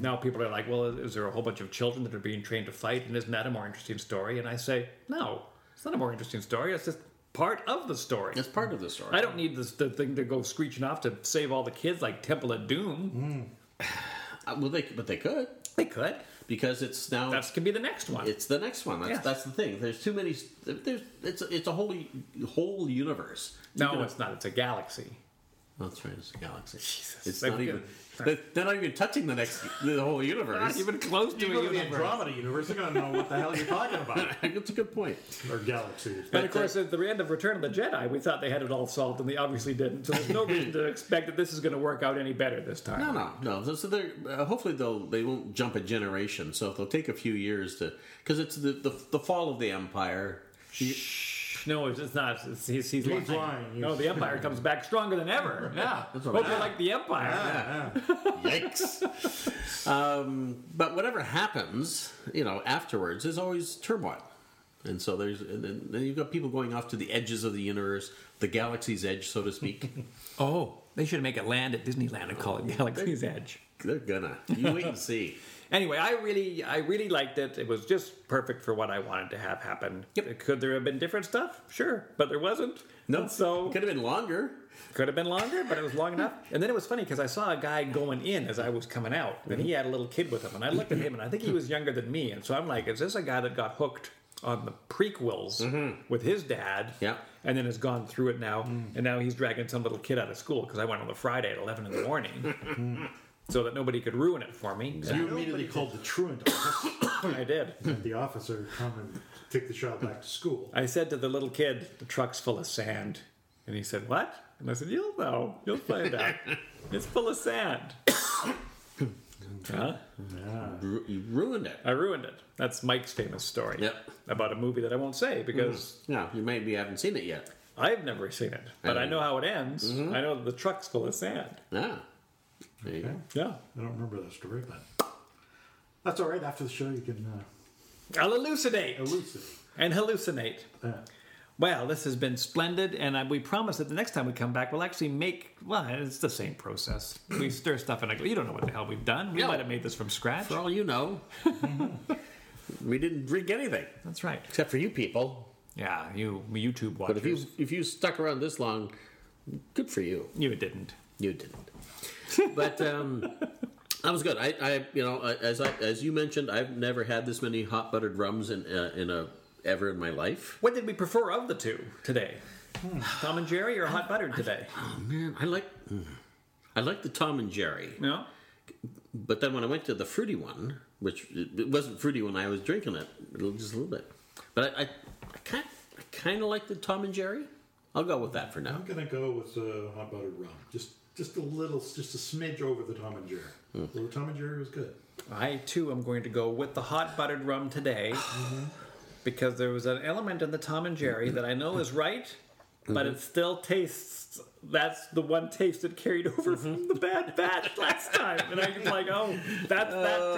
Speaker 3: now people are like, well, is there a whole bunch of children that are being trained to fight? And isn't that a more interesting story? And I say, no, it's not a more interesting story. It's just part of the story.
Speaker 2: That's part of the story.
Speaker 3: I don't need this, the thing to go screeching off to save all the kids like Temple of Doom.
Speaker 2: Uh, well, they but they could
Speaker 3: They could.
Speaker 2: because it's now
Speaker 3: That could be the next one.
Speaker 2: it's the next one. That's
Speaker 3: Yes.
Speaker 2: that's the thing. There's too many. There's it's a- it's a whole whole universe. You
Speaker 3: no,
Speaker 2: can-
Speaker 3: it's not. It's a galaxy.
Speaker 2: that's right. It's a galaxy. Jesus, it's
Speaker 3: They
Speaker 2: not
Speaker 3: could-
Speaker 2: even. They're, they're not even touching the next the whole universe.
Speaker 3: Not even close to
Speaker 1: You
Speaker 3: a
Speaker 1: go to the
Speaker 3: universe.
Speaker 1: Andromeda universe, they're going to know what the hell you're talking about.
Speaker 2: That's a good point.
Speaker 1: Or galaxy.
Speaker 3: And of course, at the end of Return of the Jedi, we thought they had it all solved, and they obviously didn't. So there's no reason to expect that this is going to work out any better this time.
Speaker 2: No, no, no. So, so they're uh, hopefully they'll they won't jump a generation. So they'll take a few years to because it's the, the the fall of the empire.
Speaker 3: No, it's it's not. It's, he's, he's lying.
Speaker 1: lying.
Speaker 3: No, the Empire comes back stronger than ever. Yeah,
Speaker 2: That's what
Speaker 3: hope
Speaker 2: I-
Speaker 3: you like the Empire.
Speaker 1: Yeah, yeah.
Speaker 2: Yikes! um, but whatever happens, you know, afterwards, there's always turmoil, and so there's and then then you've got people going off to the edges of the universe, the galaxy's edge, so to speak.
Speaker 3: Oh, they should make it land at Disneyland and call it Galaxy's Edge.
Speaker 2: they're gonna you wait and see.
Speaker 3: Anyway, I really, I really liked it. It was just perfect for what I wanted to have happen. Could there have been different stuff? Sure, but there wasn't.
Speaker 2: No,
Speaker 3: And so
Speaker 2: could have been longer.
Speaker 3: Could have been longer, but it was long enough. And then it was funny because I saw a guy going in as I was coming out, and he had a little kid with him. And I looked at him, and I think he was younger than me. And so I'm like, is this a guy that got hooked on the prequels with his dad?
Speaker 2: Yeah.
Speaker 3: And then has gone through it now, and now he's dragging some little kid out of school because I went on the Friday at 11 in the morning. so that nobody could ruin it for me.
Speaker 1: You immediately called the truant officer.
Speaker 3: I did.
Speaker 1: and the officer come and take the child back to school.
Speaker 3: I said to the little kid, the truck's full of sand. And he said, What? And I said, You'll know. You'll find out. it's full of sand. Huh?
Speaker 2: Ru- you ruined it.
Speaker 3: I ruined it. That's Mike's famous story
Speaker 2: Yep. Mm-hmm.
Speaker 3: about a movie that I won't say because
Speaker 2: No, you maybe haven't seen it yet.
Speaker 3: I've never seen it. But I
Speaker 2: don't
Speaker 3: know how it ends.
Speaker 2: Mm-hmm.
Speaker 3: I know that the truck's full of sand.
Speaker 2: No. There you go.
Speaker 3: Yeah.
Speaker 1: I don't remember that story, but that's all right. After the show, you can uh,
Speaker 3: I'll elucidate
Speaker 1: elucidate.
Speaker 3: and hallucinate.
Speaker 1: that.
Speaker 3: Well, this has been splendid, and uh, we promise that the next time we come back, we'll actually make. Well, it's the same process. We stir stuff in a. You don't know what the hell we've done. We
Speaker 2: No.
Speaker 3: might have made this from scratch.
Speaker 2: For all you know, we didn't drink anything
Speaker 3: That's right.
Speaker 2: except for you people.
Speaker 3: Yeah, you YouTube watchers.
Speaker 2: But if you if you stuck around this long, good for you.
Speaker 3: you didn't.
Speaker 2: You didn't. But um, that was good. I, I you know I- as I as you mentioned, I've never had this many hot buttered rums in uh, in a ever in my life.
Speaker 3: What did we prefer of the two today? Tom and Jerry or hot buttered today?
Speaker 2: Oh man, I like I like the Tom and Jerry.
Speaker 3: No.
Speaker 2: But then when I went to the fruity one, which it it wasn't fruity when I was drinking it, it'll just a little bit. But I, I, I kind, I kind of like the Tom and Jerry. I'll go with that for now.
Speaker 1: I'm gonna go with uh, hot buttered rum. Just just a little, just a smidge over the Tom and Jerry.
Speaker 2: Hmm.
Speaker 1: Well, the Tom and Jerry was good.
Speaker 3: I too am going to go with the hot buttered rum today because there was an element in the Tom and Jerry that I know is right, but
Speaker 2: Mm-hmm.
Speaker 3: it still tastes. That's the one taste that carried over from the bad batch last time, and I'm like, oh, that's that
Speaker 2: Oh.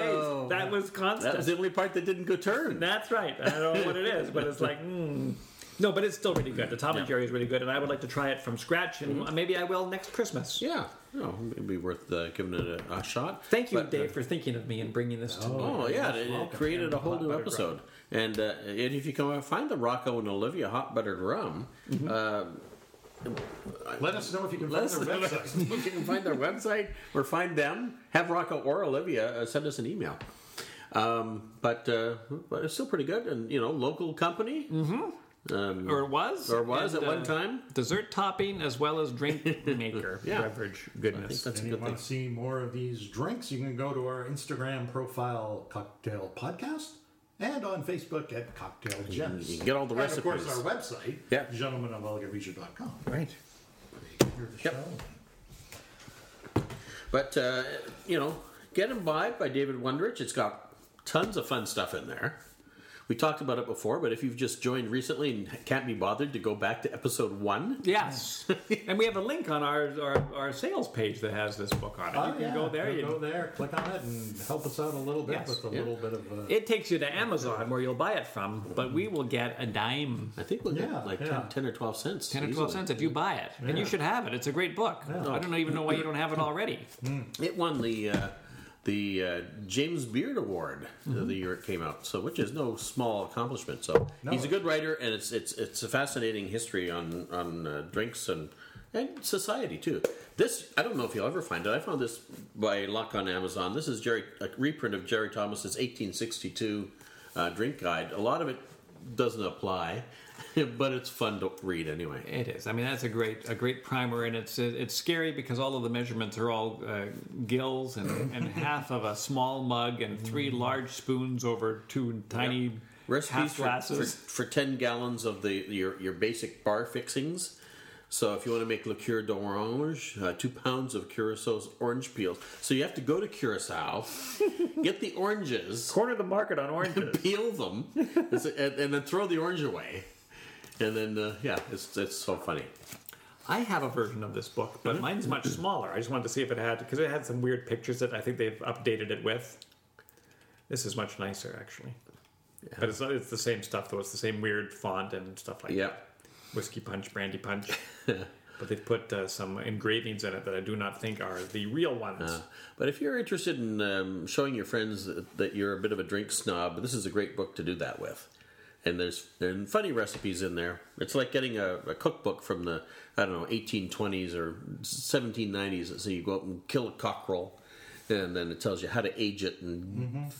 Speaker 3: taste. That was constant.
Speaker 2: That was the only part that didn't go turn.
Speaker 3: That's right. I don't know what it is, but it's like,
Speaker 2: hmm.
Speaker 3: mm. no, but it's still really good. The Tom and Jerry is really good, and I would like to try it from scratch, and maybe I will next Christmas.
Speaker 2: Mm-hmm. Yeah, no, it'd be worth uh, giving it a, a shot.
Speaker 3: Thank you,
Speaker 2: But, uh,
Speaker 3: Dave, for thinking of me and bringing this to me.
Speaker 2: Oh yeah, it, it
Speaker 1: welcome.
Speaker 2: created a whole
Speaker 3: Hot
Speaker 2: new
Speaker 3: buttered
Speaker 2: episode. And, uh, and if you come out, find the Rocco and Olivia hot buttered rum,
Speaker 3: Mm-hmm.
Speaker 2: uh,
Speaker 1: Let us know if you can
Speaker 2: Let
Speaker 1: find
Speaker 2: us
Speaker 1: their
Speaker 2: know.
Speaker 1: website.
Speaker 2: you can find their website or find them. Have Rocco or Olivia uh, send us an email. Um, but, uh, but it's still pretty good, and you know, local company
Speaker 3: Mm-hmm. Or it was?
Speaker 2: or was
Speaker 3: And,
Speaker 2: at one
Speaker 3: uh,
Speaker 2: time.
Speaker 3: Dessert topping as well as drink maker
Speaker 2: Yeah.
Speaker 3: beverage
Speaker 2: I think
Speaker 3: goodness.
Speaker 2: that's a
Speaker 1: And you
Speaker 2: good thing.
Speaker 1: want to see more of these drinks, you can go to our Instagram profile, Cocktail Podcast, and on Facebook at Cocktail Gems.
Speaker 2: you can get all the
Speaker 1: And of course,
Speaker 2: recipes.
Speaker 1: our website,
Speaker 2: Yeah.
Speaker 1: gentlemenologarevision.com.
Speaker 3: Right.
Speaker 1: Hear the
Speaker 2: Yep.
Speaker 1: show.
Speaker 2: But uh, you know, Get Imbibed by David Wondrich. It's got tons of fun stuff in there. We talked about it before, but if you've just joined recently and can't be bothered to go back to episode one,
Speaker 3: Yes. and we have a link on our, our, our sales page that has this book on it. you
Speaker 1: Oh,
Speaker 3: can
Speaker 1: yeah.
Speaker 3: go there. You
Speaker 1: Go there, click on it, and help us out a little bit
Speaker 3: Yes.
Speaker 1: with a
Speaker 2: Yeah.
Speaker 1: little bit of. Uh,
Speaker 3: It takes you to Amazon where you'll buy it from, but we will get a dime.
Speaker 2: I think we'll
Speaker 1: Yeah,
Speaker 2: get like
Speaker 1: yeah.
Speaker 2: 10, 10 or twelve cents.
Speaker 3: 10 or 12
Speaker 2: easily.
Speaker 3: cents if you buy it. And you should have it. It's a great book. I don't even know why you don't have it already.
Speaker 2: It won the uh, the uh, James Beard Award the year it came out, so which is no small accomplishment. So he's a good writer, and it's it's it's a fascinating history on on uh, drinks and and society too. This I don't know if you'll ever find it. I found this by luck on Amazon. This is Jerry a reprint of Jerry Thomas's 1862 uh, drink guide. A lot of it doesn't apply, but it's fun to read anyway.
Speaker 3: It is. I mean, that's a great a great primer, and it's it's scary because all of the measurements are all uh, gills and, and half of a small mug and three large spoons over two tiny half
Speaker 2: recipes for, for,
Speaker 3: glasses.
Speaker 2: for 10 gallons of the your, your basic bar fixings so if you want to make liqueur d'orange uh, two pounds of curaçao's orange peels so you have to go to curacao get the oranges
Speaker 3: Corner the market on oranges.
Speaker 2: peel them and, so- and- and then throw the orange away and then uh, yeah it's, it's so funny
Speaker 3: I have a version of this book, but mine's much smaller. I just wanted to see if it had because it had some weird pictures that I think they've updated it with. This is much nicer, actually. But it's not, it's the same stuff though. It's the same weird font and stuff like
Speaker 2: yeah
Speaker 3: that. whiskey punch, brandy punch. but they've put uh, some engravings in it that I do not think are the real ones.
Speaker 2: but if you're interested in um, showing your friends that, that you're a bit of a drink snob, this is a great book to do that with. And there's there are funny recipes in there. It's like getting a, a cookbook from the I don't know 1820s or 1790s. So you go out and kill a cockerel, and then it tells you how to age it and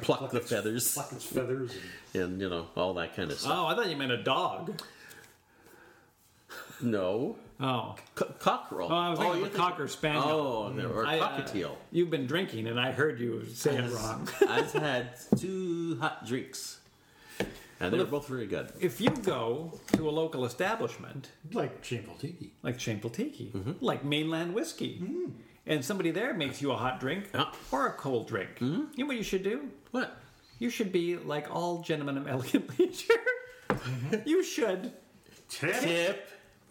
Speaker 1: pluck,
Speaker 2: the
Speaker 1: its-
Speaker 2: feathers.
Speaker 1: Pluck its feathers. And
Speaker 2: and you know all that kind of stuff.
Speaker 3: oh, I thought you meant a dog.
Speaker 2: No.
Speaker 3: Oh.
Speaker 2: C- cockerel.
Speaker 3: Oh, I was thinking
Speaker 2: you
Speaker 3: of a cocker spaniel.
Speaker 2: Oh, no, or
Speaker 3: I, uh,
Speaker 2: cockatiel.
Speaker 3: You've been drinking, and I heard you say it wrong.
Speaker 2: I've had two hot drinks. And they were both very good.
Speaker 3: If you go to a local establishment
Speaker 1: Like shameful tiki.
Speaker 3: like shameful tiki, like mainland whiskey, and somebody there makes you a hot drink
Speaker 2: Yeah.
Speaker 3: or a cold drink, you know what you should do?
Speaker 2: What?
Speaker 3: You should be like all gentlemen of elegant leisure. You should.
Speaker 1: Tip.
Speaker 2: Tip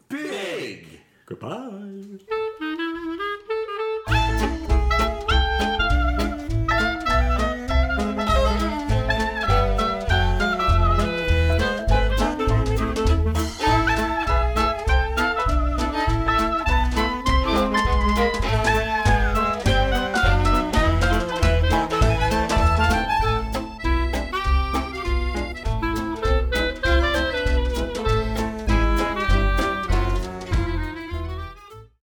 Speaker 2: big.
Speaker 1: Goodbye.